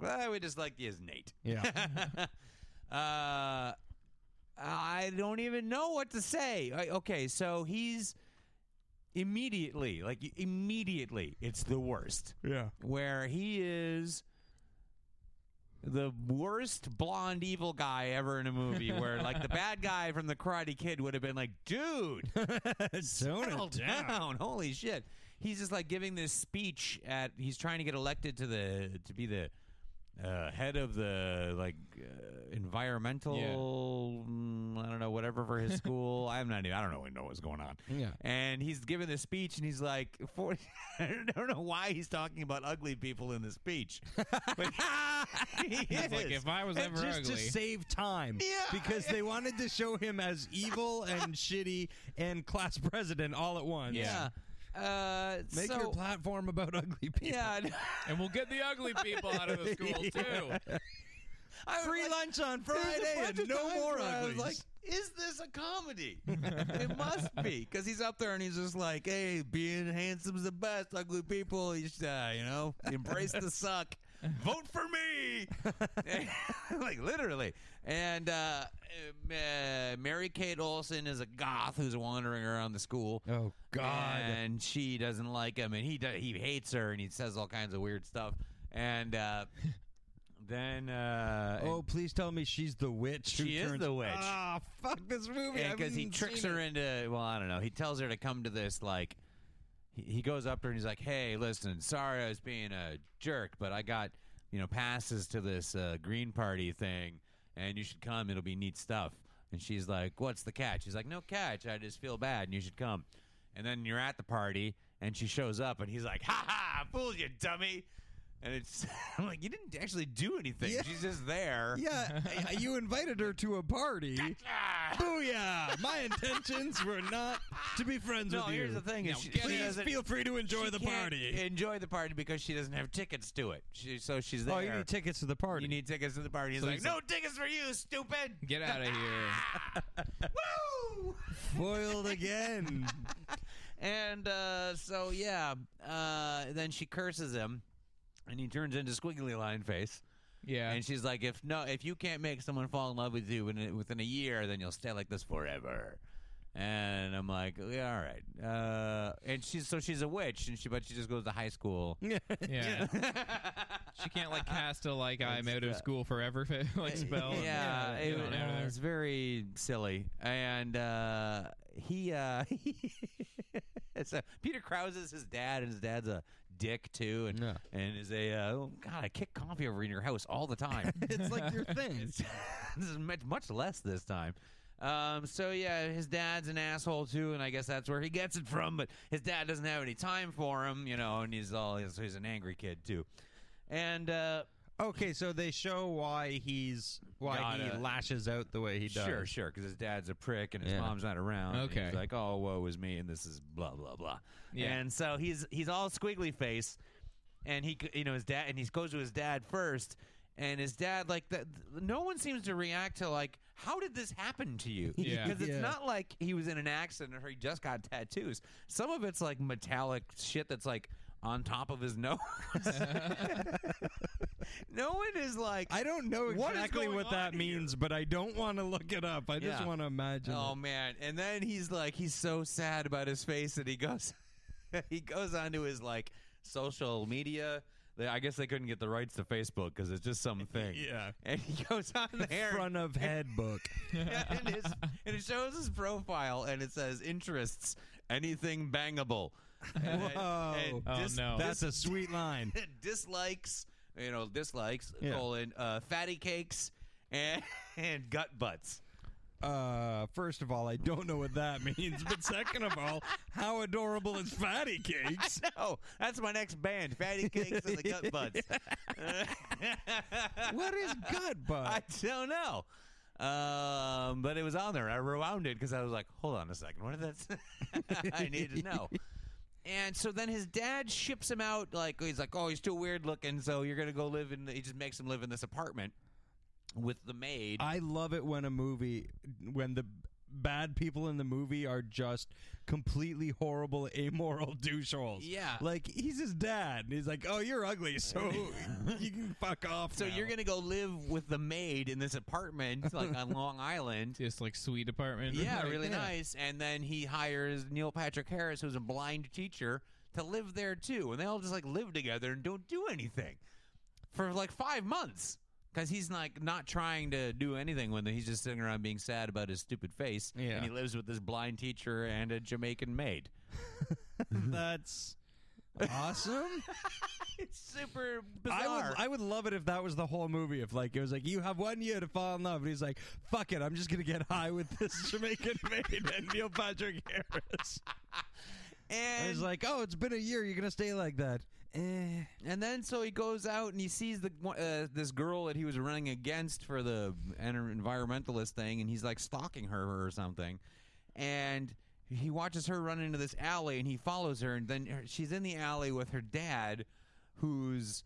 [SPEAKER 4] Well, we just like his Nate.
[SPEAKER 3] Yeah.
[SPEAKER 4] uh, I don't even know what to say. I, okay, so he's immediately, like immediately, it's the worst.
[SPEAKER 3] Yeah.
[SPEAKER 4] Where he is the worst blonde evil guy ever in a movie. where like the bad guy from the Karate Kid would have been like, dude,
[SPEAKER 3] Zone
[SPEAKER 4] settle
[SPEAKER 3] it
[SPEAKER 4] down. Holy shit. He's just like giving this speech at he's trying to get elected to the to be the uh, head of the like uh, environmental mm, I don't know whatever for his school. I'm not even I don't really know what's going on.
[SPEAKER 3] Yeah.
[SPEAKER 4] And he's giving this speech and he's like for, I don't know why he's talking about ugly people in the speech. But he
[SPEAKER 2] He's like,
[SPEAKER 4] is.
[SPEAKER 2] if I was
[SPEAKER 3] And
[SPEAKER 2] ever
[SPEAKER 3] just
[SPEAKER 2] ugly.
[SPEAKER 3] to save time,
[SPEAKER 4] Yeah.
[SPEAKER 3] because they wanted to show him as evil and shitty and class president all at once.
[SPEAKER 4] yeah. Uh,
[SPEAKER 3] Make
[SPEAKER 4] so,
[SPEAKER 3] your platform about ugly people.
[SPEAKER 4] yeah, I know.
[SPEAKER 2] and we'll get the ugly people out of the school, too.
[SPEAKER 4] I would
[SPEAKER 3] Free
[SPEAKER 4] like-
[SPEAKER 3] lunch on
[SPEAKER 4] There's a
[SPEAKER 3] Friday
[SPEAKER 4] bunch
[SPEAKER 3] and
[SPEAKER 4] of
[SPEAKER 3] no
[SPEAKER 4] times
[SPEAKER 3] more
[SPEAKER 4] where I
[SPEAKER 3] uglies.
[SPEAKER 4] was like, is this a comedy? it must be because he's up there and he's just like, hey, being handsome's the best. Ugly people, you should, uh, you know, embrace the suck. Vote for me, like literally. And uh, uh, Mary Kate Olsen is a goth who's wandering around the school.
[SPEAKER 3] Oh God.
[SPEAKER 4] And she doesn't like him, and he do- he hates her, and he says all kinds of weird stuff. And uh, then uh,
[SPEAKER 3] oh, please tell me she's the witch. who
[SPEAKER 4] She is
[SPEAKER 3] turns-
[SPEAKER 4] the witch.
[SPEAKER 3] Ah, fuck this movie. I
[SPEAKER 4] because he
[SPEAKER 3] haven't
[SPEAKER 4] tricks
[SPEAKER 3] seen
[SPEAKER 4] her
[SPEAKER 3] it.
[SPEAKER 4] into well i don't know he tells her to come to this like he, he goes up to her and he's like hey listen sorry i was being a jerk but i got you know passes to this uh, green party thing and you should come it'll be neat stuff and she's like what's the catch he's like no catch i just feel bad and you should come and then you're at the party and she shows up and he's like ha ha fooled you dummy and it's i'm like you didn't actually do anything
[SPEAKER 3] Yeah.
[SPEAKER 4] she's just there
[SPEAKER 3] Yeah, I- you invited her to a party.
[SPEAKER 4] Ah!
[SPEAKER 3] Booyah! My intentions were not to be friends
[SPEAKER 4] No,
[SPEAKER 3] with you.
[SPEAKER 4] here's the thing, is she- she
[SPEAKER 3] please
[SPEAKER 4] doesn't-
[SPEAKER 3] feel free to enjoy
[SPEAKER 4] She
[SPEAKER 3] the
[SPEAKER 4] can't
[SPEAKER 3] party.
[SPEAKER 4] Enjoy the party because she doesn't have tickets to it. She, so she's there.
[SPEAKER 3] oh, you need tickets to the party.
[SPEAKER 4] You need tickets to the party. He's
[SPEAKER 2] So
[SPEAKER 4] like,
[SPEAKER 2] he's
[SPEAKER 4] no tickets for you, stupid.
[SPEAKER 2] Get out of here.
[SPEAKER 4] Woo!
[SPEAKER 3] foiled again.
[SPEAKER 4] And uh, so yeah, uh, then she curses him, and he turns into squiggly line face.
[SPEAKER 2] Yeah.
[SPEAKER 4] And she's like, if no, if you can't make someone fall in love with you within, within a year, then you'll stay like this forever. And I'm like, yeah, all right. Uh, and she's so she's a witch, and she but she just goes to high school.
[SPEAKER 2] yeah. she can't like cast a like I'm out of school forever fa- like spell. and
[SPEAKER 4] Yeah,
[SPEAKER 2] get
[SPEAKER 4] it,
[SPEAKER 2] on out of
[SPEAKER 4] uh,
[SPEAKER 2] there.
[SPEAKER 4] it's very silly. And uh, he, uh, so Peter Krause is his dad, and his dad's a dick too, and
[SPEAKER 3] Yeah.
[SPEAKER 4] and is a uh, oh, God. I kick coffee over in your house all the time.
[SPEAKER 3] it's like your thing.
[SPEAKER 4] this is much much less this time. Um, so yeah, his dad's an asshole too, and I guess that's where he gets it from. But his dad doesn't have any time for him, you know, and he's all he's, he's an angry kid too. And uh,
[SPEAKER 3] Okay, so they show why he's why
[SPEAKER 4] Gotta-
[SPEAKER 3] he lashes out the way he does.
[SPEAKER 4] Sure, sure, because his dad's a prick and his
[SPEAKER 3] Yeah.
[SPEAKER 4] mom's not around. and
[SPEAKER 2] Okay.
[SPEAKER 4] he's like, oh, woe is me, and this is blah blah blah.
[SPEAKER 2] Yeah.
[SPEAKER 4] and so he's he's all squiggly face, and he c- you know his dad, and he goes to his dad first, and his dad like that. No one seems to react to like, how did this happen to you?
[SPEAKER 2] Yeah.
[SPEAKER 4] because it's
[SPEAKER 3] Yeah.
[SPEAKER 4] not like he was in an accident or he just got tattoos. Some of it's like metallic shit that's like on top of his nose. no one is like,
[SPEAKER 3] I don't know
[SPEAKER 4] What is
[SPEAKER 3] exactly
[SPEAKER 4] going
[SPEAKER 3] what,
[SPEAKER 4] on
[SPEAKER 3] that
[SPEAKER 4] here?
[SPEAKER 3] means, but I don't want to look it up. I just
[SPEAKER 4] Yeah.
[SPEAKER 3] want to imagine.
[SPEAKER 4] Oh
[SPEAKER 3] it.
[SPEAKER 4] man! And then he's like, he's so sad about his face that he goes, he goes onto his like social media. They- I guess they couldn't get the rights to Facebook because it's just something.
[SPEAKER 3] Yeah.
[SPEAKER 4] And he goes on there
[SPEAKER 3] front of head book.
[SPEAKER 4] and, his, and it shows his profile and it says interests anything bangable. And, and-
[SPEAKER 3] Whoa.
[SPEAKER 4] and
[SPEAKER 2] Oh,
[SPEAKER 4] dis-
[SPEAKER 2] no.
[SPEAKER 3] That's a sweet line.
[SPEAKER 4] dislikes, you know, dislikes
[SPEAKER 3] Yeah.
[SPEAKER 4] colon uh, fatty cakes and and gut butts.
[SPEAKER 3] Uh, first of all, I don't know what that means, but second of all, how adorable is fatty cakes?
[SPEAKER 4] Oh, that's my next band, Fatty Cakes and the Gut Buds.
[SPEAKER 3] What is gut
[SPEAKER 4] I
[SPEAKER 3] butt?
[SPEAKER 4] don't know. Um, but it was on there. I rewound it because I was like, hold on a second. What did that? I need to know. And so then his dad ships him out. Like he's like, oh, he's too weird looking. So you're gonna go live in. He just makes him live in this apartment with the maid.
[SPEAKER 3] I love it when a movie when the bad people in the movie are just completely horrible amoral doucheholes.
[SPEAKER 4] Yeah.
[SPEAKER 3] Like he's his dad and he's like, "Oh, you're ugly, so you can fuck off."
[SPEAKER 4] so
[SPEAKER 3] now."
[SPEAKER 4] you're gonna go live with the maid in this apartment, like on Long Island.
[SPEAKER 2] Just like sweet apartment.
[SPEAKER 4] Yeah,
[SPEAKER 2] Right.
[SPEAKER 4] really nice. And then he hires Neil Patrick Harris, who's a blind teacher, to live there too. And they all just like live together and don't do anything for like five months because he's like not trying to do anything with it. He's just sitting around being sad about his stupid face.
[SPEAKER 3] Yeah.
[SPEAKER 4] And he lives with this blind teacher and a Jamaican maid.
[SPEAKER 3] That's awesome.
[SPEAKER 4] It's super
[SPEAKER 3] I
[SPEAKER 4] bizarre.
[SPEAKER 3] would, I would love it if that was the whole movie. If like it was like you have one year to fall in love, and he's like, "Fuck it, I'm just gonna get high with this Jamaican maid and Neil Patrick Harris." And
[SPEAKER 4] and
[SPEAKER 3] he's like, "Oh, it's been a year. You're gonna stay like that." Eh.
[SPEAKER 4] And then so he goes out and he sees the uh, this girl that he was running against for the en- environmentalist thing, and he's like stalking her or something. And he watches her run into this alley, and he follows her, and then her- she's in the alley with her dad, who's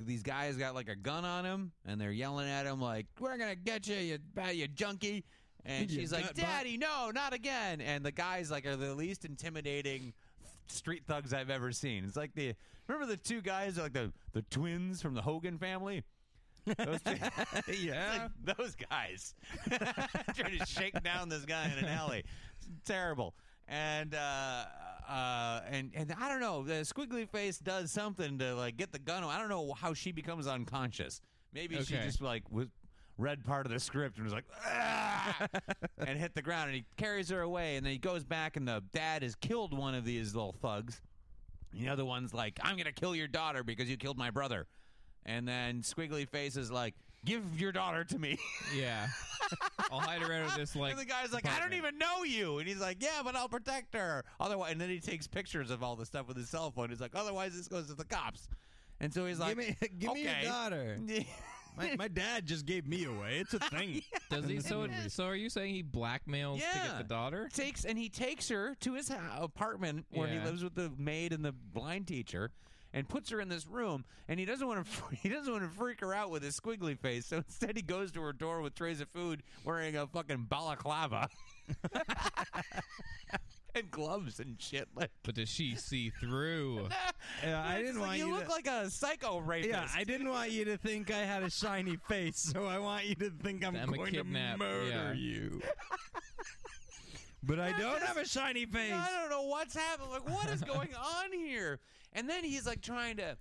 [SPEAKER 4] these guys got like a gun on him, and they're yelling at him like, "We're gonna get you, you bad, you junkie." And
[SPEAKER 3] You
[SPEAKER 4] she's like,
[SPEAKER 3] nut butt.
[SPEAKER 4] "Daddy, no, not again!" And the guys like are the least intimidating street thugs I've ever seen. It's like the remember the two guys like the the twins from the Hogan family. Those two,
[SPEAKER 3] yeah.
[SPEAKER 4] those guys trying to shake down this guy in an alley. It's terrible. And uh, uh, and and I don't know. The squiggly face does something to like get the gun. I don't know how she becomes unconscious. Maybe she
[SPEAKER 2] Okay.
[SPEAKER 4] just like was read part of the script and was like "Ah!" and hit the ground. And he carries her away. And then he goes back, and the dad has killed one of these little thugs. And the other one's like, I'm going to kill your daughter because you killed my brother. And then Squiggly Face is like, Give your daughter to me.
[SPEAKER 2] Yeah. I'll hide her out of this like
[SPEAKER 4] and the guy's like, I don't even know you. And he's like, Yeah, but I'll protect her. Otherwise, and then he takes pictures of all the stuff with his cell phone. He's like, Otherwise, this goes to the cops. And so he's like,
[SPEAKER 3] me- give me your daughter." my, my dad just gave me away. It's a thing.
[SPEAKER 2] Does he? So, so are you saying he blackmails to get the daughter?
[SPEAKER 4] Takes and he takes her to his ho- apartment where
[SPEAKER 2] Yeah.
[SPEAKER 4] he lives with the maid and the blind teacher, and puts her in this room. And he doesn't want to he doesn't want to freak her out with his squiggly face. So instead, he goes to her door with trays of food, wearing a fucking balaclava and gloves and shit. Like,
[SPEAKER 2] But does she see through?
[SPEAKER 3] Yeah, I
[SPEAKER 4] It's
[SPEAKER 3] didn't
[SPEAKER 4] like,
[SPEAKER 3] want
[SPEAKER 4] you,
[SPEAKER 3] you.
[SPEAKER 4] look
[SPEAKER 3] to,
[SPEAKER 4] like a psycho rapist.
[SPEAKER 3] yeah, I didn't want you to think I had a shiny face, so I want you to think I'm,
[SPEAKER 2] I'm a
[SPEAKER 3] going to
[SPEAKER 2] kidnap, yeah.
[SPEAKER 3] murder you. but I don't have a shiny face.
[SPEAKER 4] I don't know what's happening. Like, what is going on here? And then he's like trying to.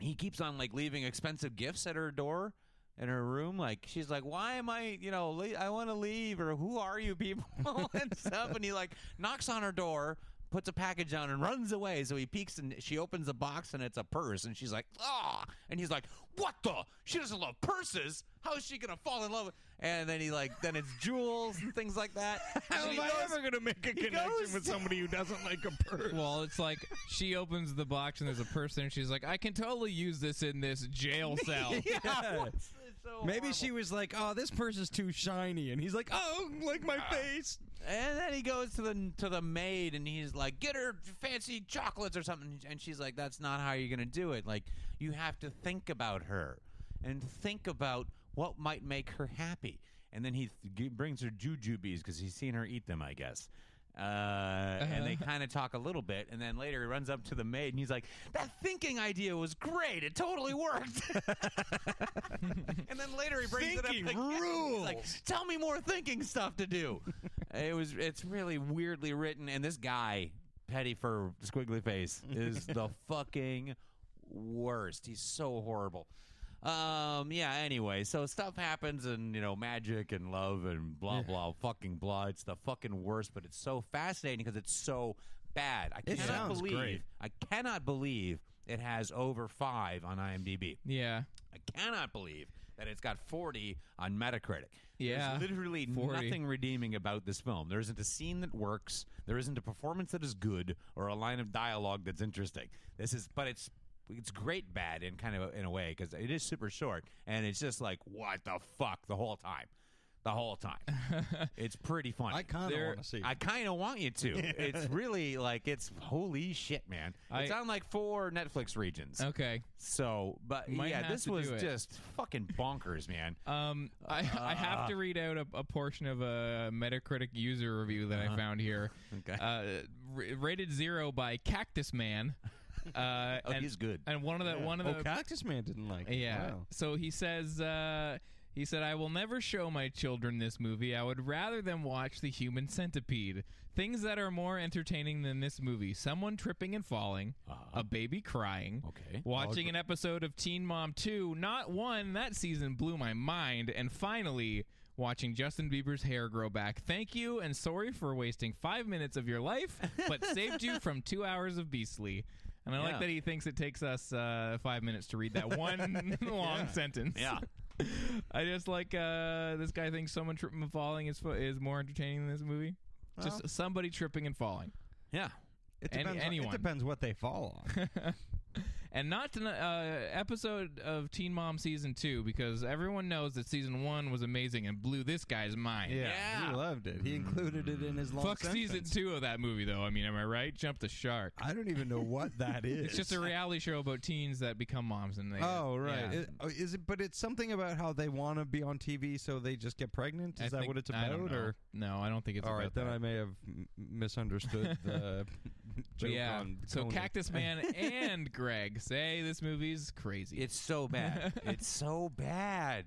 [SPEAKER 4] He keeps on like leaving expensive gifts at her door, in her room. Like she's like, "Why am I? You know, le- I want to leave." Or who are you people and stuff? And he like knocks on her door. Puts a package down and runs away. So he peeks and she opens the box and it's a purse. And she's like, "Ah!" And he's like, "What the? She doesn't love purses. How is she gonna fall in love?" with-" And then he like, then it's jewels and things like that.
[SPEAKER 3] How am
[SPEAKER 4] And he
[SPEAKER 3] I
[SPEAKER 4] goes-
[SPEAKER 3] ever going to make a
[SPEAKER 4] goes
[SPEAKER 3] connection with
[SPEAKER 4] to-
[SPEAKER 3] somebody who doesn't like a purse?
[SPEAKER 2] Well, it's like she opens the box and there's a person, and she's like, "I can totally use this in this jail cell."
[SPEAKER 3] Yeah.
[SPEAKER 4] What's- it's so
[SPEAKER 3] Maybe
[SPEAKER 4] horrible.
[SPEAKER 3] she was like, "Oh, this purse is too shiny," and he's like, "Oh, like my face."
[SPEAKER 4] And then he goes to the to the maid, and he's like, "Get her fancy chocolates or something." And she's like, "That's not how you're gonna do it. Like, you have to think about her, and think about what might make her happy." And then he th- g- brings her jujubes because he's seen her eat them, I guess. Uh, And they kind of talk a little bit, and then later he runs up to the maid and he's like, "That thinking idea was great. It totally worked." and then later he brings
[SPEAKER 3] Thinking
[SPEAKER 4] it up again. He's like,
[SPEAKER 3] rules.
[SPEAKER 4] tell me more thinking stuff to do. it was it's really weirdly written, and this guy, Petty for Squiggly Face, is the fucking worst. He's so horrible. Um. Yeah. Anyway, so stuff happens, and you know, magic and love and blah blah fucking blah. It's the fucking worst, but it's so fascinating because it's so bad. I
[SPEAKER 3] It
[SPEAKER 4] cannot
[SPEAKER 3] sounds
[SPEAKER 4] believe.
[SPEAKER 3] great.
[SPEAKER 4] I cannot believe it has over five on IMDb.
[SPEAKER 2] yeah.
[SPEAKER 4] I cannot believe that it's got 40 on Metacritic.
[SPEAKER 2] Yeah,
[SPEAKER 4] There's literally
[SPEAKER 2] 40.
[SPEAKER 4] nothing redeeming about this film. There isn't a scene that works, there isn't a performance that is good or a line of dialogue that's interesting. This is but it's it's great bad in kind of a, in a way cuz it is super short and it's just like what the fuck the whole time. The whole time. it's pretty funny.
[SPEAKER 3] I kinda
[SPEAKER 4] There-
[SPEAKER 3] wanna see it.
[SPEAKER 4] I kind of want you to. It's really like it's holy shit, man. it's
[SPEAKER 2] I-
[SPEAKER 4] on like four Netflix regions.
[SPEAKER 2] Okay.
[SPEAKER 4] So, but
[SPEAKER 2] Might
[SPEAKER 4] yeah,
[SPEAKER 2] have
[SPEAKER 4] this
[SPEAKER 2] to
[SPEAKER 4] was
[SPEAKER 2] do it.
[SPEAKER 4] just fucking bonkers, man.
[SPEAKER 2] Um, I, I have to read out a, a portion of a Metacritic user review that I found here.
[SPEAKER 4] Okay.
[SPEAKER 2] Uh, r- rated zero by Cactus Man. Uh,
[SPEAKER 4] Oh,
[SPEAKER 2] and,
[SPEAKER 4] he's good.
[SPEAKER 2] And one of the one of the
[SPEAKER 3] oh, Cactus Man didn't like. it.
[SPEAKER 2] Yeah.
[SPEAKER 3] Wow.
[SPEAKER 2] So he says, uh, he said, I will never show my children this movie. I would rather them watch The Human Centipede. Things that are more entertaining than this movie someone tripping and falling,
[SPEAKER 3] Uh-huh.
[SPEAKER 2] a baby crying,
[SPEAKER 4] Okay.
[SPEAKER 2] watching an episode of Teen Mom 2, not one, that season blew my mind, and finally. Watching Justin Bieber's hair grow back. Thank you and sorry for wasting five minutes of your life, but saved you from two hours of beastly. And I like
[SPEAKER 4] Yeah.
[SPEAKER 2] that he thinks it takes us uh, five minutes to read that one long sentence.
[SPEAKER 4] Yeah.
[SPEAKER 2] I just like uh, this guy thinks someone tripping and falling is fu- is more entertaining than this movie. just somebody tripping and falling,
[SPEAKER 4] yeah.
[SPEAKER 3] It
[SPEAKER 2] Any-
[SPEAKER 3] depends. on-
[SPEAKER 2] anyone.
[SPEAKER 3] It depends what they fall on.
[SPEAKER 2] and not to, uh, episode of Teen Mom season two because everyone knows that season one was amazing and blew this guy's mind.
[SPEAKER 4] Yeah.
[SPEAKER 3] he loved it. He included it in his long.
[SPEAKER 2] Fuck season
[SPEAKER 3] sentence.
[SPEAKER 2] two of that movie though. I mean, am I right? Jump the shark.
[SPEAKER 3] I don't even know what that is.
[SPEAKER 2] It's just a reality show about teens that become moms and they.
[SPEAKER 3] Oh right,
[SPEAKER 2] Yeah.
[SPEAKER 3] It- oh, is it? But it's something about how they want to be on TV, so they just get pregnant.
[SPEAKER 2] I
[SPEAKER 3] Is that
[SPEAKER 2] think-
[SPEAKER 3] what it's
[SPEAKER 2] I
[SPEAKER 3] about?
[SPEAKER 2] don't know.
[SPEAKER 3] Or
[SPEAKER 2] no, I don't think it's
[SPEAKER 3] all
[SPEAKER 2] about
[SPEAKER 3] right, then
[SPEAKER 2] that.
[SPEAKER 3] I may have m- misunderstood the
[SPEAKER 2] But
[SPEAKER 3] joke
[SPEAKER 2] yeah.
[SPEAKER 3] on
[SPEAKER 2] so
[SPEAKER 3] Conan.
[SPEAKER 2] Cactus Man and Greg say this movie's crazy.
[SPEAKER 4] It's so bad. it's so bad.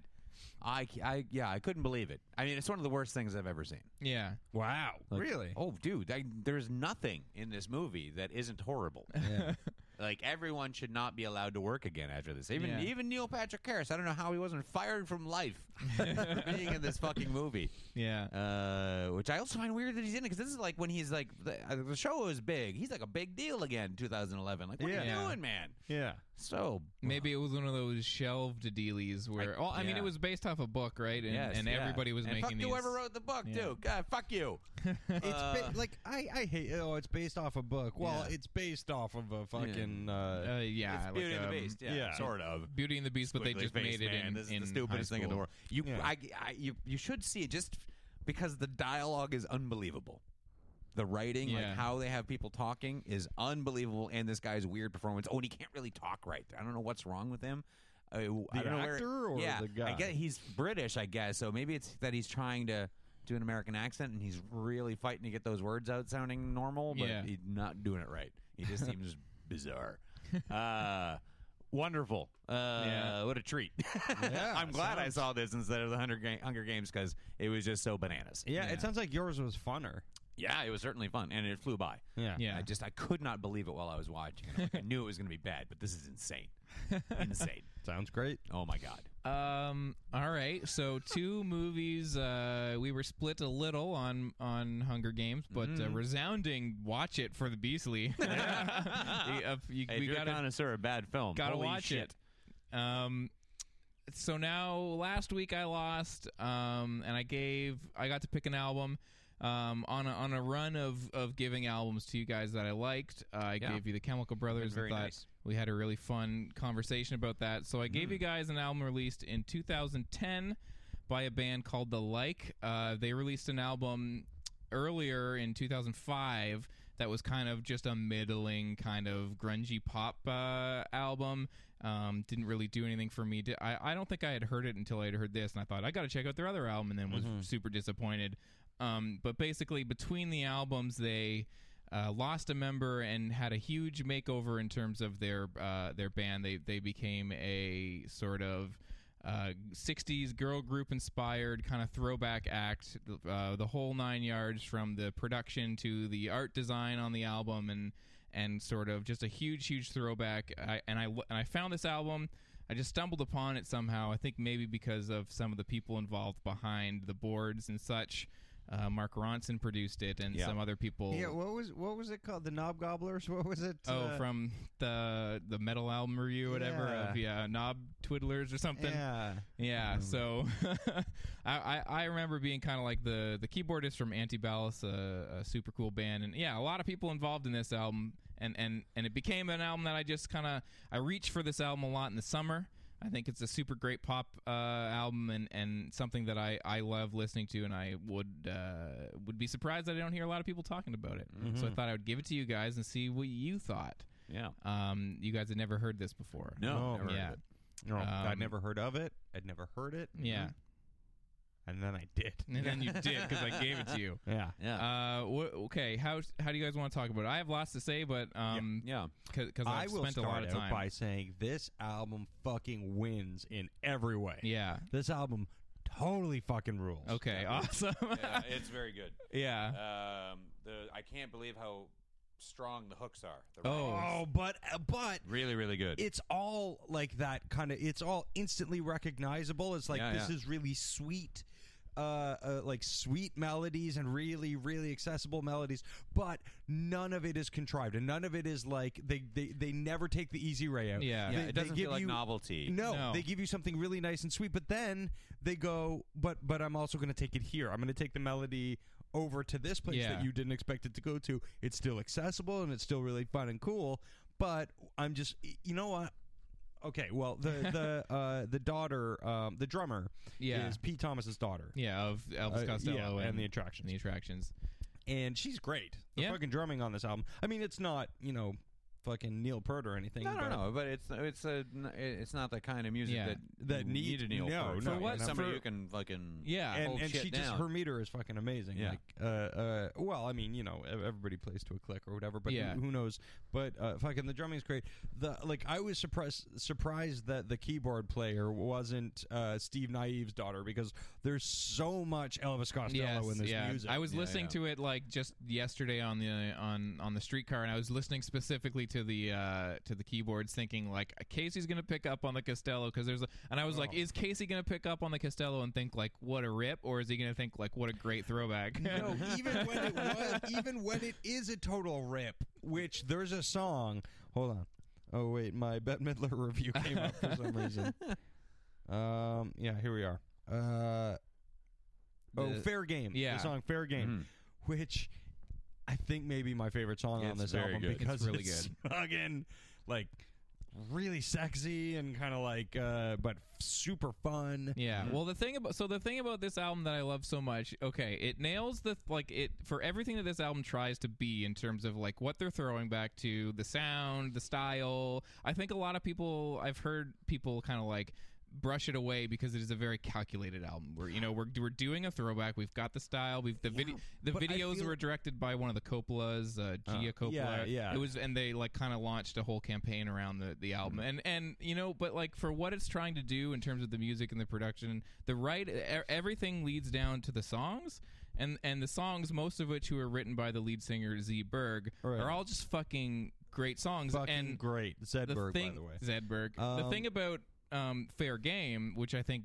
[SPEAKER 4] I, c- I- yeah, I couldn't believe it. I mean, it's one of the worst things I've ever seen.
[SPEAKER 2] yeah.
[SPEAKER 3] Wow.
[SPEAKER 4] Like,
[SPEAKER 3] really?
[SPEAKER 4] Oh, dude, I, there's nothing in this movie that isn't horrible. like everyone should not be allowed to work again after this. Even
[SPEAKER 2] Yeah.
[SPEAKER 4] even Neil Patrick Harris. I don't know how he wasn't fired from life for being in this fucking movie.
[SPEAKER 2] Yeah.
[SPEAKER 4] Uh, which I also find weird that he's in it because this is like when he's like the, uh, the show is big. He's like a big deal again. 2011. Like what are you
[SPEAKER 2] Yeah.
[SPEAKER 4] doing, man?
[SPEAKER 3] Yeah.
[SPEAKER 4] So
[SPEAKER 2] Maybe it was one of those shelved dealies where. well, I mean,
[SPEAKER 4] yeah.
[SPEAKER 2] it was based off a book, right? And,
[SPEAKER 4] yes,
[SPEAKER 2] and
[SPEAKER 4] yeah.
[SPEAKER 2] everybody was
[SPEAKER 4] And
[SPEAKER 2] making
[SPEAKER 4] fuck
[SPEAKER 2] these.
[SPEAKER 4] whoever wrote the book,
[SPEAKER 2] Yeah.
[SPEAKER 4] dude. God, fuck you.
[SPEAKER 3] It's ba-
[SPEAKER 4] Uh,
[SPEAKER 3] like I, I hate oh it's based off a book. Well,
[SPEAKER 4] Yeah.
[SPEAKER 3] it's based off of a fucking uh,
[SPEAKER 2] Uh, yeah,
[SPEAKER 4] it's
[SPEAKER 2] like,
[SPEAKER 4] Beauty and
[SPEAKER 2] um,
[SPEAKER 4] the Beast. Yeah,
[SPEAKER 3] yeah.
[SPEAKER 4] sort of.
[SPEAKER 2] Beauty and the Beast, but they
[SPEAKER 4] Squiggly
[SPEAKER 2] just
[SPEAKER 4] face,
[SPEAKER 2] made it
[SPEAKER 4] man.
[SPEAKER 2] in.
[SPEAKER 4] this is
[SPEAKER 2] in
[SPEAKER 4] the
[SPEAKER 2] high
[SPEAKER 4] stupidest thing in the
[SPEAKER 2] school.
[SPEAKER 4] world. You,
[SPEAKER 3] Yeah.
[SPEAKER 4] I, I, you, you should see it just because the dialogue is unbelievable. The writing, like
[SPEAKER 2] Yeah.
[SPEAKER 4] how they have people talking, is unbelievable, and this guy's weird performance. Oh, and he can't really talk right. I don't know what's wrong with him. Uh, I
[SPEAKER 3] The
[SPEAKER 4] don't know where-
[SPEAKER 3] actor or
[SPEAKER 4] yeah,
[SPEAKER 3] the guy?
[SPEAKER 4] I guess he's British, I guess. So maybe it's that he's trying to do an American accent, and he's really fighting to get those words out sounding normal, but
[SPEAKER 2] Yeah.
[SPEAKER 4] he's not doing it right. He just seems bizarre. Uh, wonderful. Uh,
[SPEAKER 2] Yeah.
[SPEAKER 4] What a treat. I'm glad I saw this instead of the Hunger, Ga- Hunger Games because it was just so bananas.
[SPEAKER 3] yeah,
[SPEAKER 2] Yeah.
[SPEAKER 3] it sounds like yours was funner.
[SPEAKER 4] Yeah, it was certainly fun, and it flew by.
[SPEAKER 2] Yeah.
[SPEAKER 4] I just I could not believe it while I was watching. it. Like, I knew it was going to be bad, but this is insane. insane.
[SPEAKER 3] Sounds great.
[SPEAKER 4] Oh my god.
[SPEAKER 2] Um. All right. So two movies. Uh, we were split a little on on Hunger Games, but
[SPEAKER 4] Mm-hmm.
[SPEAKER 2] uh, resounding watch it for the Beastly. we uh, you-
[SPEAKER 4] Hey, if
[SPEAKER 2] we
[SPEAKER 4] you're
[SPEAKER 2] gotta
[SPEAKER 4] a connoisseur of bad film,
[SPEAKER 2] gotta
[SPEAKER 4] holy
[SPEAKER 2] watch
[SPEAKER 4] shit.
[SPEAKER 2] it. Um. So now, last week I lost, um, and I gave I got to pick an album. Um, on a, on a run of, of giving albums to you guys that I liked, I
[SPEAKER 4] Yeah.
[SPEAKER 2] gave you the Chemical Brothers.
[SPEAKER 4] very
[SPEAKER 2] I thought
[SPEAKER 4] nice.
[SPEAKER 2] we had a really fun conversation about that. So I gave you guys an album released in 2010 by a band called The Like. Uh, they released an album earlier in 2005 that was kind of just a middling kind of grungy pop uh, album. Um, didn't really do anything for me. Di- I, I don't think I had heard it until I'd heard this, and I thought I got to check out their other album, and then was super disappointed. Um, but basically, between the albums, they uh, lost a member and had a huge makeover in terms of their uh, their band. They they became a sort of uh, 60s girl group inspired kind of throwback act, uh, the whole nine yards from the production to the art design on the album, and and sort of just a huge huge throwback. I, and I and I found this album. I just stumbled upon it somehow. I think maybe because of some of the people involved behind the boards and such. Uh, Mark Ronson produced it, and
[SPEAKER 4] Yeah.
[SPEAKER 2] some other people.
[SPEAKER 3] Yeah, what was what was it called? The Knob Gobblers? What was it?
[SPEAKER 2] Oh,
[SPEAKER 3] uh,
[SPEAKER 2] from the the metal album review, whatever
[SPEAKER 3] Yeah.
[SPEAKER 2] of yeah, knob twiddlers or something.
[SPEAKER 3] yeah.
[SPEAKER 2] Yeah, so I, I I remember being kind of like the the keyboardist from Antiballas, a, a super cool band, and yeah, a lot of people involved in this album, and and and it became an album that I just kind of I reach for this album a lot in the summer. I think it's a super great pop uh, album and, and something that I, I love listening to, and I would uh, would be surprised that I don't hear a lot of people talking about it. So I thought I would give it to you guys and see what you thought.
[SPEAKER 4] Yeah.
[SPEAKER 2] Um, you guys had never heard this before.
[SPEAKER 4] No.
[SPEAKER 3] No.
[SPEAKER 4] never heard
[SPEAKER 2] yeah,
[SPEAKER 4] of it.
[SPEAKER 3] No, Oh, I'd
[SPEAKER 2] Um,
[SPEAKER 3] never heard of it. I'd never heard it.
[SPEAKER 2] yeah.
[SPEAKER 3] And then I did.
[SPEAKER 2] And then you did because I gave it to you.
[SPEAKER 3] Yeah.
[SPEAKER 4] Mm-hmm. Yeah.
[SPEAKER 2] Uh, wh- okay. How how do you guys want to talk about it? I have lots to say, but um,
[SPEAKER 4] yeah.
[SPEAKER 2] because
[SPEAKER 3] I
[SPEAKER 2] I've
[SPEAKER 3] will
[SPEAKER 2] spent a
[SPEAKER 3] start
[SPEAKER 2] lot of
[SPEAKER 3] out
[SPEAKER 2] time.
[SPEAKER 3] by saying this album fucking wins in every way.
[SPEAKER 2] yeah.
[SPEAKER 3] This album totally fucking rules.
[SPEAKER 2] Okay. Awesome.
[SPEAKER 4] yeah, it's very good.
[SPEAKER 2] yeah.
[SPEAKER 4] Um, the I can't believe how strong the hooks are. The
[SPEAKER 2] Oh.
[SPEAKER 3] Oh, but but
[SPEAKER 4] really, really good.
[SPEAKER 3] it's all like that kind of it's all instantly recognizable it's like
[SPEAKER 4] Yeah,
[SPEAKER 3] this
[SPEAKER 4] yeah.
[SPEAKER 3] is really sweet uh, uh like sweet melodies and really really accessible melodies but none of it is contrived and none of it is like they they, they never take the easy way out
[SPEAKER 2] Yeah.
[SPEAKER 3] they,
[SPEAKER 2] Yeah,
[SPEAKER 4] it
[SPEAKER 3] they
[SPEAKER 4] doesn't
[SPEAKER 3] give
[SPEAKER 4] feel like
[SPEAKER 3] you-
[SPEAKER 4] novelty.
[SPEAKER 3] no,
[SPEAKER 2] No.
[SPEAKER 3] they give you something really nice and sweet but then they go but but i'm also going to take it here i'm going to take the melody over to this place
[SPEAKER 2] Yeah.
[SPEAKER 3] that you didn't expect it to go to it's still accessible and it's still really fun and cool but i'm just you know what okay well the the uh the daughter um the drummer
[SPEAKER 2] Yeah.
[SPEAKER 3] is pete thomas's daughter
[SPEAKER 2] yeah. Of Elvis
[SPEAKER 3] Uh,
[SPEAKER 2] Costello
[SPEAKER 3] yeah,
[SPEAKER 2] and,
[SPEAKER 3] and the attractions.
[SPEAKER 2] and the attractions.
[SPEAKER 3] and she's great the
[SPEAKER 2] Yeah.
[SPEAKER 3] fucking drumming on this album i mean it's not you know fucking Neil Peart or anything.
[SPEAKER 4] No, no,
[SPEAKER 3] but-
[SPEAKER 4] no. But it's it's a it's not the kind of music
[SPEAKER 2] Yeah.
[SPEAKER 4] that
[SPEAKER 3] That
[SPEAKER 4] you
[SPEAKER 3] need-
[SPEAKER 4] a Neil
[SPEAKER 3] no,
[SPEAKER 4] Peart.
[SPEAKER 3] no,
[SPEAKER 4] for what
[SPEAKER 3] no.
[SPEAKER 4] somebody
[SPEAKER 3] For-
[SPEAKER 4] who can fucking
[SPEAKER 2] Yeah.
[SPEAKER 3] and,
[SPEAKER 4] hold
[SPEAKER 3] and
[SPEAKER 4] shit
[SPEAKER 3] she just
[SPEAKER 4] down.
[SPEAKER 3] her meter is fucking amazing.
[SPEAKER 4] Yeah.
[SPEAKER 3] Like, uh, uh, well, I mean, you know, ev- everybody plays to a click or whatever, but
[SPEAKER 2] Yeah.
[SPEAKER 3] who, who knows? But uh, fucking the drumming's great. The like, I was surprised surprised that the keyboard player wasn't uh, Steve Naive's daughter because there's so much Elvis Costello in this
[SPEAKER 2] yeah.
[SPEAKER 3] music.
[SPEAKER 2] I was
[SPEAKER 4] Yeah,
[SPEAKER 2] listening
[SPEAKER 4] yeah.
[SPEAKER 2] to it like just yesterday on the on on the streetcar, and I was listening specifically to the uh, to the keyboards, thinking like Casey's gonna pick up on the Costello because there's a, and I was
[SPEAKER 3] Oh.
[SPEAKER 2] like, is Casey gonna pick up on the Costello and think like what a rip, or is he gonna think like what a great throwback?
[SPEAKER 3] No, even when it was, even when it is a total rip, which there's a song. Hold on. Oh wait, my Bette Midler review came up for some reason. Um, yeah, here we are. Uh, oh,
[SPEAKER 2] The-
[SPEAKER 3] fair game.
[SPEAKER 2] yeah. Mm-hmm.
[SPEAKER 3] the song fair game, which I think maybe my favorite song on
[SPEAKER 4] It's
[SPEAKER 3] this
[SPEAKER 4] very
[SPEAKER 3] album
[SPEAKER 4] good. It's
[SPEAKER 3] because
[SPEAKER 2] really
[SPEAKER 3] it's fucking like really sexy and kind of like uh, but super fun.
[SPEAKER 2] Yeah. Well, the thing about so the thing about this album that I love so much, okay, it nails the like it for everything that this album tries to be in terms of like what they're throwing back to, the sound, the style. I think a lot of people I've heard people kind of like brush it away because it is a very calculated album. We're you know we're we're doing a throwback. We've got the style. We've the video the
[SPEAKER 3] but I
[SPEAKER 2] videos
[SPEAKER 3] feel-
[SPEAKER 2] were directed by one of the Coppolas, uh, Gia Coppola.
[SPEAKER 3] yeah, yeah.
[SPEAKER 2] It was and they like kind of launched a whole campaign around the the album
[SPEAKER 3] Mm-hmm.
[SPEAKER 2] and and you know but like for what it's trying to do in terms of the music and the production the right e- everything leads down to the songs and and the songs most of which who are written by the lead singer Z Berg
[SPEAKER 3] Right.
[SPEAKER 2] are all just fucking great songs
[SPEAKER 3] Fucking
[SPEAKER 2] and
[SPEAKER 3] great. Zedberg,
[SPEAKER 2] the thing,
[SPEAKER 3] by the way.
[SPEAKER 2] Zedberg. the
[SPEAKER 3] Um,
[SPEAKER 2] thing about um, Fair Game, which I think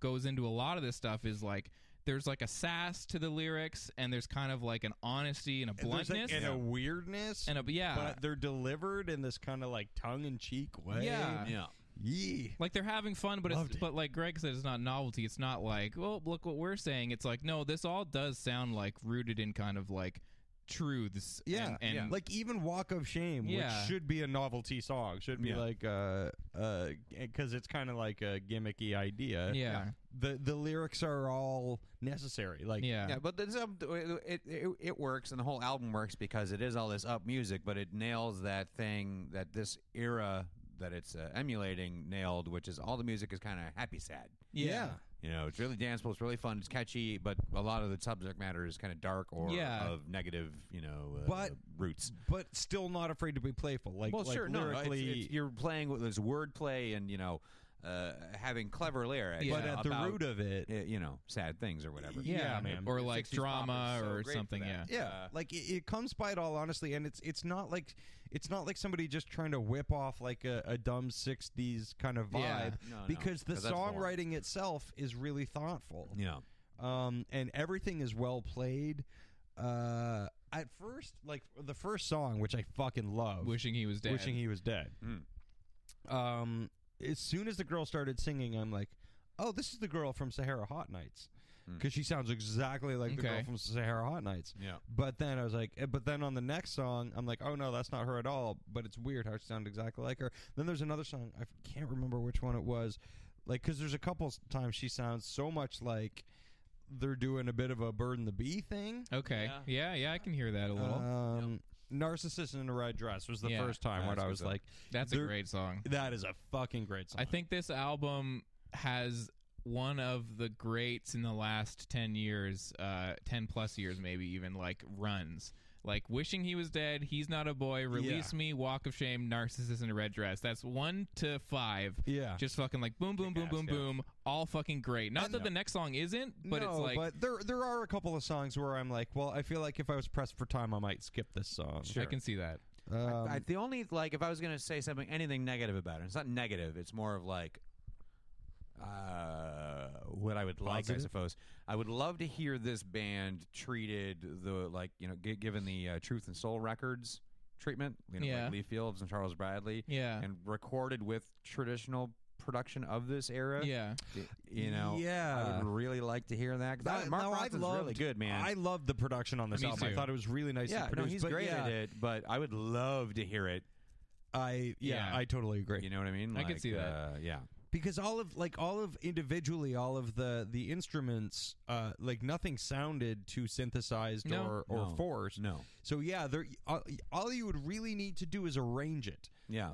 [SPEAKER 2] goes into a lot of this stuff, is like there's like a sass to the lyrics, and there's kind of like an honesty and a
[SPEAKER 3] There's, like,
[SPEAKER 2] bluntness
[SPEAKER 3] and a weirdness
[SPEAKER 2] and a yeah.
[SPEAKER 3] but they're delivered in this kind of like tongue in cheek way.
[SPEAKER 2] Yeah.
[SPEAKER 4] yeah.
[SPEAKER 3] Yee.
[SPEAKER 2] like they're having fun, but it's,
[SPEAKER 3] Loved it.
[SPEAKER 2] but like Greg said, it's not novelty. It's not like, well, look what we're saying. It's like, no, this all does sound like rooted in kind of like truths.
[SPEAKER 3] Yeah,
[SPEAKER 2] and, and
[SPEAKER 3] like even "Walk of Shame,"
[SPEAKER 2] Yeah.
[SPEAKER 3] which should be a novelty song, should be
[SPEAKER 4] Yeah.
[SPEAKER 3] like uh uh because it's kind of like a gimmicky idea.
[SPEAKER 2] Yeah.
[SPEAKER 3] the the lyrics are all necessary. Like
[SPEAKER 2] yeah,
[SPEAKER 4] Yeah, but this, um, it, it it works, and the whole album works because it is all this up music, but it nails that thing that this era that it's uh, emulating nailed, which is all the music is kind of happy sad.
[SPEAKER 2] yeah.
[SPEAKER 4] You know, it's really danceable, it's really fun, it's catchy, but a lot of the subject matter is kind of dark or
[SPEAKER 2] Yeah.
[SPEAKER 4] of negative, you know, uh,
[SPEAKER 3] But-
[SPEAKER 4] roots.
[SPEAKER 3] but still not afraid to be playful. Like
[SPEAKER 4] well,
[SPEAKER 3] like
[SPEAKER 4] sure, no, it's,
[SPEAKER 3] lyrically,
[SPEAKER 4] it's- you're playing with this wordplay and you know, uh, having clever lyrics,
[SPEAKER 2] Yeah.
[SPEAKER 3] but at the
[SPEAKER 4] about,
[SPEAKER 3] root of it,
[SPEAKER 4] uh, you know, sad things or whatever.
[SPEAKER 3] Yeah,
[SPEAKER 2] Yeah,
[SPEAKER 3] man.
[SPEAKER 2] or like
[SPEAKER 4] 60s pop
[SPEAKER 2] drama
[SPEAKER 4] is so
[SPEAKER 2] or
[SPEAKER 4] great for
[SPEAKER 2] something. Yeah,
[SPEAKER 4] that.
[SPEAKER 3] Yeah,
[SPEAKER 4] Uh,
[SPEAKER 3] like it, it comes by it all honestly, and it's it's not like it's not like somebody just trying to whip off like a, a dumb '60s kind of vibe
[SPEAKER 2] Yeah.
[SPEAKER 4] No, no,
[SPEAKER 3] because
[SPEAKER 4] 'cause
[SPEAKER 3] the
[SPEAKER 4] that's boring.
[SPEAKER 3] songwriting itself is really thoughtful,
[SPEAKER 4] Yeah.
[SPEAKER 3] um, and everything is well played. Uh, at first, like the first song, which I fucking love,
[SPEAKER 2] wishing he was dead.
[SPEAKER 3] wishing he was dead.
[SPEAKER 4] Mm.
[SPEAKER 3] Um, as soon as the girl started singing, I'm like, oh, this is the girl from Sahara Hot Nights.
[SPEAKER 4] Hmm.
[SPEAKER 3] Because she sounds exactly like the girl
[SPEAKER 2] Okay.
[SPEAKER 3] from Sahara Hot Nights.
[SPEAKER 4] Yeah.
[SPEAKER 3] But then I was like, eh, but then on the next song, I'm like, oh no, that's not her at all. But it's weird how she sounds exactly like her. Then there's another song I f- can't remember which one it was, like because there's a couple s- times she sounds so much like they're doing a bit of a bird and the bee thing.
[SPEAKER 2] okay,
[SPEAKER 4] Yeah.
[SPEAKER 2] yeah. yeah, I can hear that a little.
[SPEAKER 3] Um, Narcissist in a red dress was the
[SPEAKER 2] Yeah.
[SPEAKER 3] first time when
[SPEAKER 4] That's
[SPEAKER 3] I
[SPEAKER 4] good
[SPEAKER 3] was
[SPEAKER 4] stuff.
[SPEAKER 3] like,
[SPEAKER 2] That's a
[SPEAKER 3] there-
[SPEAKER 2] great song.
[SPEAKER 3] that is a fucking great song.
[SPEAKER 2] I think this album has one of the greats in the last 10 years, uh, 10 plus years, maybe even like runs. Like wishing he was dead, he's not a boy. Release me, walk of shame, narcissist in a red dress. That's one to five.
[SPEAKER 3] Yeah.
[SPEAKER 2] just fucking like boom, boom, boom, boom, boom. All fucking great. Not that the next song isn't, but
[SPEAKER 3] no,
[SPEAKER 2] it's like
[SPEAKER 3] but there there are a couple of songs where I'm like, well, I feel like if I was pressed for time, I might skip this song.
[SPEAKER 2] I can see that.
[SPEAKER 3] Um,
[SPEAKER 4] I, the only like, if I was going to say something, anything negative about it, it's not negative. It's more of like uh, what I would like, I
[SPEAKER 3] Positive?
[SPEAKER 4] suppose. I would love to hear this band treated the like you know, g- given the uh, Truth and Soul Records treatment, you know,
[SPEAKER 2] Yeah.
[SPEAKER 4] like Lee Fields and Charles Bradley,
[SPEAKER 2] Yeah.
[SPEAKER 4] and recorded with traditional production of this era.
[SPEAKER 2] Yeah,
[SPEAKER 4] Y- you know, I
[SPEAKER 3] Yeah.
[SPEAKER 4] would really like to hear that. 'cause I-
[SPEAKER 3] That-
[SPEAKER 4] Mark
[SPEAKER 3] no, I
[SPEAKER 4] Ronson's really
[SPEAKER 3] loved-
[SPEAKER 4] good, man.
[SPEAKER 3] I loved the production on this
[SPEAKER 2] Me
[SPEAKER 3] album. I
[SPEAKER 2] too.
[SPEAKER 3] thought it was really nice.
[SPEAKER 4] yeah,
[SPEAKER 3] to produce,
[SPEAKER 4] no, he's
[SPEAKER 3] but
[SPEAKER 4] great
[SPEAKER 3] yeah,
[SPEAKER 4] at it, but I would love to hear it.
[SPEAKER 3] I yeah,
[SPEAKER 2] Yeah.
[SPEAKER 3] I totally agree.
[SPEAKER 4] You know what I mean?
[SPEAKER 2] I could see that.
[SPEAKER 4] Uh, yeah.
[SPEAKER 3] because all of like all of individually all of the the instruments uh like nothing sounded too synthesized
[SPEAKER 2] No.
[SPEAKER 3] or or
[SPEAKER 4] No.
[SPEAKER 3] forced
[SPEAKER 4] No.
[SPEAKER 3] so yeah there all, all you would really need to do is arrange it
[SPEAKER 4] Yeah.
[SPEAKER 3] uh,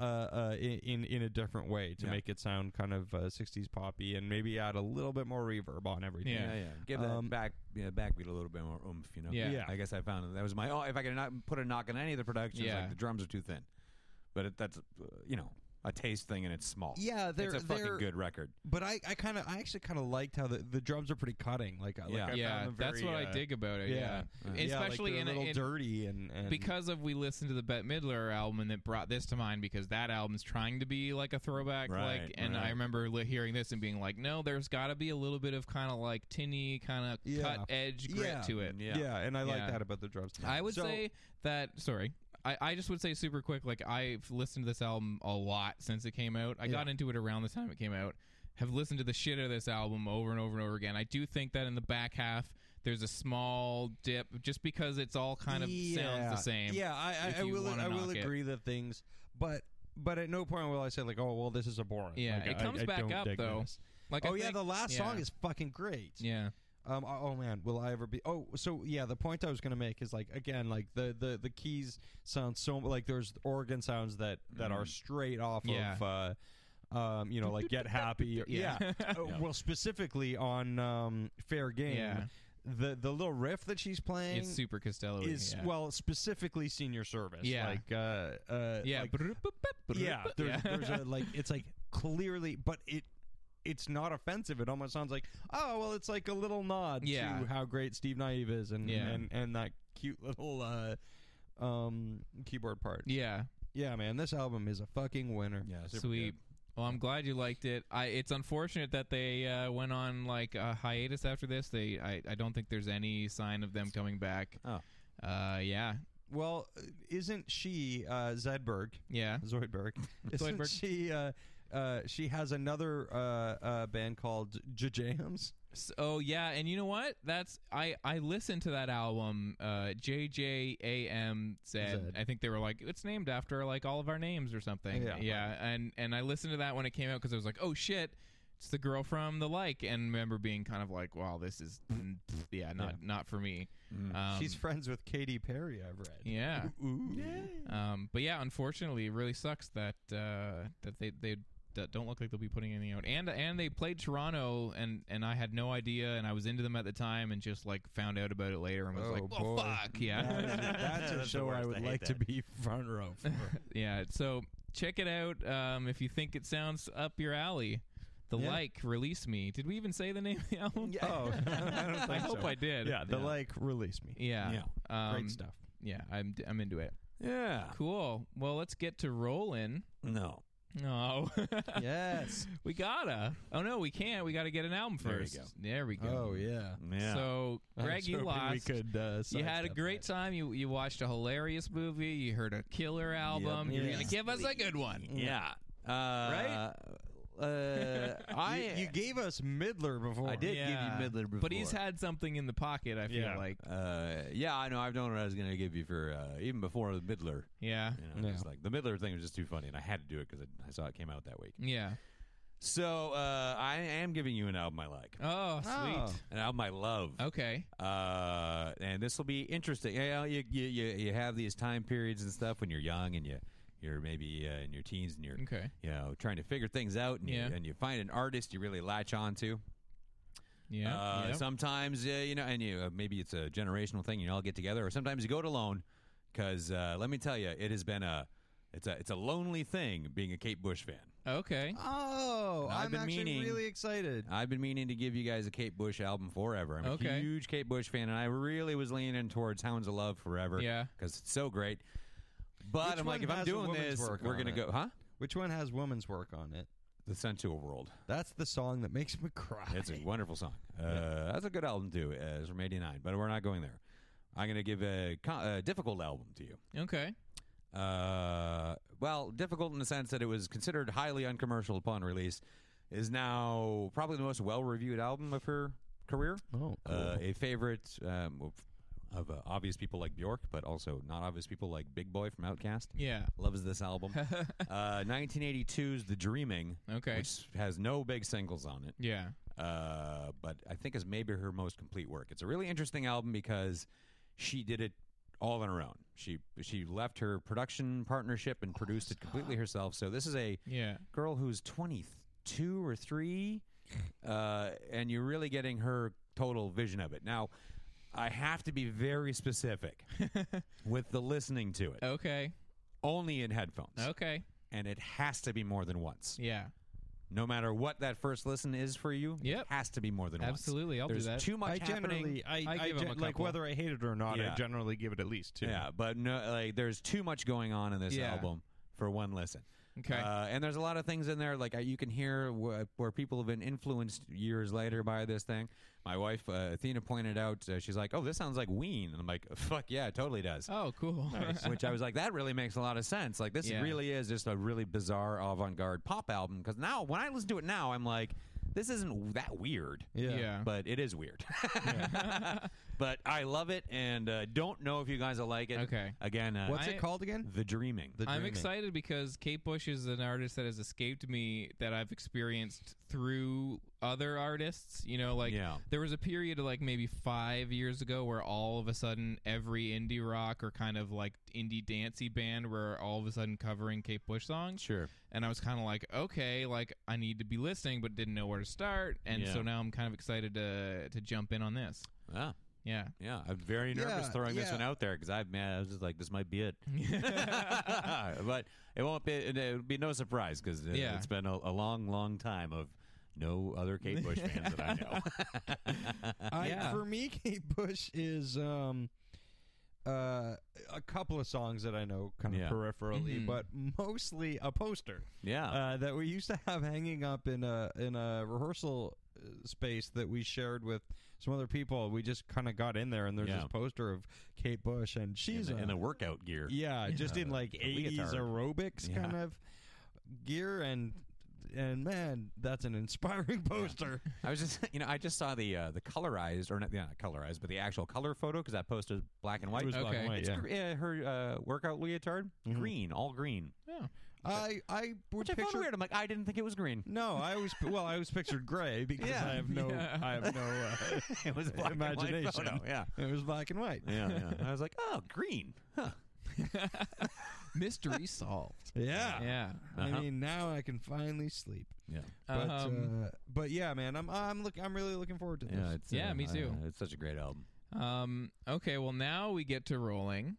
[SPEAKER 3] uh in in- in a different way to
[SPEAKER 4] Yeah.
[SPEAKER 3] make it sound kind of uh, 60s poppy and maybe add a little bit more reverb on everything
[SPEAKER 2] Yeah.
[SPEAKER 4] Yeah, yeah. Give that
[SPEAKER 3] Um,
[SPEAKER 4] back, yeah, backbeat a little bit more oomph, you know.
[SPEAKER 2] Yeah.
[SPEAKER 3] Yeah.
[SPEAKER 4] I guess I found that was my. Oh, if I could not put a knock on any of the productions,
[SPEAKER 2] Yeah.
[SPEAKER 4] like the drums are too thin. But it, that's uh, you know a taste thing, and it's small.
[SPEAKER 3] Yeah, they're-
[SPEAKER 4] it's a fucking
[SPEAKER 3] they're-
[SPEAKER 4] good record.
[SPEAKER 3] but i i kind of i actually kind of liked how the, the drums are pretty cutting like, I- like
[SPEAKER 4] Yeah.
[SPEAKER 3] I
[SPEAKER 2] yeah,
[SPEAKER 3] found them
[SPEAKER 2] that's
[SPEAKER 3] very,
[SPEAKER 2] what
[SPEAKER 3] uh,
[SPEAKER 2] I dig about it. Yeah,
[SPEAKER 3] yeah, Yeah, like
[SPEAKER 2] especially
[SPEAKER 3] they're
[SPEAKER 2] in,
[SPEAKER 3] a
[SPEAKER 2] a-
[SPEAKER 3] little
[SPEAKER 2] in
[SPEAKER 3] dirty and, and
[SPEAKER 2] because of we listened to the Bette Midler album and it brought this to mind because that album's trying to be like a throwback,
[SPEAKER 4] Right,
[SPEAKER 2] like. And I
[SPEAKER 4] right.
[SPEAKER 2] remember li- hearing this and being like, no, there's got to be a little bit of kind of like tinny, kind of
[SPEAKER 3] Yeah.
[SPEAKER 2] cut edge grit
[SPEAKER 3] Yeah.
[SPEAKER 2] to it.
[SPEAKER 4] Yeah.
[SPEAKER 3] yeah, and i like
[SPEAKER 2] Yeah.
[SPEAKER 3] that about the drums
[SPEAKER 2] I would
[SPEAKER 3] So-
[SPEAKER 2] say that. Sorry, I, I just would say super quick. Like I've listened to this album a lot since it came out. I got into it around the time it came out. Have listened to the shit out of this album over and over and over again. I do think that in the back half there's a small dip, just because it's all kind of sounds
[SPEAKER 3] Yeah.
[SPEAKER 2] the same.
[SPEAKER 3] Yeah, I,
[SPEAKER 2] if
[SPEAKER 3] I, I
[SPEAKER 2] you
[SPEAKER 3] will.
[SPEAKER 2] wanna
[SPEAKER 3] I will
[SPEAKER 2] knock it.
[SPEAKER 3] agree that things, but but at no point will I say like, oh well, this is a boring.
[SPEAKER 2] Yeah,
[SPEAKER 3] Like,
[SPEAKER 2] it
[SPEAKER 3] I-
[SPEAKER 2] comes
[SPEAKER 3] I
[SPEAKER 2] back
[SPEAKER 3] don't
[SPEAKER 2] up,
[SPEAKER 3] dig
[SPEAKER 2] though.
[SPEAKER 3] this.
[SPEAKER 2] Like I
[SPEAKER 3] oh yeah,
[SPEAKER 2] think-
[SPEAKER 3] the last
[SPEAKER 2] yeah.
[SPEAKER 3] song is fucking great.
[SPEAKER 2] yeah,
[SPEAKER 3] Um. oh- Oh man, will I ever be? Oh, so yeah. The point I was gonna make is like again, like the the the keys sound so like there's organ sounds that that are straight off
[SPEAKER 2] Mm-hmm. Yeah.
[SPEAKER 3] of. uh um, you know, like get happy. or-
[SPEAKER 2] Yeah.
[SPEAKER 3] yeah. Uh, well, specifically on um, fair game,
[SPEAKER 2] Yeah.
[SPEAKER 3] the the little riff that she's playing
[SPEAKER 2] it's super Costello.
[SPEAKER 3] is
[SPEAKER 2] yeah.
[SPEAKER 3] well specifically senior service.
[SPEAKER 2] Yeah.
[SPEAKER 3] like uh, uh,
[SPEAKER 2] yeah,
[SPEAKER 3] like,
[SPEAKER 2] Brrup, bup, bup,
[SPEAKER 3] yeah.
[SPEAKER 2] brrup.
[SPEAKER 3] There's,
[SPEAKER 2] Yeah.
[SPEAKER 3] there's a like it's like clearly, but it it's not offensive. It almost sounds like oh well, it's like a little nod
[SPEAKER 2] Yeah.
[SPEAKER 3] to how great Steve Naive is and
[SPEAKER 2] Yeah.
[SPEAKER 3] and and that cute little uh, um keyboard part.
[SPEAKER 2] yeah.
[SPEAKER 3] Yeah, man, this album is a fucking winner.
[SPEAKER 4] Yeah, super
[SPEAKER 2] Sweet. Well, I'm glad you liked it. I, it's unfortunate that they uh, went on like a hiatus after this. They, I, I don't think there's any sign of them coming back.
[SPEAKER 4] Oh.
[SPEAKER 2] Uh, yeah,
[SPEAKER 3] Well, isn't she uh, Zedberg?
[SPEAKER 2] yeah.
[SPEAKER 3] Zoidberg. Isn't
[SPEAKER 2] Zoidberg.
[SPEAKER 3] she? Uh, uh, she has another uh, uh, band called J Jams.
[SPEAKER 2] S- oh, yeah. And you know what? That's I, I listened to that album. Uh, J J A M said.
[SPEAKER 3] Zed.
[SPEAKER 2] I think they were like it's named after like all of our names or something.
[SPEAKER 3] Yeah.
[SPEAKER 2] And and I listened to that when it came out because I was like, oh shit. It's the girl from the like, and remember being kind of like, "Wow, this is, yeah, not not for me." Um,
[SPEAKER 3] Mm. She's friends with Katy Perry. I've read.
[SPEAKER 2] yeah,
[SPEAKER 3] Ooh.
[SPEAKER 2] Um, but yeah, unfortunately, it really sucks that uh, that they they that don't look like they'll be putting anything out. And and they played Toronto, and and I had no idea, and I was into them at the time, and just like found out about it later, and was
[SPEAKER 3] Oh,
[SPEAKER 2] like, well,
[SPEAKER 3] boy.
[SPEAKER 2] fuck, yeah,
[SPEAKER 3] That's a
[SPEAKER 4] That's the
[SPEAKER 3] show I
[SPEAKER 4] worst. I
[SPEAKER 3] would
[SPEAKER 4] hate
[SPEAKER 3] like to
[SPEAKER 4] that.
[SPEAKER 3] be front row for.
[SPEAKER 2] yeah. So check it out um, if you think it sounds up your alley. The
[SPEAKER 3] Yeah.
[SPEAKER 2] like, release me. Did we even say the name of the album?
[SPEAKER 3] Oh, I, don't think
[SPEAKER 2] I hope
[SPEAKER 3] so.
[SPEAKER 2] I did.
[SPEAKER 3] Yeah, the like release me.
[SPEAKER 2] yeah. Um,
[SPEAKER 3] Great stuff.
[SPEAKER 2] Yeah, I'm I'm into it.
[SPEAKER 4] Yeah.
[SPEAKER 2] Cool. Well, let's get to Oh. rolling.
[SPEAKER 4] No.
[SPEAKER 2] No.
[SPEAKER 3] Yes.
[SPEAKER 2] We gotta. Oh no, we can't. We gotta get an album
[SPEAKER 4] There we
[SPEAKER 2] first. There we go.
[SPEAKER 3] oh yeah.
[SPEAKER 4] Yeah.
[SPEAKER 2] So
[SPEAKER 3] I
[SPEAKER 2] Greg,
[SPEAKER 3] was
[SPEAKER 2] you
[SPEAKER 3] hoping
[SPEAKER 2] lost.
[SPEAKER 3] We could. Uh,
[SPEAKER 2] you had a
[SPEAKER 3] sidestep
[SPEAKER 2] great
[SPEAKER 3] that.
[SPEAKER 2] time. You you watched a hilarious movie. You heard a killer album. You're
[SPEAKER 3] Yeah.
[SPEAKER 2] gonna give us a good one.
[SPEAKER 4] yeah. Uh, right. Uh, I
[SPEAKER 3] You, you gave us Midler before.
[SPEAKER 4] I did
[SPEAKER 2] Yeah.
[SPEAKER 4] give you Midler before,
[SPEAKER 2] But he's had something in the pocket. I feel
[SPEAKER 3] Yeah.
[SPEAKER 2] like.
[SPEAKER 4] Uh, yeah, I know. I've known what I was going to give you for uh, even before the Midler.
[SPEAKER 2] Yeah.
[SPEAKER 4] You know,
[SPEAKER 3] Yeah.
[SPEAKER 4] It's like the Midler thing was just too funny, and I had to do it because I, I saw it came out that week.
[SPEAKER 2] Yeah.
[SPEAKER 4] So uh, I am giving you an album I like,
[SPEAKER 2] Oh,
[SPEAKER 3] Oh.
[SPEAKER 2] sweet.
[SPEAKER 4] an album I love.
[SPEAKER 2] Okay.
[SPEAKER 4] Uh, and this will be interesting. You, know, you, you you you have these time periods and stuff when you're young and you you're maybe uh, in your teens and you're
[SPEAKER 2] Okay.
[SPEAKER 4] you know trying to figure things out and,
[SPEAKER 2] Yeah.
[SPEAKER 4] you, and you find an artist you really latch on to.
[SPEAKER 2] Yeah.
[SPEAKER 4] Uh,
[SPEAKER 2] yeah.
[SPEAKER 4] Sometimes uh, you know, and you uh, maybe it's a generational thing. You all get together, or sometimes you go it alone. Because uh, let me tell you, it has been a it's a it's a lonely thing being a Kate Bush fan.
[SPEAKER 2] okay.
[SPEAKER 3] Oh,
[SPEAKER 4] I've
[SPEAKER 3] I'm
[SPEAKER 4] been
[SPEAKER 3] actually
[SPEAKER 4] meaning-
[SPEAKER 3] really excited.
[SPEAKER 4] I've been meaning to give you guys a Kate Bush album forever. I'm
[SPEAKER 2] Okay.
[SPEAKER 4] a huge Kate Bush fan, and I really was leaning towards Hounds of Love forever.
[SPEAKER 2] Yeah.
[SPEAKER 4] because it's so great. But
[SPEAKER 3] Which
[SPEAKER 4] I'm like,
[SPEAKER 3] one
[SPEAKER 4] if I'm
[SPEAKER 3] has a
[SPEAKER 4] doing
[SPEAKER 3] woman's
[SPEAKER 4] this,
[SPEAKER 3] work
[SPEAKER 4] we're
[SPEAKER 3] on
[SPEAKER 4] gonna
[SPEAKER 3] it?
[SPEAKER 4] go, huh?
[SPEAKER 3] Which one has woman's work on it?
[SPEAKER 4] The Sensual World.
[SPEAKER 3] That's the song that makes me cry.
[SPEAKER 4] It's a wonderful song. Uh, that's a good album too. Uh, it's from '89, but we're not going there. I'm gonna give a, co- a difficult album to you.
[SPEAKER 2] Okay.
[SPEAKER 4] uh, well, difficult in the sense that it was considered highly uncommercial upon release, is now probably the most well reviewed album of her career.
[SPEAKER 3] Oh,
[SPEAKER 4] Uh, a favorite, um, of uh, obvious people like Bjork, but also not obvious people like Big Boy from Outcast.
[SPEAKER 2] Yeah.
[SPEAKER 4] Loves this album. uh, 1982's The Dreaming,
[SPEAKER 2] Okay.
[SPEAKER 4] which has no big singles on it
[SPEAKER 2] Yeah.
[SPEAKER 4] uh, but I think is maybe her most complete work. It's a really interesting album because she did it all on her own. She she left her production partnership and produced it completely herself. So this is a
[SPEAKER 2] Yeah.
[SPEAKER 4] girl who's 22 or 3 uh, and you're really getting her total vision of it. Now, I have to be very specific with the listening to it.
[SPEAKER 2] Okay.
[SPEAKER 4] Only in headphones.
[SPEAKER 2] Oh. Okay.
[SPEAKER 4] And it has to be more than once
[SPEAKER 2] Yeah.
[SPEAKER 4] no matter what that first listen is for you,
[SPEAKER 2] Yep.
[SPEAKER 4] it has to be more than
[SPEAKER 2] Absolutely,
[SPEAKER 4] once.
[SPEAKER 2] I'll do
[SPEAKER 4] There's
[SPEAKER 2] that.
[SPEAKER 4] too much
[SPEAKER 3] I generally,
[SPEAKER 4] happening.
[SPEAKER 3] I,
[SPEAKER 2] I give 'em
[SPEAKER 3] gen-
[SPEAKER 2] a
[SPEAKER 3] like
[SPEAKER 2] couple.
[SPEAKER 3] whether I hate it or not. I
[SPEAKER 4] Yeah.
[SPEAKER 3] generally give it at least two.
[SPEAKER 4] Yeah, but no, like there's too much going on in this
[SPEAKER 2] Yeah.
[SPEAKER 4] album for one listen.
[SPEAKER 2] Okay.
[SPEAKER 4] uh, and there's a lot of things in there like uh, you can hear wh- where people have been influenced years later by this thing. My wife uh, Athena pointed out, uh, she's like, "Oh, this sounds like Ween," and I'm like, "Fuck yeah, it totally does."
[SPEAKER 2] oh, cool.
[SPEAKER 4] Which I was like, that really makes a lot of sense. Like, this
[SPEAKER 2] Yeah.
[SPEAKER 4] really is just a really bizarre avant garde pop album. Because now, when I listen to it now, I'm like, this isn't that weird
[SPEAKER 2] yeah.
[SPEAKER 4] but it is weird. but I love it, and uh, don't know if you guys will like it.
[SPEAKER 2] Okay.
[SPEAKER 4] Again, uh,
[SPEAKER 3] What's
[SPEAKER 2] I-
[SPEAKER 3] it called again?
[SPEAKER 4] The Dreaming.
[SPEAKER 3] The
[SPEAKER 2] I'm
[SPEAKER 3] Dreaming.
[SPEAKER 2] excited because Kate Bush is an artist that has escaped me that I've experienced through other artists. You know, like
[SPEAKER 4] Yeah.
[SPEAKER 2] there was a period of like maybe five years ago where all of a sudden every indie rock or kind of like indie dancey band were all of a sudden covering Kate Bush songs.
[SPEAKER 4] sure.
[SPEAKER 2] And I was kind of like, okay, like I need to be listening, but didn't know where to start. And
[SPEAKER 4] Yeah.
[SPEAKER 2] so now I'm kind of excited to to jump in on this.
[SPEAKER 4] Yeah.
[SPEAKER 2] Yeah.
[SPEAKER 4] Yeah. I'm very nervous
[SPEAKER 3] Yeah,
[SPEAKER 4] throwing this
[SPEAKER 3] yeah.
[SPEAKER 4] one out there because I've man, I was just like, this might be it. but it won't be. It, it'll be no surprise because uh,
[SPEAKER 2] Yeah.
[SPEAKER 4] it's been a, a long, long time of no other Kate Bush fans that I know.
[SPEAKER 3] I,
[SPEAKER 2] Yeah.
[SPEAKER 3] For me, Kate Bush is um, uh, a couple of songs that I know kind of
[SPEAKER 4] Yeah.
[SPEAKER 3] peripherally,
[SPEAKER 2] Mhm.
[SPEAKER 3] but mostly a poster
[SPEAKER 4] yeah.
[SPEAKER 3] uh, that we used to have hanging up in a in a rehearsal uh, space that we shared with some other people. We just kind of got in there, and there's
[SPEAKER 4] Yeah.
[SPEAKER 3] this poster of Kate Bush, and
[SPEAKER 4] in,
[SPEAKER 3] she's
[SPEAKER 4] the,
[SPEAKER 3] a-
[SPEAKER 4] in the workout gear.
[SPEAKER 3] yeah, just in
[SPEAKER 4] Uh,
[SPEAKER 3] like
[SPEAKER 4] a
[SPEAKER 3] eighties
[SPEAKER 4] leotard.
[SPEAKER 3] aerobics
[SPEAKER 4] Yeah.
[SPEAKER 3] kind of gear, and and man, that's an inspiring poster.
[SPEAKER 4] I was just, you know, I just saw the uh, the colorized, or not, yeah, not colorized, but the actual color photo because that post is black and white.
[SPEAKER 3] It was black
[SPEAKER 2] Okay.
[SPEAKER 3] and white,
[SPEAKER 4] It's
[SPEAKER 3] yeah.
[SPEAKER 4] gr- uh, her uh, workout leotard, green, all green.
[SPEAKER 2] Yeah.
[SPEAKER 3] I I would
[SPEAKER 4] Which I found
[SPEAKER 3] picture
[SPEAKER 4] weird. I'm like, I didn't think it was green.
[SPEAKER 3] No, I always well, I always pictured gray because
[SPEAKER 4] Yeah.
[SPEAKER 3] I have no,
[SPEAKER 2] Yeah.
[SPEAKER 3] I have no uh,
[SPEAKER 4] It was black and white
[SPEAKER 3] imagination.
[SPEAKER 4] photo, yeah.
[SPEAKER 3] it was black and white.
[SPEAKER 4] Yeah, yeah. I was like, oh, green. Huh.
[SPEAKER 2] Mystery solved.
[SPEAKER 3] Yeah.
[SPEAKER 2] Yeah.
[SPEAKER 3] I
[SPEAKER 4] Uh-huh.
[SPEAKER 3] mean, now I can finally sleep.
[SPEAKER 4] Yeah.
[SPEAKER 3] But
[SPEAKER 2] Um,
[SPEAKER 3] uh, but yeah, man, I'm I'm look I'm really looking forward to this.
[SPEAKER 4] Yeah, it's, uh,
[SPEAKER 2] Yeah, me too.
[SPEAKER 4] it's such a great album.
[SPEAKER 2] Um, okay, well, now we get to rolling.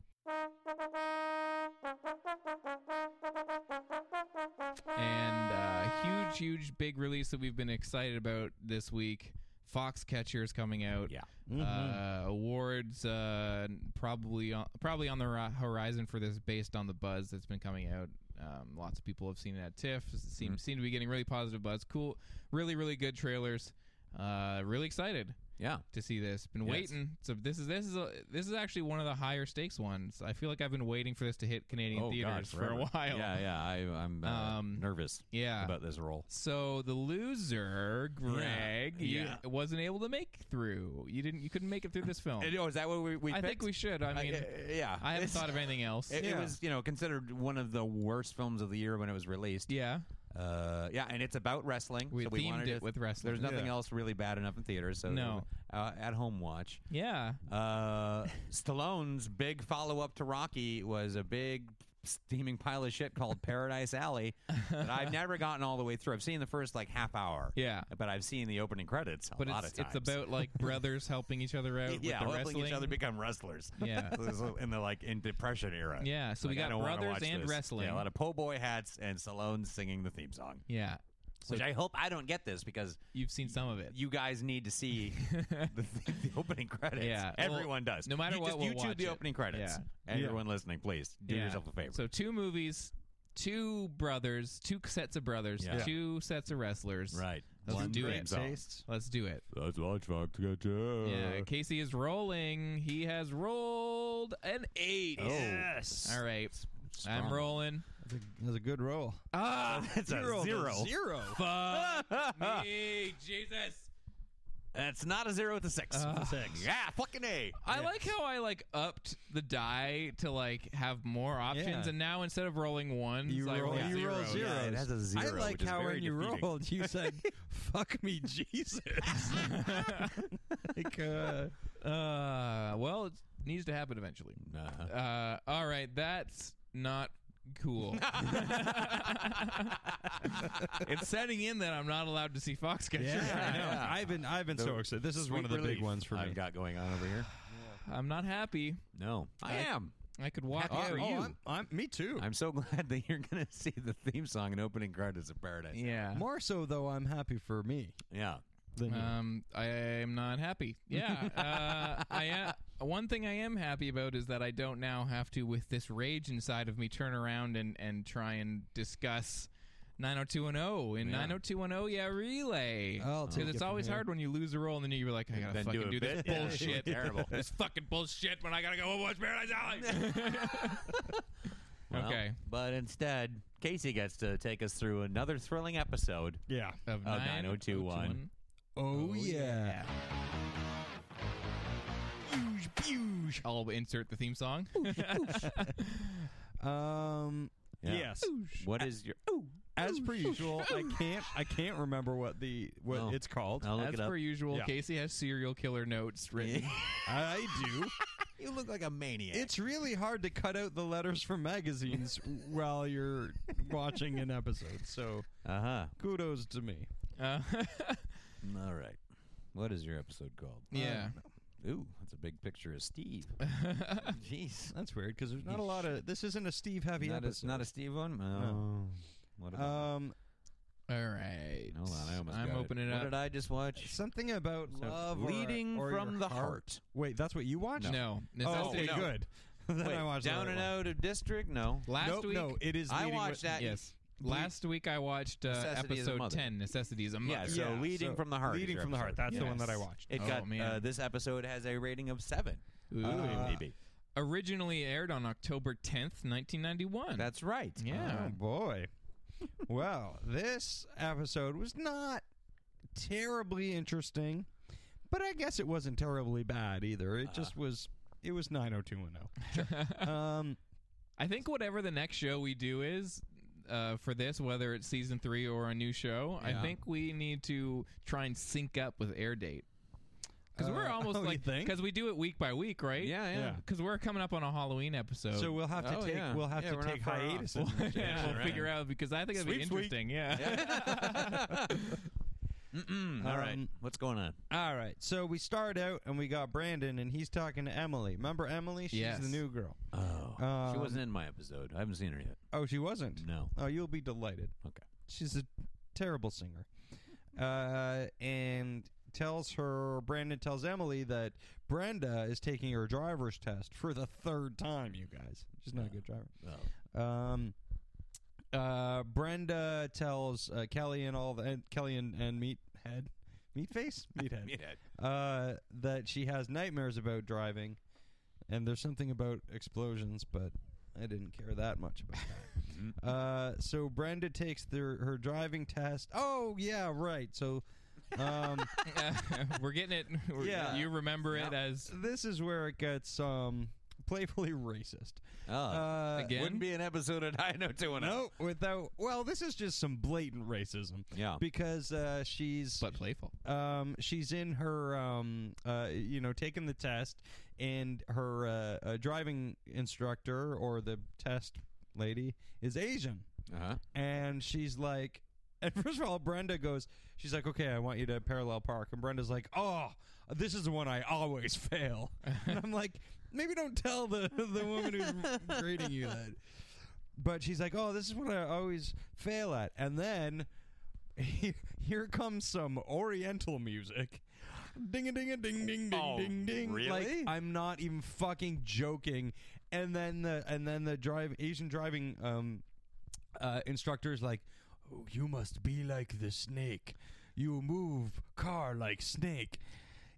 [SPEAKER 2] And uh, huge, huge, big release that we've been excited about this week. Foxcatcher is coming out.
[SPEAKER 4] Yeah.
[SPEAKER 3] Mm-hmm.
[SPEAKER 2] Uh, awards uh, probably on, probably on the ri- horizon for this, based on the buzz that's been coming out. Um, lots of people have seen it at TIFF. Seem seem to be getting really positive buzz. Cool, really, really good trailers. Uh, really excited
[SPEAKER 4] Yeah.
[SPEAKER 2] to see this. Been
[SPEAKER 4] Yes.
[SPEAKER 2] waiting. So this is this is a, this is actually one of the higher stakes ones. I feel like I've been waiting for this to hit Canadian
[SPEAKER 4] oh, God,
[SPEAKER 2] theaters for a
[SPEAKER 4] forever.
[SPEAKER 2] while.
[SPEAKER 4] Yeah, yeah. I, I'm uh,
[SPEAKER 2] Um,
[SPEAKER 4] nervous
[SPEAKER 2] yeah.
[SPEAKER 4] about this role.
[SPEAKER 2] So the loser, Greg, you
[SPEAKER 4] yeah.
[SPEAKER 2] wasn't able to make through. You didn't. You couldn't make it through this film.
[SPEAKER 4] oh, is that what we, we
[SPEAKER 2] I think we should. I mean,
[SPEAKER 4] yeah.
[SPEAKER 2] I haven't
[SPEAKER 4] It's-
[SPEAKER 2] thought of anything else.
[SPEAKER 4] It, it
[SPEAKER 3] Yeah.
[SPEAKER 4] was, you know, considered one of the worst films of the year when it was released.
[SPEAKER 2] yeah.
[SPEAKER 4] Uh, yeah, and it's about wrestling.
[SPEAKER 2] We
[SPEAKER 4] so we
[SPEAKER 2] themed
[SPEAKER 4] wanted
[SPEAKER 2] it
[SPEAKER 4] to-
[SPEAKER 2] with wrestling.
[SPEAKER 4] There's nothing
[SPEAKER 3] Yeah.
[SPEAKER 4] else really bad enough in theaters. So
[SPEAKER 2] No.
[SPEAKER 4] uh, at home watch.
[SPEAKER 2] Yeah.
[SPEAKER 4] Uh, Stallone's big follow up to Rocky was a big steaming pile of shit called Paradise Alley that I've never gotten all the way through. I've seen the first like half hour.
[SPEAKER 2] Yeah.
[SPEAKER 4] but I've seen the opening credits a
[SPEAKER 2] But
[SPEAKER 4] lot
[SPEAKER 2] it's,
[SPEAKER 4] of times.
[SPEAKER 2] it's about like brothers helping each other out
[SPEAKER 4] yeah,
[SPEAKER 2] with the
[SPEAKER 4] helping
[SPEAKER 2] wrestling.
[SPEAKER 4] each other become wrestlers.
[SPEAKER 2] Yeah.
[SPEAKER 4] This is in the like in depression era.
[SPEAKER 2] Yeah, so we
[SPEAKER 4] Like, I
[SPEAKER 2] got
[SPEAKER 4] don't wanna
[SPEAKER 2] brothers
[SPEAKER 4] watch
[SPEAKER 2] and
[SPEAKER 4] this.
[SPEAKER 2] wrestling.
[SPEAKER 4] Yeah, a lot of po' boy hats and Stallone singing the theme song.
[SPEAKER 2] yeah. So
[SPEAKER 4] Which I hope I don't get this because
[SPEAKER 2] you've seen some of it.
[SPEAKER 4] you guys need to see the, the opening credits.
[SPEAKER 2] Yeah, well,
[SPEAKER 4] everyone does.
[SPEAKER 2] no matter
[SPEAKER 4] you
[SPEAKER 2] what,
[SPEAKER 4] just
[SPEAKER 2] we'll
[SPEAKER 4] YouTube
[SPEAKER 2] watch
[SPEAKER 4] the
[SPEAKER 2] it.
[SPEAKER 4] opening credits.
[SPEAKER 2] Yeah.
[SPEAKER 4] Everyone listening, please do
[SPEAKER 2] Yeah.
[SPEAKER 4] yourself a favor.
[SPEAKER 2] So two movies, two brothers, two sets of brothers,
[SPEAKER 4] Yeah.
[SPEAKER 2] two sets of wrestlers.
[SPEAKER 4] right,
[SPEAKER 2] Let's
[SPEAKER 4] One
[SPEAKER 2] do
[SPEAKER 4] theme
[SPEAKER 2] it.
[SPEAKER 4] song.
[SPEAKER 3] Tastes.
[SPEAKER 2] Let's do it.
[SPEAKER 4] That's what fuck to get to.
[SPEAKER 2] Yeah, Casey is rolling. He has rolled an eight.
[SPEAKER 4] Yes.
[SPEAKER 2] All right.
[SPEAKER 4] Oh. Strong.
[SPEAKER 2] I'm rolling.
[SPEAKER 3] That's a, that's a good roll.
[SPEAKER 2] Ah, Uh,
[SPEAKER 4] That's a zero.
[SPEAKER 3] Zero.
[SPEAKER 4] Ah.
[SPEAKER 2] fuck me, Jesus.
[SPEAKER 4] That's not a zero. It's a six.
[SPEAKER 2] Ugh.
[SPEAKER 3] Six.
[SPEAKER 4] Yeah, fucking a.
[SPEAKER 2] Ah. I like how I like upped the die to like have more options,
[SPEAKER 3] Yeah.
[SPEAKER 2] and now instead of rolling ones,
[SPEAKER 3] You
[SPEAKER 2] I
[SPEAKER 3] roll,
[SPEAKER 4] rolled
[SPEAKER 3] you roll
[SPEAKER 4] zeros.
[SPEAKER 3] zeros.
[SPEAKER 4] Yeah, it has a
[SPEAKER 3] I
[SPEAKER 4] zero,
[SPEAKER 3] like
[SPEAKER 4] which is
[SPEAKER 3] how
[SPEAKER 4] very
[SPEAKER 3] when you
[SPEAKER 4] defeating.
[SPEAKER 3] rolled, you said, "Fuck me, Jesus." like, uh,
[SPEAKER 2] Uh, well, it needs to happen eventually.
[SPEAKER 4] Uh-huh.
[SPEAKER 2] Uh, all right, that's not cool. it's setting in that I'm not allowed to see Fox sketches.
[SPEAKER 3] yeah, I know.
[SPEAKER 4] Yeah.
[SPEAKER 3] I've been, I've been so excited. This is one of the big ones for me.
[SPEAKER 4] I've got going on over here.
[SPEAKER 2] I'm not happy.
[SPEAKER 4] No, I am.
[SPEAKER 2] I could watch.
[SPEAKER 3] oh,
[SPEAKER 2] for
[SPEAKER 3] oh,
[SPEAKER 2] you.
[SPEAKER 3] I'm, I'm, me too.
[SPEAKER 4] I'm so glad that you're going to see the theme song and opening credits of Paradise.
[SPEAKER 2] yeah.
[SPEAKER 3] More so, though, I'm happy for me
[SPEAKER 4] Yeah.
[SPEAKER 3] than
[SPEAKER 4] Uh,
[SPEAKER 3] you.
[SPEAKER 2] Um, I am not happy. Yeah, uh, I am. One thing I am happy about is that I don't now have to, with this rage inside of me, turn around and and try and discuss 90210 in
[SPEAKER 4] Yeah.
[SPEAKER 2] 90210. oh, Yeah, relay.
[SPEAKER 3] I'll take
[SPEAKER 2] because it's
[SPEAKER 3] it from
[SPEAKER 2] always
[SPEAKER 3] here.
[SPEAKER 2] hard when you lose a roll and then you're like, I gotta
[SPEAKER 4] Then do
[SPEAKER 2] fucking do,
[SPEAKER 4] a
[SPEAKER 2] this
[SPEAKER 4] bit. Yeah, it's
[SPEAKER 2] bullshit.
[SPEAKER 4] terrible.
[SPEAKER 2] this fucking bullshit. When I gotta go and watch Paradise Alley.
[SPEAKER 4] Well,
[SPEAKER 2] Okay.
[SPEAKER 4] But instead, Casey gets to take us through another thrilling episode.
[SPEAKER 3] yeah.
[SPEAKER 2] of
[SPEAKER 4] Oh, 90210.
[SPEAKER 3] Oh, yeah.
[SPEAKER 2] I'll insert the theme song.
[SPEAKER 3] Um.
[SPEAKER 4] Yeah.
[SPEAKER 3] Yes.
[SPEAKER 4] What is your?
[SPEAKER 3] As per usual, I can't. I can't remember what the what
[SPEAKER 4] Oh.
[SPEAKER 3] it's called.
[SPEAKER 4] I'll look
[SPEAKER 2] As
[SPEAKER 4] it up.
[SPEAKER 2] per usual,
[SPEAKER 3] Yeah.
[SPEAKER 2] Casey has serial killer notes written.
[SPEAKER 3] I do.
[SPEAKER 4] You look like a maniac.
[SPEAKER 3] It's really hard to cut out the letters from magazines while you're watching an episode. So
[SPEAKER 4] uh huh.
[SPEAKER 3] kudos to me.
[SPEAKER 2] Uh,
[SPEAKER 4] All right. What is your episode called?
[SPEAKER 2] yeah.
[SPEAKER 4] Ooh, that's a big picture of Steve. Jeez.
[SPEAKER 3] That's weird because there's not a lot of. This isn't a Steve heavy
[SPEAKER 4] Not a,
[SPEAKER 3] episode.
[SPEAKER 4] not a Steve one. Oh. What about?
[SPEAKER 3] um,
[SPEAKER 2] All right.
[SPEAKER 4] Hold on, I almost
[SPEAKER 2] Uh, I'm
[SPEAKER 4] got
[SPEAKER 2] opening
[SPEAKER 4] it.
[SPEAKER 2] it
[SPEAKER 4] What did
[SPEAKER 2] up.
[SPEAKER 4] I just watch?
[SPEAKER 3] something about
[SPEAKER 4] So,
[SPEAKER 3] love or-
[SPEAKER 4] leading
[SPEAKER 3] or
[SPEAKER 4] from
[SPEAKER 3] your
[SPEAKER 4] the
[SPEAKER 3] heart.
[SPEAKER 4] heart.
[SPEAKER 3] Wait, that's what you watched.
[SPEAKER 2] No.
[SPEAKER 3] Oh,
[SPEAKER 2] Necessity-
[SPEAKER 3] okay,
[SPEAKER 4] no.
[SPEAKER 3] good. then
[SPEAKER 4] Wait,
[SPEAKER 3] I watched the
[SPEAKER 4] down
[SPEAKER 3] right
[SPEAKER 4] and
[SPEAKER 3] one.
[SPEAKER 4] out of district. No.
[SPEAKER 2] Last
[SPEAKER 3] Nope,
[SPEAKER 2] week.
[SPEAKER 3] no, it is.
[SPEAKER 4] I
[SPEAKER 3] leading
[SPEAKER 4] watched
[SPEAKER 3] with-
[SPEAKER 4] that.
[SPEAKER 2] Yes. Last week I watched uh,
[SPEAKER 4] Necessity is a
[SPEAKER 2] episode
[SPEAKER 4] mother.
[SPEAKER 2] 10, Necessity is a Mother.
[SPEAKER 4] Yeah, so
[SPEAKER 3] Yeah,
[SPEAKER 4] leading
[SPEAKER 3] so
[SPEAKER 4] from the heart. is
[SPEAKER 3] Leading
[SPEAKER 4] your
[SPEAKER 3] from the heart.
[SPEAKER 4] episode.
[SPEAKER 3] That's the one
[SPEAKER 2] Yes.
[SPEAKER 3] that I watched.
[SPEAKER 4] It
[SPEAKER 2] Oh,
[SPEAKER 4] got
[SPEAKER 2] man.
[SPEAKER 4] Uh, this episode has a rating of seven. Uh,
[SPEAKER 2] Ooh.
[SPEAKER 4] on IMDb.
[SPEAKER 2] Originally aired on October 10th, 1991.
[SPEAKER 4] That's right.
[SPEAKER 2] Yeah.
[SPEAKER 3] Oh boy. well, this episode was not terribly interesting, but I guess it wasn't terribly bad either. It just
[SPEAKER 2] Uh.
[SPEAKER 3] was. It was nine hundred two one zero. Um.
[SPEAKER 2] I think whatever the next show we do is uh, for this, whether it's season three or a new show, I
[SPEAKER 4] Yeah.
[SPEAKER 2] think we need to try and sync up with air date because we're
[SPEAKER 3] Uh,
[SPEAKER 2] almost
[SPEAKER 3] oh, you
[SPEAKER 2] like
[SPEAKER 3] think?
[SPEAKER 2] because we do it week by week, right?
[SPEAKER 4] Yeah, yeah.
[SPEAKER 3] Yeah.
[SPEAKER 2] Because we're coming up on a Halloween episode,
[SPEAKER 3] So we'll have to
[SPEAKER 4] Oh,
[SPEAKER 3] take.
[SPEAKER 4] yeah.
[SPEAKER 3] We'll have
[SPEAKER 4] Yeah,
[SPEAKER 3] to
[SPEAKER 4] we're not
[SPEAKER 3] take
[SPEAKER 4] far off.
[SPEAKER 3] hiatus.
[SPEAKER 2] we'll,
[SPEAKER 3] and-
[SPEAKER 2] yeah, we'll
[SPEAKER 4] right.
[SPEAKER 2] figure out because I think it'd be
[SPEAKER 4] Sweep, sweep.
[SPEAKER 2] interesting. Yeah.
[SPEAKER 4] Mm, all right.
[SPEAKER 3] Um,
[SPEAKER 4] What's going on?
[SPEAKER 3] All right. So we start out and we got Brandon and he's talking to Emily. Remember Emily? She's
[SPEAKER 2] Yes.
[SPEAKER 3] the new girl.
[SPEAKER 4] Oh, she
[SPEAKER 3] um,
[SPEAKER 4] wasn't in my episode. I haven't seen her yet.
[SPEAKER 3] Oh, she wasn't.
[SPEAKER 4] No.
[SPEAKER 3] Oh, you'll be delighted.
[SPEAKER 4] Okay.
[SPEAKER 3] She's a terrible singer. Uh, and tells her, Brandon tells Emily that Brenda is taking her driver's test for the third time, you guys. She's not a good driver.
[SPEAKER 4] Oh.
[SPEAKER 3] Um, uh, Brenda tells uh, Kelly and all the and Kelly and, and Meathead, Meatface, Meathead,
[SPEAKER 4] Meathead.
[SPEAKER 3] uh, that she has nightmares about driving, and there's something about explosions, but I didn't care that much about that. uh, so Brenda takes their her driving test. Oh yeah, right. So. Um,
[SPEAKER 2] we're getting it. We're,
[SPEAKER 3] Yeah.
[SPEAKER 2] You remember it as
[SPEAKER 3] this is where it gets um, playfully racist.
[SPEAKER 4] Oh,
[SPEAKER 3] Uh,
[SPEAKER 2] again.
[SPEAKER 4] wouldn't be an episode of 90210.
[SPEAKER 3] No, without. Well, this is just some blatant racism.
[SPEAKER 4] Yeah.
[SPEAKER 3] because uh, she's
[SPEAKER 2] but playful.
[SPEAKER 3] um, she's in her um, uh, you know taking the test, and her uh, uh, driving instructor or the test lady is Asian,
[SPEAKER 4] Uh-huh.
[SPEAKER 3] and she's like. And first of all, Brenda goes, she's like, okay, I want you to parallel park. And Brenda's like, oh, this is the one I always fail. and I'm like, maybe don't tell the, the woman who's grading you that but she's like, "Oh, this is what I always fail at." And then here comes some Oriental music, ding a ding a ding ding ding
[SPEAKER 4] Oh,
[SPEAKER 3] ding ding.
[SPEAKER 4] really?
[SPEAKER 3] Like I'm not even fucking joking. And then the and then the drive Asian driving um, uh, instructor is like, oh, "You must be like the snake. You move car like snake."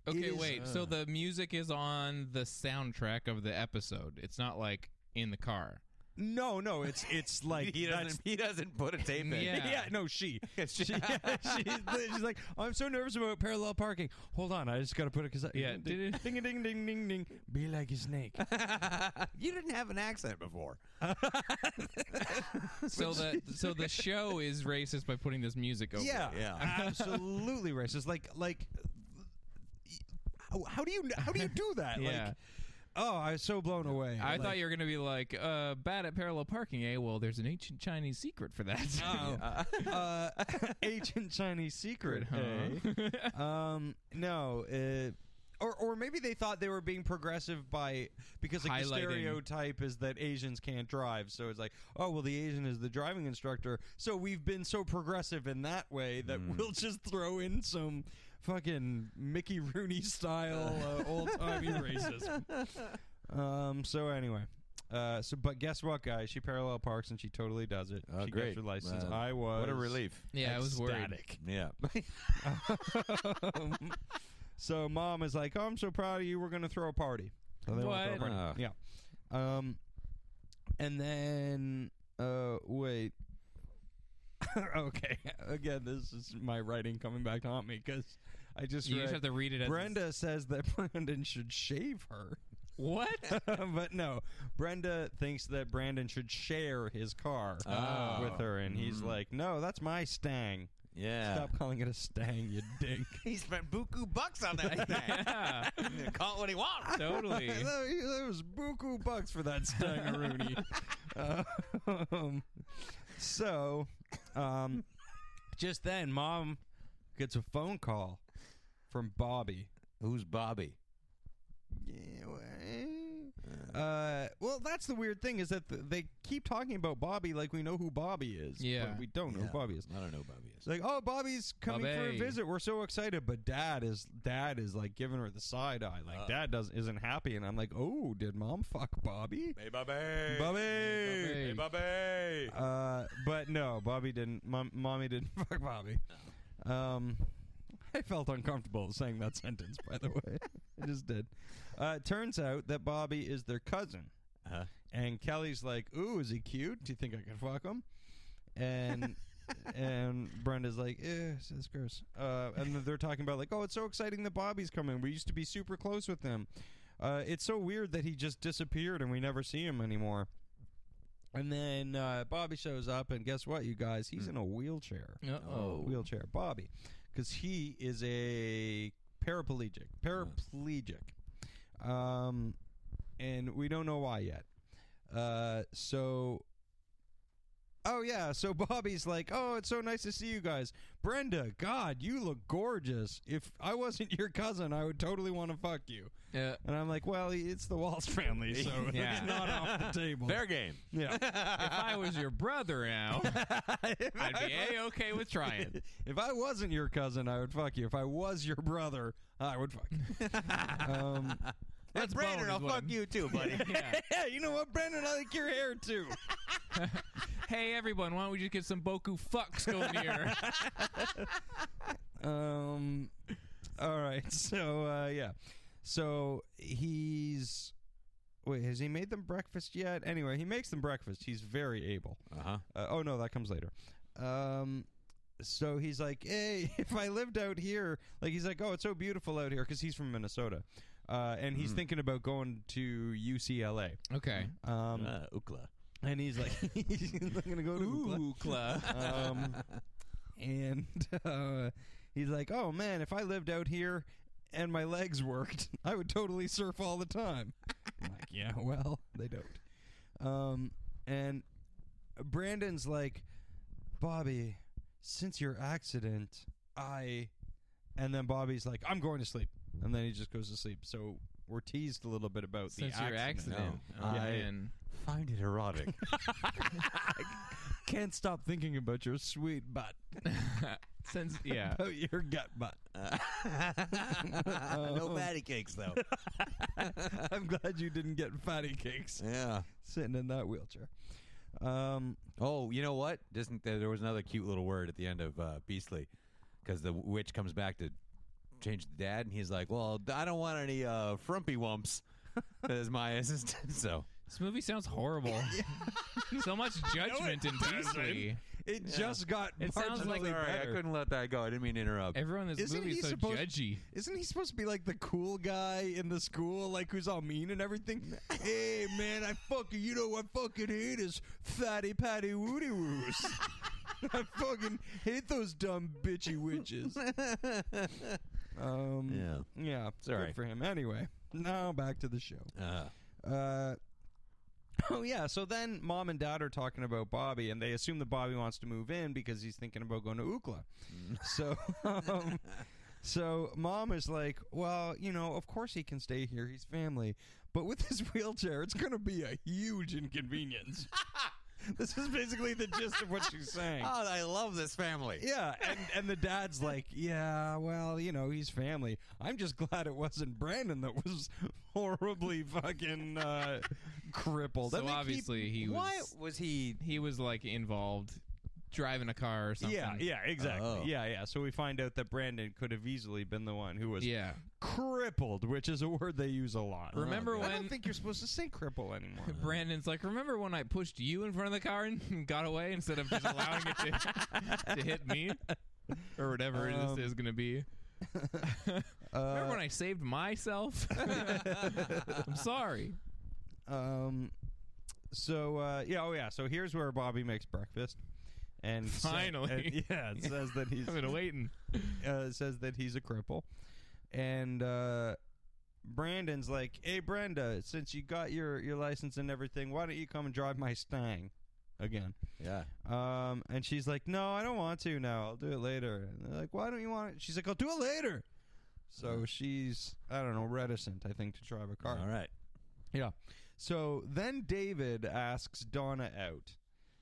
[SPEAKER 3] It
[SPEAKER 2] Okay,
[SPEAKER 3] is- uh,
[SPEAKER 2] wait. so the music is on the soundtrack of the episode. It's not like in the car.
[SPEAKER 3] No, no, it's it's like
[SPEAKER 4] he
[SPEAKER 3] that's-
[SPEAKER 4] doesn't. He doesn't put a tape in.
[SPEAKER 2] Yeah.
[SPEAKER 3] yeah, no, she. she she's, she's like, "Oh, I'm so nervous about parallel parking. Hold on, I just got to put it because
[SPEAKER 2] Yeah, did
[SPEAKER 3] ding,
[SPEAKER 2] it-
[SPEAKER 3] ding, ding, ding, ding, ding. Be like a snake.
[SPEAKER 4] you didn't have an accent before.
[SPEAKER 2] So the so the show is racist by putting this music over.
[SPEAKER 3] yeah,
[SPEAKER 2] it.
[SPEAKER 4] Yeah.
[SPEAKER 3] absolutely racist. Like, like, how- how do you how do you do that?
[SPEAKER 2] Yeah.
[SPEAKER 3] Like, oh, I was so blown away.
[SPEAKER 2] I
[SPEAKER 3] Like,
[SPEAKER 2] thought you were gonna be like uh, bad at parallel parking, eh? Well, there's an ancient Chinese secret for that.
[SPEAKER 3] uh, ancient Chinese secret.
[SPEAKER 2] Huh?
[SPEAKER 3] eh? um, no, uh, or or maybe they thought they were being progressive by because like the
[SPEAKER 2] Highlighting.
[SPEAKER 3] stereotype is that Asians can't drive, so it's like, oh well, the Asian is the driving instructor, so we've been so progressive in that way that we'll just throw in some fucking Mickey Rooney style uh, old timey racism. Um. So anyway. Uh, so, but guess what, guys? She parallel parks and she totally does it.
[SPEAKER 4] Oh,
[SPEAKER 3] she
[SPEAKER 4] great.
[SPEAKER 3] gets her license.
[SPEAKER 4] Well,
[SPEAKER 3] I was
[SPEAKER 4] What a relief.
[SPEAKER 2] yeah, I was worried.
[SPEAKER 3] ecstatic.
[SPEAKER 4] Yeah.
[SPEAKER 3] So mom is like, "Oh, I'm so proud of you. We're gonna throw a party." So they wanna throw a
[SPEAKER 4] What?
[SPEAKER 3] party. yeah. Um, and then uh, wait. okay, again, this is my writing coming back to haunt me because I just
[SPEAKER 2] You
[SPEAKER 3] read,
[SPEAKER 2] just have to read it. As
[SPEAKER 3] Brenda says that Brandon should shave her.
[SPEAKER 2] what?
[SPEAKER 3] but no, Brenda thinks that Brandon should share his car with her, and he's like, "No, that's my stang.
[SPEAKER 4] Yeah.
[SPEAKER 3] Stop calling it a stang, you dink."
[SPEAKER 4] He spent buku bucks on that
[SPEAKER 2] yeah,
[SPEAKER 4] thing. Call it what he wants.
[SPEAKER 2] totally.
[SPEAKER 3] that, that was buku bucks for that stingaroonie. um, so, um, just then, mom gets a phone call from Bobby.
[SPEAKER 4] Who's Bobby?
[SPEAKER 3] Uh, well, that's the weird thing is that th- they keep talking about Bobby like we know who Bobby is.
[SPEAKER 2] Yeah.
[SPEAKER 3] but we don't know who Bobby is.
[SPEAKER 4] I don't know who Bobby
[SPEAKER 3] It's like, oh, Bobby's coming for a
[SPEAKER 2] Bobby.
[SPEAKER 3] visit. We're so excited, but Dad is Dad is like giving her the side eye.
[SPEAKER 2] Uh.
[SPEAKER 3] Like Dad doesn't isn't happy, and I'm like, oh, did Mom fuck Bobby?
[SPEAKER 4] Hey, Bobby.
[SPEAKER 3] Bobby.
[SPEAKER 2] Hey,
[SPEAKER 4] Bobby.
[SPEAKER 3] Uh, but no, Bobby didn't. Mom, mommy didn't fuck Bobby. Um, I felt uncomfortable saying that sentence. By the way, I just did. Uh, it turns out that Bobby is their cousin,
[SPEAKER 4] Uh-huh.
[SPEAKER 3] and Kelly's like, "Ooh, is he cute? Do you think I could fuck him?" And and Brenda's like, "Eh, that's gross." Uh, and then they're talking about like, "Oh, it's so exciting that Bobby's coming. We used to be super close with him. Uh, it's so weird that he just disappeared and we never see him anymore." And then uh, Bobby shows up, and guess what, you guys? He's in a wheelchair.
[SPEAKER 2] Uh-oh.
[SPEAKER 3] Wheelchair, Bobby, because he is a paraplegic. Paraplegic. Um, and we don't know why yet. Uh, so. Oh yeah, so Bobby's like, "Oh, it's so nice to see you guys, Brenda. God, you look gorgeous. If I wasn't your cousin, I would totally want to fuck you."
[SPEAKER 2] Yeah.
[SPEAKER 3] And I'm like, "Well, it's the Walsh family, so
[SPEAKER 2] Yeah.
[SPEAKER 3] it's not off the table."
[SPEAKER 4] Fair game.
[SPEAKER 3] yeah.
[SPEAKER 2] if I was your brother now, I'd be a okay with trying.
[SPEAKER 3] if I wasn't your cousin, I would fuck you. If I was your brother, I would fuck you. um,
[SPEAKER 4] That's Brandon.
[SPEAKER 2] bone is
[SPEAKER 4] I'll
[SPEAKER 2] what
[SPEAKER 4] fuck
[SPEAKER 2] I'm-
[SPEAKER 4] you too, buddy.
[SPEAKER 2] Yeah.
[SPEAKER 3] yeah, you know what, Brandon? I like your hair too.
[SPEAKER 2] Hey everyone, why don't we just get some Boku fucks going here?
[SPEAKER 3] um, all right. So uh, yeah, so he's wait. Has he made them breakfast yet? Anyway, he makes them breakfast. He's very able.
[SPEAKER 4] Uh-huh.
[SPEAKER 3] Uh, oh no, that comes later. Um, so he's like, "Hey, if I lived out here, like he's like, oh, it's so beautiful out here because he's from Minnesota, uh, and he's thinking about going to UCLA.
[SPEAKER 2] Okay.
[SPEAKER 3] Um,
[SPEAKER 4] Uh, Ukla.
[SPEAKER 3] and he's like, he's gonna go to Ookla."
[SPEAKER 4] Uh,
[SPEAKER 3] Um, and uh, he's like, oh man, if I lived out here and my legs worked, I would totally surf all the time. I'm like, yeah, well, they don't. Um, and Brandon's like, Bobby, since your accident, I. And then Bobby's like, I'm going to sleep. And then he just goes to sleep. So we're teased a little bit about
[SPEAKER 2] Since
[SPEAKER 3] the
[SPEAKER 2] your accident.
[SPEAKER 4] No.
[SPEAKER 2] Oh,
[SPEAKER 4] Yeah, I-
[SPEAKER 2] man.
[SPEAKER 4] Find it erotic.
[SPEAKER 3] Can't stop thinking about your sweet butt.
[SPEAKER 2] Since yeah.
[SPEAKER 3] About your gut butt.
[SPEAKER 4] Uh, no patty cakes though.
[SPEAKER 3] I'm glad you didn't get fatty cakes
[SPEAKER 4] yeah.
[SPEAKER 3] sitting in that wheelchair. Um,
[SPEAKER 4] Oh, you know what? Just uh, there was another cute little word at the end of uh, Beastly, because the witch comes back to change the dad, and he's like, "Well, I don't want any uh, frumpy wumps." as my assistant, so
[SPEAKER 2] This movie sounds horrible. so much judgment in this movie.
[SPEAKER 3] It just got
[SPEAKER 2] It sounds like-
[SPEAKER 3] marginally
[SPEAKER 4] Sorry, I
[SPEAKER 3] better.
[SPEAKER 4] couldn't let that go. I didn't mean to interrupt.
[SPEAKER 2] Everyone in this
[SPEAKER 3] Isn't
[SPEAKER 2] movie
[SPEAKER 3] he
[SPEAKER 2] is so
[SPEAKER 3] supposed-
[SPEAKER 2] judgy.
[SPEAKER 3] Isn't he supposed to be like the cool guy in the school, like who's all mean and everything? hey man, I fucking you know what I fucking hate is fatty patty woody woos. I fucking hate those dumb bitchy witches. um, yeah,
[SPEAKER 4] yeah.
[SPEAKER 3] yeah,
[SPEAKER 4] Sorry.
[SPEAKER 3] good for him. Anyway, now back to the show.
[SPEAKER 4] Uh,
[SPEAKER 3] Uh, oh yeah. So then mom and dad are talking about Bobby, and they assume that Bobby wants to move in because he's thinking about going to Ukla. So. Um, So mom is like, well, you know, of course he can stay here. He's family. But with his wheelchair, it's going to be a huge inconvenience. this is basically the gist of what she's saying.
[SPEAKER 4] oh, I love this family.
[SPEAKER 3] Yeah, and, and the dad's like, yeah, well, you know, he's family. I'm just glad it wasn't Brandon that was horribly fucking uh, crippled.
[SPEAKER 2] So
[SPEAKER 3] And they keep-
[SPEAKER 2] obviously he
[SPEAKER 3] why-
[SPEAKER 2] was
[SPEAKER 4] Was he?
[SPEAKER 2] he was like involved driving a car or something.
[SPEAKER 3] Yeah, yeah, exactly.
[SPEAKER 4] Oh.
[SPEAKER 3] Yeah, yeah. So we find out that Brandon could have easily been the one who was
[SPEAKER 2] Yeah.
[SPEAKER 3] crippled, which is a word they use a lot.
[SPEAKER 2] Remember
[SPEAKER 3] Oh, I
[SPEAKER 2] when
[SPEAKER 3] don't think you're supposed to say cripple anymore.
[SPEAKER 2] Brandon's like, remember when I pushed you in front of the car and got away instead of just allowing it to, to hit me or whatever
[SPEAKER 3] Um, uh,
[SPEAKER 2] this is going to be? remember when I saved myself? I'm sorry.
[SPEAKER 3] Um, so uh, yeah, oh yeah. So here's where Bobby makes breakfast, and sa-
[SPEAKER 2] Finally.
[SPEAKER 3] and- yeah, it says that he's
[SPEAKER 2] I've been waiting.
[SPEAKER 3] uh, it says that he's a cripple, and uh, Brandon's like, "Hey, Brenda, since you got your your license and everything, why don't you come and drive my Stang again?"
[SPEAKER 4] Yeah.
[SPEAKER 3] Um, and she's like, "No, I don't want to now. I'll do it later." And they're like, "Why don't you want it?" She's like, "I'll do it later." So she's I don't know reticent, I think, to drive a car.
[SPEAKER 4] All right.
[SPEAKER 3] Yeah. So then David asks Donna out.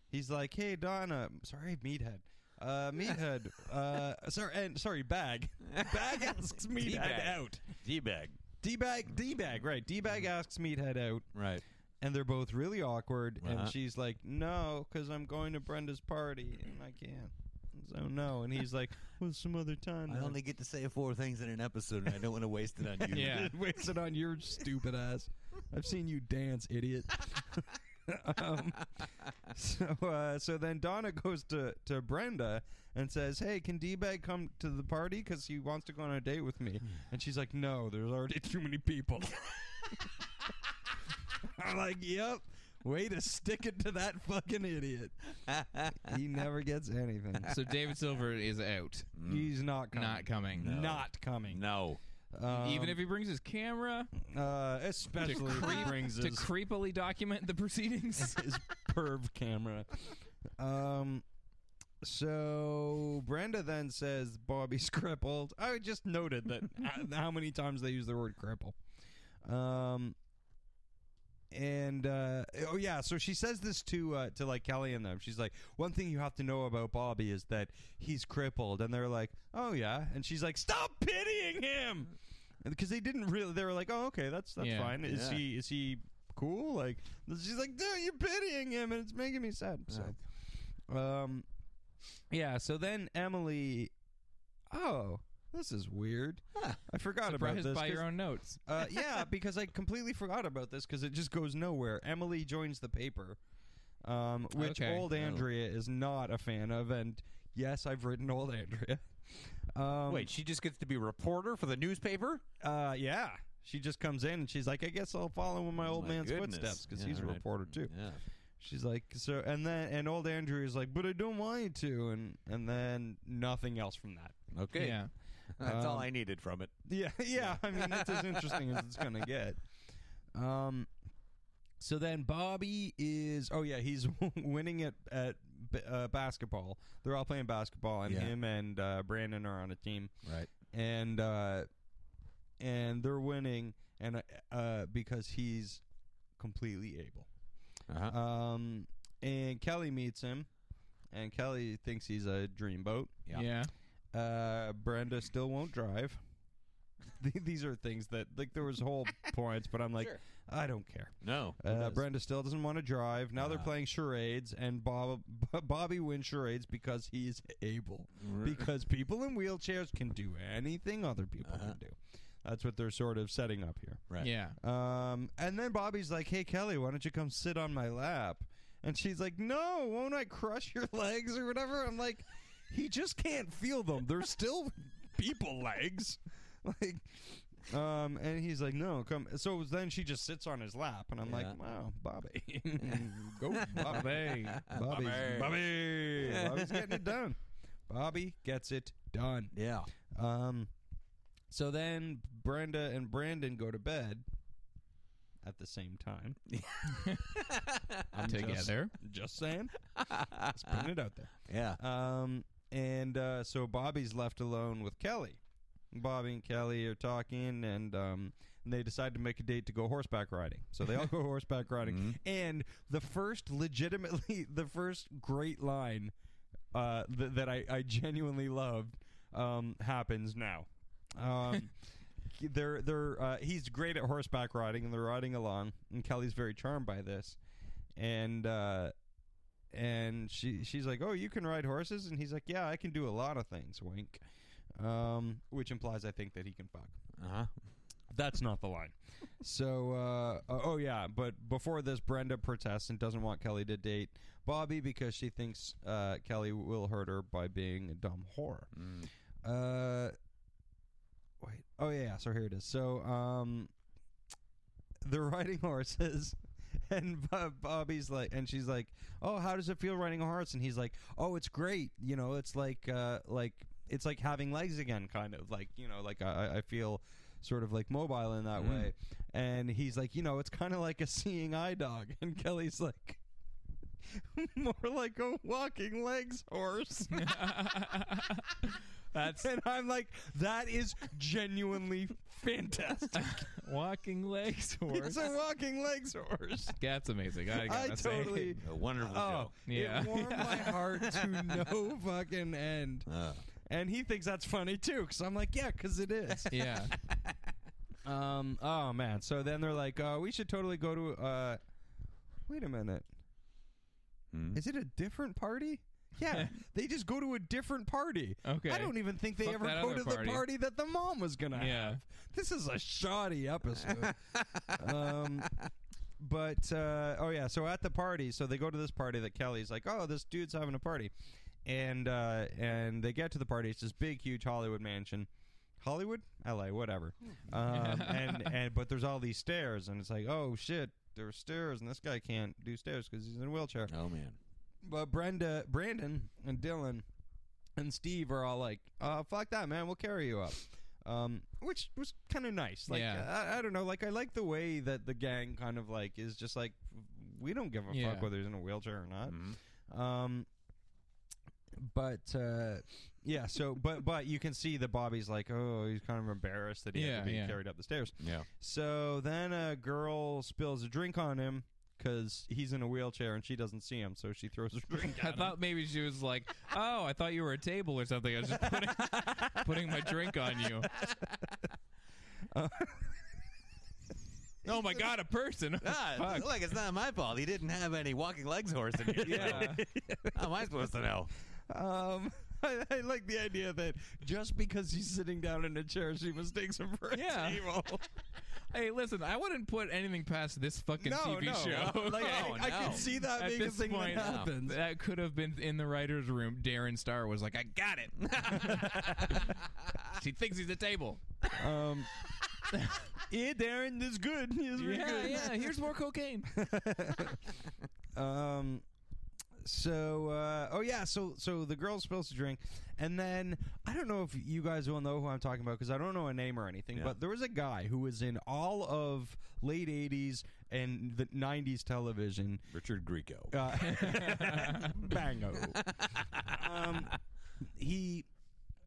[SPEAKER 3] He's like, "Hey Donna, sorry, Meathead, uh, Meathead, uh, sorry, and sorry, Bag, Bag asks Meathead
[SPEAKER 4] D-Bag.
[SPEAKER 3] out.
[SPEAKER 4] D bag.
[SPEAKER 3] D Bag, D Bag, right? D Bag
[SPEAKER 4] Mm-hmm.
[SPEAKER 3] asks Meathead out,
[SPEAKER 4] Right.
[SPEAKER 3] and they're both really awkward.
[SPEAKER 4] Uh-huh.
[SPEAKER 3] And she's like, "No, because I'm going to Brenda's party and I can't." So no, and he's like, "Well, some other time." then."
[SPEAKER 4] get to say four things in an episode, and I don't want to waste it on you.
[SPEAKER 2] Yeah.
[SPEAKER 3] Wasted on your stupid ass. I've seen you dance, idiot. um, so uh, so then Donna goes to, to Brenda and says, "Hey, can D-Bag come to the party because he wants to go on a date with
[SPEAKER 2] Hmm.
[SPEAKER 3] me?" And she's like, "No, there's already too many people." I'm like, "Yep, way to stick it to that fucking idiot. he never gets anything.
[SPEAKER 2] So David Silver is out.
[SPEAKER 3] He's not coming.
[SPEAKER 2] Not coming.
[SPEAKER 3] Not coming.
[SPEAKER 4] No.
[SPEAKER 2] Even if he brings his camera
[SPEAKER 3] uh,
[SPEAKER 2] to,
[SPEAKER 3] especially if he
[SPEAKER 2] creep-
[SPEAKER 3] brings
[SPEAKER 2] to
[SPEAKER 3] his
[SPEAKER 2] creepily document the proceedings.
[SPEAKER 3] his perv camera. Um, so Brenda then says Bobby's crippled. I just noted that uh, how many times they use the word cripple. Um, and uh, oh yeah, so she says this to uh, to like Kelly and them. She's like, one thing you have to know about Bobby is that he's crippled, and they're like, oh yeah, and she's like, stop pitying him. Because they didn't really, they were like, "Oh, okay, that's that's
[SPEAKER 2] Yeah.
[SPEAKER 3] fine. Is
[SPEAKER 4] Yeah.
[SPEAKER 3] he is he cool?" Like she's like, "Dude, you're pitying him, and it's making me sad." So, um, yeah. So then Emily, oh, this is weird. I forgot about
[SPEAKER 2] Surprised
[SPEAKER 3] this.
[SPEAKER 2] by
[SPEAKER 3] 'cause-
[SPEAKER 2] your own notes.
[SPEAKER 3] uh, yeah, because I completely forgot about this because it just goes nowhere. Emily joins the paper, um, which
[SPEAKER 2] Okay.
[SPEAKER 4] Oh.
[SPEAKER 3] old Andrea is not a fan of, and yes, I've written old Andrea. Um,
[SPEAKER 4] Wait, she just gets to be a reporter for the newspaper?
[SPEAKER 3] uh, yeah. She just comes in and she's like, I guess I'll follow in my old
[SPEAKER 4] Oh My
[SPEAKER 3] man's
[SPEAKER 4] goodness.
[SPEAKER 3] footsteps because
[SPEAKER 4] Yeah,
[SPEAKER 3] he's a
[SPEAKER 4] right. Mm,
[SPEAKER 3] reporter too.
[SPEAKER 4] Yeah.
[SPEAKER 3] She's like, so, and then, and old Andrew is like, but I don't want you to, and and then nothing else from that.
[SPEAKER 4] Okay.
[SPEAKER 2] Yeah. Um,
[SPEAKER 4] That's all I needed from it.
[SPEAKER 3] Yeah, yeah. I mean, that's as interesting as it's gonna get. Um, so then Bobby is. Oh yeah, he's winning at at b- uh, basketball. They're all playing basketball, and
[SPEAKER 4] Yeah.
[SPEAKER 3] him and uh, Brandon are on a team,
[SPEAKER 4] Right.
[SPEAKER 3] and uh, and they're winning, and uh, uh, because he's completely able.
[SPEAKER 4] Uh-huh.
[SPEAKER 3] Um, and Kelly meets him, and Kelly thinks he's a dreamboat.
[SPEAKER 4] Yeah.
[SPEAKER 2] yeah.
[SPEAKER 3] Uh, Brenda still won't drive. Th- These are things that like there was whole points, but I'm like, I don't care.
[SPEAKER 4] No. who
[SPEAKER 3] Uh,
[SPEAKER 4] does? Ah.
[SPEAKER 3] Brenda still doesn't want to drive. Now they're playing charades, and Bob, B- Bobby wins charades because
[SPEAKER 4] Uh-huh.
[SPEAKER 3] he's able. Because people in wheelchairs can do anything other people can do. That's what they're sort of setting up here.
[SPEAKER 4] Right.
[SPEAKER 2] Yeah.
[SPEAKER 3] Um, and then Bobby's like, "Hey Kelly, why don't you come sit on my lap?" And she's like, "No, won't I crush your legs or whatever?" I'm like, "He just can't feel them. They're still people legs." Like, um, and he's like, "No, come." So then she just sits on his lap, and I'm
[SPEAKER 4] Yeah.
[SPEAKER 3] like, "Wow, Bobby, go Bobby, Bobby,
[SPEAKER 4] Bobby.
[SPEAKER 3] Bobby, Bobby's getting it done. Bobby gets it done."
[SPEAKER 4] Yeah.
[SPEAKER 3] Um, so then Brenda and Brandon go to bed at the same time. I'm just-
[SPEAKER 2] Together.
[SPEAKER 3] Just, saying. Just putting it out there.
[SPEAKER 4] Yeah.
[SPEAKER 3] Um, and uh, so Bobby's left alone with Kelly. Bobby and Kelly are talking, and um, and they decide to make a date to go horseback riding. So they all go horseback riding, and the first legitimately, the first great line uh, th- that I, I genuinely loved um, happens now. Um, they're they're uh, he's great at horseback riding, and they're riding along, and Kelly's very charmed by this, and. Uh, and she she's like, "Oh, you can ride horses," and he's like, "Yeah, I can do a lot of things." Wink, um, which implies I think that he can fuck.
[SPEAKER 4] Uh huh.
[SPEAKER 3] That's not the line. so, uh, oh oh, yeah, but before this, Brenda protests and doesn't want Kelly to date Bobby because she thinks uh, Kelly will hurt her by being a dumb whore. Uh, wait, oh yeah, so here it is. So, um, they're riding horses. And Bo- Bobby's like, and she's like, "Oh, how does it feel riding a horse?" And he's like, "Oh, it's great. You know, it's like, uh, like it's like having legs again, kind of like, you know, like I, I feel sort of like mobile in that way." And he's like, "You know, it's kind of like a seeing eye dog." And Kelly's like, "More like a walking legs horse."
[SPEAKER 2] That's
[SPEAKER 3] and I'm like, "That is genuinely fantastic.
[SPEAKER 2] walking legs
[SPEAKER 3] it's
[SPEAKER 2] horse.
[SPEAKER 3] a walking legs horse."
[SPEAKER 2] That's amazing. I,
[SPEAKER 3] I
[SPEAKER 2] gotta say.
[SPEAKER 3] totally.
[SPEAKER 4] A wonderful
[SPEAKER 3] Oh,
[SPEAKER 2] Yeah.
[SPEAKER 3] it warmed my heart to no fucking end.
[SPEAKER 4] show. Uh,
[SPEAKER 3] And he thinks that's funny too, because I'm like, yeah, because it is.
[SPEAKER 2] Yeah.
[SPEAKER 3] um. Oh man. So then they're like, uh, we should totally go to. Uh, wait a minute.
[SPEAKER 4] Hmm?
[SPEAKER 3] Is it a different party? Yeah, they just go to a different party.
[SPEAKER 2] Okay.
[SPEAKER 3] I don't even think they
[SPEAKER 2] Fuck
[SPEAKER 3] ever
[SPEAKER 2] that
[SPEAKER 3] go
[SPEAKER 2] other
[SPEAKER 3] to
[SPEAKER 2] party.
[SPEAKER 3] the party that the mom was gonna
[SPEAKER 2] Yeah.
[SPEAKER 3] have. This is a shoddy episode. um, but uh, oh yeah, so at the party, so they go to this party that Kelly's like, oh, this dude's having a party, and uh, and they get to the party. It's this big, huge Hollywood mansion, Hollywood, L.A., whatever. Um, and and but there's all these stairs, and it's like, oh shit, there's stairs, and this guy can't do stairs because he's in a wheelchair.
[SPEAKER 4] oh man.
[SPEAKER 3] But Brenda, Brandon, and Dylan, and Steve are all like, uh, "Fuck that, man! We'll carry you up," um, which was kind of nice. Like,
[SPEAKER 2] Yeah.
[SPEAKER 3] I, I don't know. Like, I like the way that the gang kind of like is just like, we don't give a
[SPEAKER 2] Yeah. Mm-hmm.
[SPEAKER 3] fuck whether he's in a wheelchair or not. Um, but uh, yeah, so but but you can see that Bobby's like, oh, he's kind of embarrassed that he had
[SPEAKER 2] Yeah,
[SPEAKER 3] to be
[SPEAKER 2] yeah.
[SPEAKER 3] carried up the stairs.
[SPEAKER 4] Yeah.
[SPEAKER 3] So then a girl spills a drink on him because he's in a wheelchair and she doesn't see him, so she throws a drink
[SPEAKER 2] I
[SPEAKER 3] at him.
[SPEAKER 2] thought maybe she was like, "Oh, I thought you were a table or something. I was just putting, putting my drink on you." oh my god, a person!
[SPEAKER 4] Ah,
[SPEAKER 2] Fuck.
[SPEAKER 4] it's- look, it's not my fault. He didn't have any walking legs horse in here.
[SPEAKER 2] Yeah.
[SPEAKER 4] How am I supposed to know?
[SPEAKER 3] Um, I, I like the idea that just because he's sitting down in a chair, she mistakes him for a
[SPEAKER 2] Yeah.
[SPEAKER 3] table.
[SPEAKER 2] Hey, listen, I wouldn't put anything past this fucking
[SPEAKER 3] no,
[SPEAKER 2] TV
[SPEAKER 3] no.
[SPEAKER 2] show.
[SPEAKER 3] Like,
[SPEAKER 4] Oh,
[SPEAKER 3] I, I
[SPEAKER 4] no.
[SPEAKER 3] can see that
[SPEAKER 2] At
[SPEAKER 3] being a
[SPEAKER 2] this
[SPEAKER 3] thing
[SPEAKER 2] point,
[SPEAKER 3] that happens.
[SPEAKER 2] that could have been in the writers' room. Darren Star was like, "I got it." she thinks he's a table.
[SPEAKER 3] Um, yeah, Darren, this is good. This is really
[SPEAKER 2] Yeah,
[SPEAKER 3] good.
[SPEAKER 2] yeah. Here's more cocaine.
[SPEAKER 3] Um, so uh, oh yeah, so so the girl spills a drink, and then I don't know if you guys will know who I'm talking about because I don't know a name or anything.
[SPEAKER 4] Yeah.
[SPEAKER 3] But there was a guy who was in all of late '80s and the '90s television.
[SPEAKER 4] Richard Grieco.
[SPEAKER 3] Uh, bango. um, he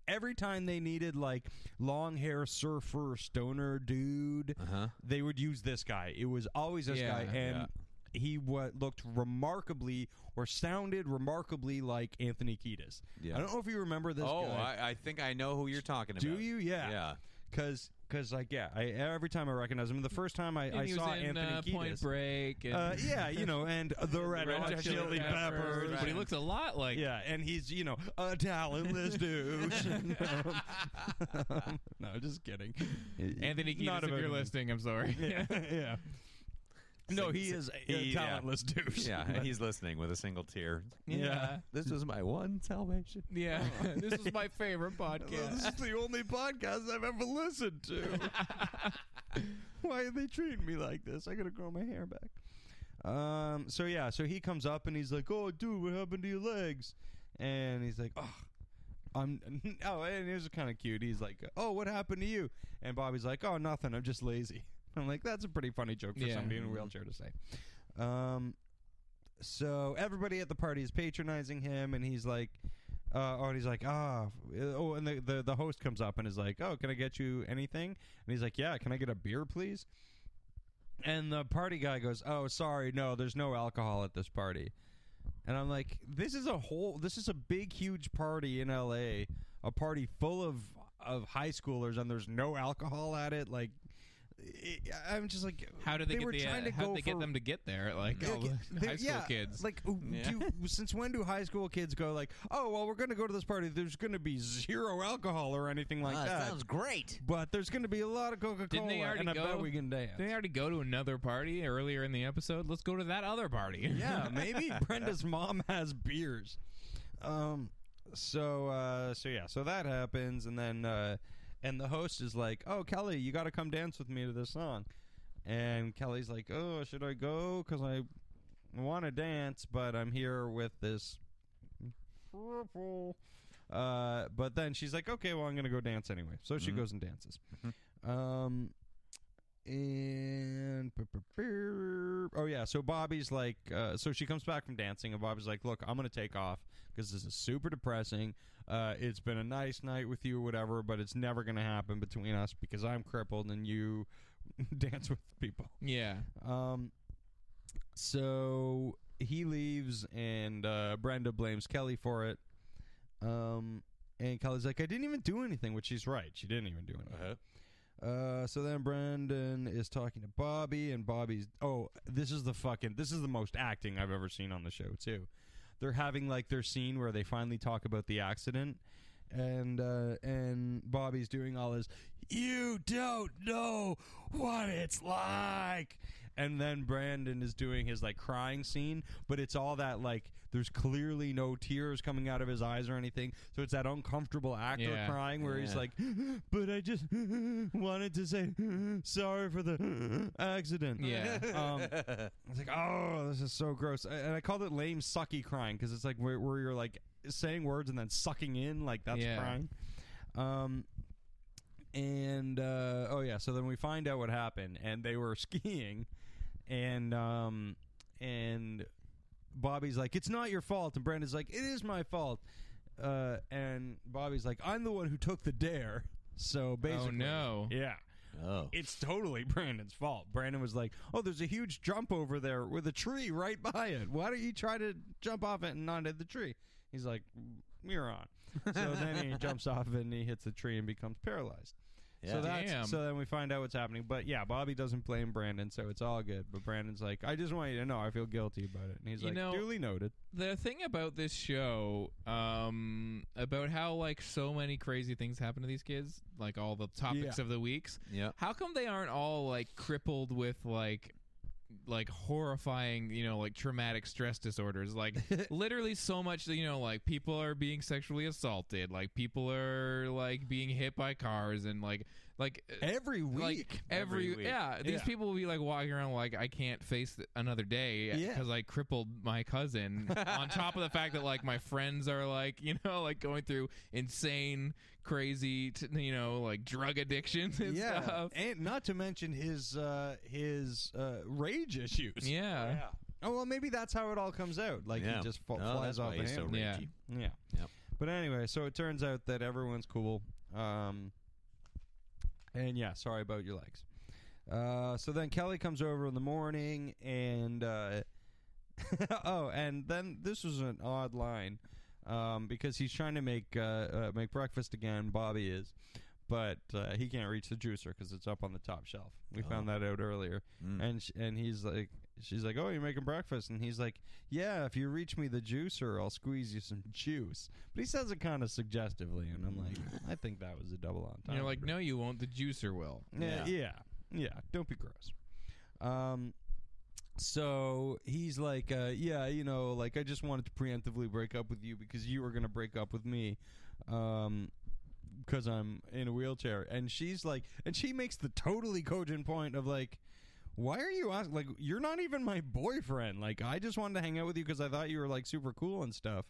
[SPEAKER 3] every time they needed like long hair surfer stoner dude,
[SPEAKER 4] Uh-huh.
[SPEAKER 3] they would use this guy. It was always this
[SPEAKER 2] Yeah.
[SPEAKER 3] guy, and
[SPEAKER 4] Yeah.
[SPEAKER 3] he wa looked remarkably or sounded remarkably like Anthony Kiedis.
[SPEAKER 4] Yeah.
[SPEAKER 3] I don't know if you remember this
[SPEAKER 4] oh,
[SPEAKER 3] guy.
[SPEAKER 4] I, I think I know who you're talking about.
[SPEAKER 3] Do you? Yeah.
[SPEAKER 4] Yeah.
[SPEAKER 3] Because because like yeah, I, every time I recognize him, the first time I,
[SPEAKER 2] And
[SPEAKER 3] I
[SPEAKER 2] he
[SPEAKER 3] saw
[SPEAKER 2] was in
[SPEAKER 3] Anthony
[SPEAKER 2] uh,
[SPEAKER 3] Kiedis,
[SPEAKER 2] Point Break. And
[SPEAKER 3] uh, yeah, you know, and the Red,
[SPEAKER 2] Red
[SPEAKER 3] Hot
[SPEAKER 2] Hot
[SPEAKER 3] Chili Peppers,
[SPEAKER 2] But he looks a lot like.
[SPEAKER 3] yeah, and he's you know a talentless dude. no, just kidding.
[SPEAKER 2] Anthony Kiedis,
[SPEAKER 3] Not
[SPEAKER 2] if
[SPEAKER 3] about
[SPEAKER 2] you're
[SPEAKER 3] him.
[SPEAKER 2] listening, I'm sorry.
[SPEAKER 3] yeah, yeah. No,
[SPEAKER 4] Sing-
[SPEAKER 3] he
[SPEAKER 4] sing-
[SPEAKER 3] is a, a
[SPEAKER 4] he- yeah.
[SPEAKER 3] talentless douche.
[SPEAKER 4] Yeah, and he's listening with a single tear.
[SPEAKER 2] Yeah.
[SPEAKER 4] This is my one salvation.
[SPEAKER 2] Yeah. this is my favorite
[SPEAKER 3] This
[SPEAKER 2] podcast.
[SPEAKER 3] is the only podcast I've ever listened to. Why are they treating me like this? I gotta grow my hair back. Um. So yeah. So he comes up and he's like, "Oh, dude, what happened to your legs?" And he's like, "Oh, I'm." Oh, and it was kind of cute. He's like, "Oh, what happened to you?" And Bobby's like, "Oh, nothing. I'm just lazy." I'm like, "That's a pretty funny joke for
[SPEAKER 2] Yeah.
[SPEAKER 3] somebody in a wheelchair to say." Um. So everybody at the party is patronizing him, and he's like, uh, "Oh," and he's like, "Ah." Oh, and the, the the host comes up and is like, "Oh, can I get you anything?" And he's like, "Yeah, can I get a beer, please?" And the party guy goes, "Oh, sorry, no, there's no alcohol at this party." And I'm like, "This is a whole, this is a big, huge party in L.A. A party full of of high schoolers, and there's no alcohol at it. Like, it, I'm just like,
[SPEAKER 2] How did they, get
[SPEAKER 3] were
[SPEAKER 2] the,
[SPEAKER 3] trying to
[SPEAKER 2] uh, how
[SPEAKER 3] go
[SPEAKER 2] did they get
[SPEAKER 3] for-
[SPEAKER 2] them to get there? Like
[SPEAKER 3] yeah,
[SPEAKER 2] all
[SPEAKER 3] get-
[SPEAKER 2] the
[SPEAKER 3] they-
[SPEAKER 2] high school
[SPEAKER 3] yeah,
[SPEAKER 2] kids.
[SPEAKER 3] Like, ooh,
[SPEAKER 4] Yeah.
[SPEAKER 3] do you- since when do high school kids go like, oh, well, we're going to go to this party. There's going to be zero alcohol or anything like that.
[SPEAKER 4] Ah, great.
[SPEAKER 3] but there's going to be a lot of Coca
[SPEAKER 2] Ah, Didn't
[SPEAKER 3] Cola,
[SPEAKER 2] they already
[SPEAKER 3] and I
[SPEAKER 2] go?
[SPEAKER 3] bet we can dance.
[SPEAKER 2] Didn't they already go to another party earlier in the episode? Let's go to that other party.
[SPEAKER 3] yeah, maybe Brenda's mom has beers. Um, so uh, so yeah, so that happens, and then uh, and the host is like, "Oh, Kelly, you got to come dance with me to this song," and Kelly's like, "Oh, should I go? Because I want to dance, but I'm here with this." purple." Uh, but then she's like, "Okay, well, I'm gonna go dance anyway." So she goes and dances. Um, and oh yeah, so Bobby's like, uh, so she comes back from dancing, and Bobby's like, "Look, I'm gonna take off because this is super depressing. Uh, it's been a nice night with you, whatever, but it's never gonna happen between us because I'm crippled and you dance with people."
[SPEAKER 2] Yeah.
[SPEAKER 3] Um, so he leaves, and uh, Brenda blames Kelly for it. Um, and Kelly's like, "I didn't even do anything," which she's right. She didn't even do anything.
[SPEAKER 4] Uh-huh.
[SPEAKER 3] Uh, so then Brandon is talking to Bobby, and Bobby's oh, this is the fucking this is the most acting I've ever seen on the show too. They're having like their scene where they finally talk about the accident, and uh, and Bobby's doing all his you don't know what it's like, and then Brandon is doing his like crying scene, but it's all that like there's clearly no tears coming out of his eyes or anything, so it's that uncomfortable actor
[SPEAKER 2] Yeah.
[SPEAKER 3] crying crying where he's like, "But I just wanted to say sorry for the accident."
[SPEAKER 2] Yeah.
[SPEAKER 3] um, it's like, "Oh, this is so gross," I- and I called it lame sucky crying because it's like where, where you're like saying words and then sucking in, like that's
[SPEAKER 2] Yeah.
[SPEAKER 3] crying. Um, and uh, oh yeah, so then we find out what happened, and they were skiing, and um, and Bobby's like, "It's not your fault," and Brandon's like, "It is my fault," uh, and Bobby's like, "I'm the one who took the dare." So basically,
[SPEAKER 2] Oh no.
[SPEAKER 3] yeah.
[SPEAKER 4] Oh.
[SPEAKER 3] It's totally Brandon's fault. Brandon was like, "Oh, there's a huge jump over there with a tree right by it. Why don't you try to jump off it and not hit the tree?" He's like, "You're on." So then he jumps off it and he hits the tree and becomes paralyzed.
[SPEAKER 4] Yeah.
[SPEAKER 3] So that's
[SPEAKER 2] Damn.
[SPEAKER 3] so then we find out what's happening. But yeah, Bobby doesn't blame Brandon, so it's all good. But Brandon's like, "I just want you to know, I feel guilty about it." And he's
[SPEAKER 2] You
[SPEAKER 3] like,
[SPEAKER 2] know-
[SPEAKER 3] "Duly noted."
[SPEAKER 2] the thing about this show um about how like so many crazy things happen to these kids like all the topics
[SPEAKER 3] Yeah.
[SPEAKER 2] of the weeks
[SPEAKER 4] Yeah.
[SPEAKER 2] how come they aren't all like crippled with like like horrifying you know like traumatic stress disorders like literally so much that you know like people are being sexually assaulted like people are like being hit by cars and like like uh,
[SPEAKER 3] Every week,
[SPEAKER 2] like every,
[SPEAKER 4] Every week.
[SPEAKER 2] yeah these
[SPEAKER 3] Yeah.
[SPEAKER 2] people will be like walking around like i can't face th- another day
[SPEAKER 3] Yeah.
[SPEAKER 2] because i crippled my cousin on top of the fact that like my friends are like you know like going through insane crazy t- you know like drug addictions and
[SPEAKER 3] yeah,
[SPEAKER 2] stuff
[SPEAKER 3] and not to mention his uh, his uh, rage issues.
[SPEAKER 2] yeah.
[SPEAKER 3] Oh well, maybe that's how it all comes out. Like
[SPEAKER 4] Yeah.
[SPEAKER 3] he just fa-
[SPEAKER 4] Oh,
[SPEAKER 3] flies
[SPEAKER 4] that's
[SPEAKER 3] off
[SPEAKER 4] why
[SPEAKER 3] the
[SPEAKER 4] he's so
[SPEAKER 3] handle.
[SPEAKER 2] Yeah.
[SPEAKER 4] ragey.
[SPEAKER 3] yeah.
[SPEAKER 4] Yep.
[SPEAKER 3] But anyway, so it turns out that everyone's cool. Um, and yeah, sorry about your legs. Uh, so then Kelly comes over in the morning, and uh, oh, and then this was an odd line um, because he's trying to make uh, uh, make breakfast again. Bobby is, but uh, he can't reach the juicer because it's up on the top shelf. We found that out earlier,
[SPEAKER 4] Mm.
[SPEAKER 3] and sh- and he's like, she's like, oh, you're making breakfast, and he's like, yeah, if you reach me the juicer, I'll squeeze you some juice. But he says it kind of suggestively, and I'm like, I think that was a double entendre.
[SPEAKER 2] And you're like, no, you won't. The juicer will.
[SPEAKER 3] Yeah.
[SPEAKER 4] Yeah.
[SPEAKER 3] yeah, yeah. Don't be gross. Um, so he's like, uh, yeah, you know, like I just wanted to preemptively break up with you because you were gonna break up with me, um, because I'm in a wheelchair. And she's like, and she makes the totally cogent point of like. Why are you asking? Like, you're not even my boyfriend. Like, I just wanted to hang out with you because I thought you were like super cool and stuff.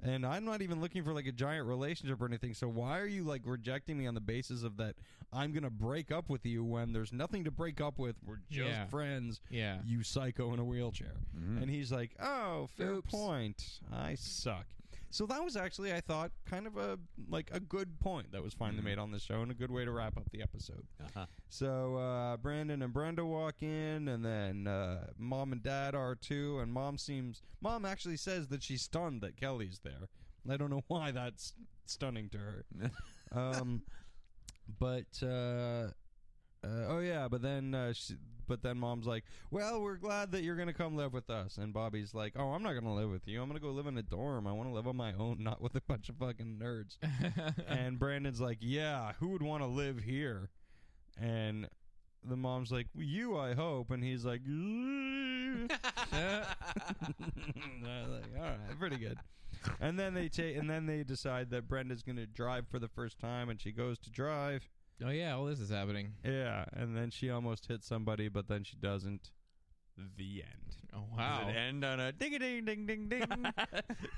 [SPEAKER 3] And I'm not even looking for like a giant relationship or anything. So why are you like rejecting me on the basis of that I'm going to break up with you when there's nothing to break up with? We're just
[SPEAKER 2] Yeah.
[SPEAKER 3] friends.
[SPEAKER 2] Yeah.
[SPEAKER 3] You psycho in a wheelchair. And he's like, oh, fair
[SPEAKER 2] Oops.
[SPEAKER 3] point. I suck. So that was actually, I thought, kind of a like a good point that was finally made on the show and a good way to wrap up the episode.
[SPEAKER 4] Uh-huh.
[SPEAKER 3] So uh, Brandon and Brenda walk in, and then uh, mom and dad are too. And mom seems mom actually says that she's stunned that Kelly's there. I don't know why that's stunning to her. um, but uh, uh, oh yeah, but then uh, she, but then mom's like, "Well, we're glad that you're gonna come live with us." And Bobby's like, "Oh, I'm not gonna live with you. I'm gonna go live in a dorm. I want to live on my own, not with a bunch of fucking nerds." and Brandon's like, "Yeah, who would want to live here?" And the mom's like, "You, I hope." And he's like, I was like, "All right, pretty good." And then they take, and then they decide that Brenda's going to drive for the first time, and she goes to drive.
[SPEAKER 2] Oh yeah, all this is happening.
[SPEAKER 3] Yeah, and then she almost hits somebody, but then she doesn't. The end.
[SPEAKER 2] Oh
[SPEAKER 4] Does
[SPEAKER 2] wow.
[SPEAKER 4] it end on a ding ding ding ding ding?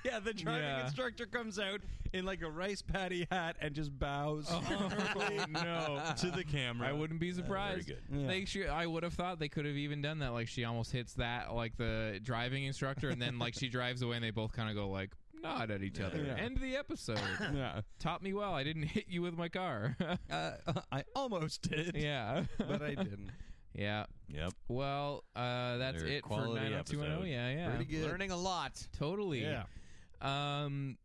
[SPEAKER 3] Yeah, the driving
[SPEAKER 2] Yeah.
[SPEAKER 3] instructor comes out in like a rice patty hat and just bows
[SPEAKER 2] Oh, no.
[SPEAKER 3] to the camera.
[SPEAKER 2] I wouldn't be surprised.
[SPEAKER 4] Uh, good.
[SPEAKER 3] Yeah.
[SPEAKER 2] They should, I would have thought they could have even done that. Like she almost hits that, like the driving instructor, and then like she drives away, and they both kind of go like nod at each other.
[SPEAKER 3] Yeah.
[SPEAKER 2] End of the episode.
[SPEAKER 3] Yeah,
[SPEAKER 2] Taught me well. I didn't hit you with my car.
[SPEAKER 3] uh, I almost did,
[SPEAKER 2] yeah,
[SPEAKER 3] but
[SPEAKER 4] uh,
[SPEAKER 3] I didn't.
[SPEAKER 2] yeah.
[SPEAKER 4] Yep.
[SPEAKER 2] Well, uh, that's
[SPEAKER 4] Another
[SPEAKER 2] it for
[SPEAKER 4] quality
[SPEAKER 2] 90210.
[SPEAKER 4] episode.
[SPEAKER 2] oh. Yeah, yeah.
[SPEAKER 3] Pretty good.
[SPEAKER 4] Learning a lot.
[SPEAKER 2] Totally.
[SPEAKER 3] Yeah.
[SPEAKER 2] Um,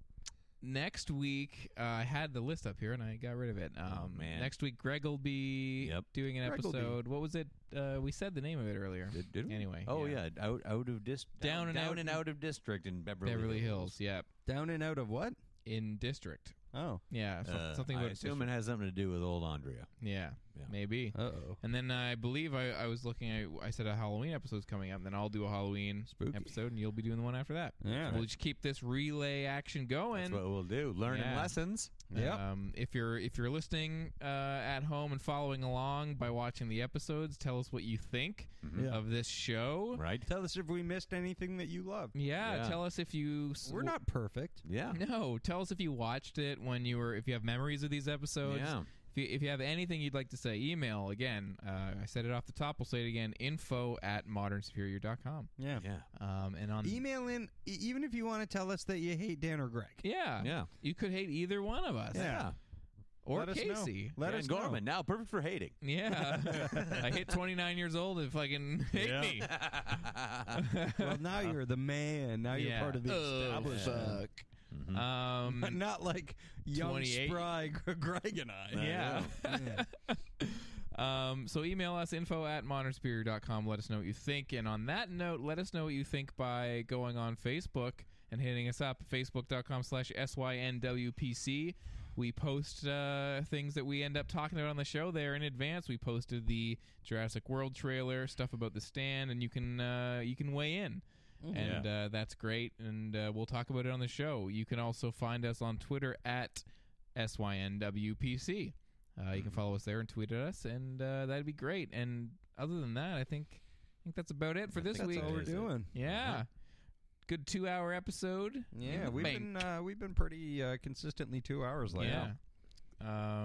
[SPEAKER 2] next week, uh, I had the list up here and I got rid of it. Um,
[SPEAKER 4] Oh, man.
[SPEAKER 2] Next week, Greg will be
[SPEAKER 4] Yep.
[SPEAKER 2] doing an
[SPEAKER 3] Greg will be-
[SPEAKER 2] episode. What was it? Uh, we said the name of it earlier.
[SPEAKER 4] Did, did we?
[SPEAKER 2] Anyway.
[SPEAKER 4] Oh yeah. out out of dis-
[SPEAKER 2] Down and out in-
[SPEAKER 4] and out of district in Beverly,
[SPEAKER 2] Beverly Hills.
[SPEAKER 4] Hills.
[SPEAKER 2] Yeah.
[SPEAKER 3] Down and out of what?
[SPEAKER 2] In district.
[SPEAKER 3] Oh,
[SPEAKER 2] Yeah. so-
[SPEAKER 4] Uh,
[SPEAKER 2] something about
[SPEAKER 4] I assume it
[SPEAKER 2] district.
[SPEAKER 4] has something to do with old Andrea.
[SPEAKER 2] Yeah,
[SPEAKER 4] Yeah.
[SPEAKER 2] Maybe.
[SPEAKER 3] uh oh.
[SPEAKER 2] and then I believe I, I was looking. I, I said a Halloween episode's coming up. And then I'll do a Halloween
[SPEAKER 3] Spooky.
[SPEAKER 2] episode, and you'll be doing the one after that.
[SPEAKER 3] Yeah.
[SPEAKER 2] So we'll just keep this relay action going.
[SPEAKER 4] That's what we'll do. Learning
[SPEAKER 2] Yeah.
[SPEAKER 4] lessons.
[SPEAKER 3] Yep.
[SPEAKER 2] Um, if you're if you're listening uh, at home and following along by watching the episodes, tell us what you think
[SPEAKER 3] Yeah.
[SPEAKER 2] of this show.
[SPEAKER 4] Right.
[SPEAKER 3] Tell us if we missed anything that you loved.
[SPEAKER 2] Yeah,
[SPEAKER 4] Yeah.
[SPEAKER 2] tell us if you. s-
[SPEAKER 3] We're not perfect.
[SPEAKER 4] Yeah.
[SPEAKER 2] No, tell us if you watched it when you were. If you have memories of these episodes.
[SPEAKER 4] Yeah.
[SPEAKER 2] If you, if you have anything you'd like to say, email again. Uh, I said it off the top. We'll say it again. Info at modernsuperior.com.
[SPEAKER 3] Yeah.
[SPEAKER 4] Yeah.
[SPEAKER 2] Um, and on
[SPEAKER 3] Email in e- even if you want to tell us that you hate Dan or Greg.
[SPEAKER 2] yeah,
[SPEAKER 4] Yeah.
[SPEAKER 2] you could hate either one of us.
[SPEAKER 4] Yeah.
[SPEAKER 2] or
[SPEAKER 3] Let us know.
[SPEAKER 2] Casey.
[SPEAKER 3] Let
[SPEAKER 4] Dan
[SPEAKER 3] us
[SPEAKER 4] Gorman now perfect for hating.
[SPEAKER 2] Yeah, I hit 29 years old and fucking hate
[SPEAKER 3] Yeah.
[SPEAKER 2] me.
[SPEAKER 3] know. well, now you're the man. Now you're
[SPEAKER 2] Yeah.
[SPEAKER 3] part of the
[SPEAKER 2] Oh,
[SPEAKER 3] establishment.
[SPEAKER 2] Um,
[SPEAKER 3] Not like young
[SPEAKER 2] 28.
[SPEAKER 3] spry Gr- Greg and I.
[SPEAKER 2] yeah.
[SPEAKER 3] Yeah.
[SPEAKER 2] Um, so email us info at modernsuperior.com. Let us know what you think. And on that note, let us know what you think by going on Facebook and hitting us up, facebook.com slash SYNWPC. We post uh, things that we end up talking about on the show there in advance. We posted the Jurassic World trailer, stuff about the stand, and you can uh, you can weigh in. And uh, that's great. And uh, we'll talk about it on the show. You can also find us on Twitter at SYNWPC. Uh, you can follow us there and tweet at us, and uh, that'd be great. And other than that, I think I think that's about it for this
[SPEAKER 4] think
[SPEAKER 3] That's
[SPEAKER 2] week.
[SPEAKER 3] all we're
[SPEAKER 4] Is it?
[SPEAKER 3] doing.
[SPEAKER 2] Yeah, good two-hour episode. in
[SPEAKER 3] Yeah,
[SPEAKER 2] the
[SPEAKER 3] we've
[SPEAKER 2] bank.
[SPEAKER 3] been uh, we've been pretty uh, consistently two hours late.
[SPEAKER 2] yeah.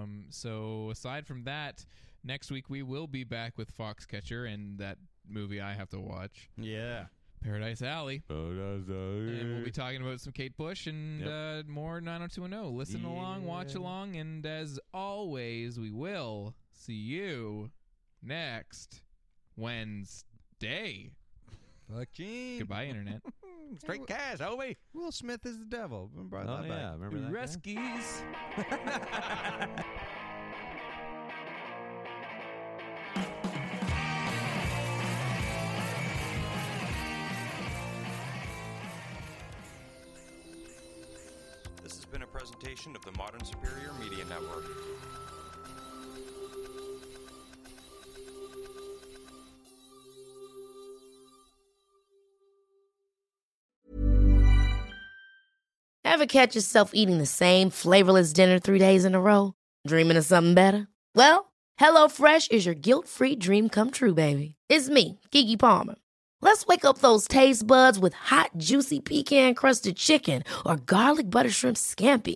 [SPEAKER 2] Um. So aside from that, next week we will be back with Foxcatcher and that movie I have to watch,
[SPEAKER 3] yeah.
[SPEAKER 2] Paradise Alley. And we'll be talking about some Kate Bush and
[SPEAKER 4] Yep.
[SPEAKER 2] uh, more 90210. oh. Listen along, watch
[SPEAKER 4] Yeah.
[SPEAKER 2] along, and as always, we will see you next Wednesday.
[SPEAKER 3] Fuck Gene.
[SPEAKER 2] Goodbye, Internet.
[SPEAKER 4] Straight cash, homie.
[SPEAKER 3] Will Smith is the
[SPEAKER 2] Oh,
[SPEAKER 4] Oh,
[SPEAKER 3] devil. Brought that back.
[SPEAKER 4] remember that? guy?
[SPEAKER 2] Reskies.
[SPEAKER 6] presentation of the Modern Superior Media Network.
[SPEAKER 7] Ever catch yourself eating the same flavorless dinner three days in a row? Dreaming of something better? Well, HelloFresh is your guilt free dream come true, baby. It's me, Gigi Palmer. Let's wake up those taste buds with hot, juicy pecan crusted chicken or garlic butter shrimp scampi.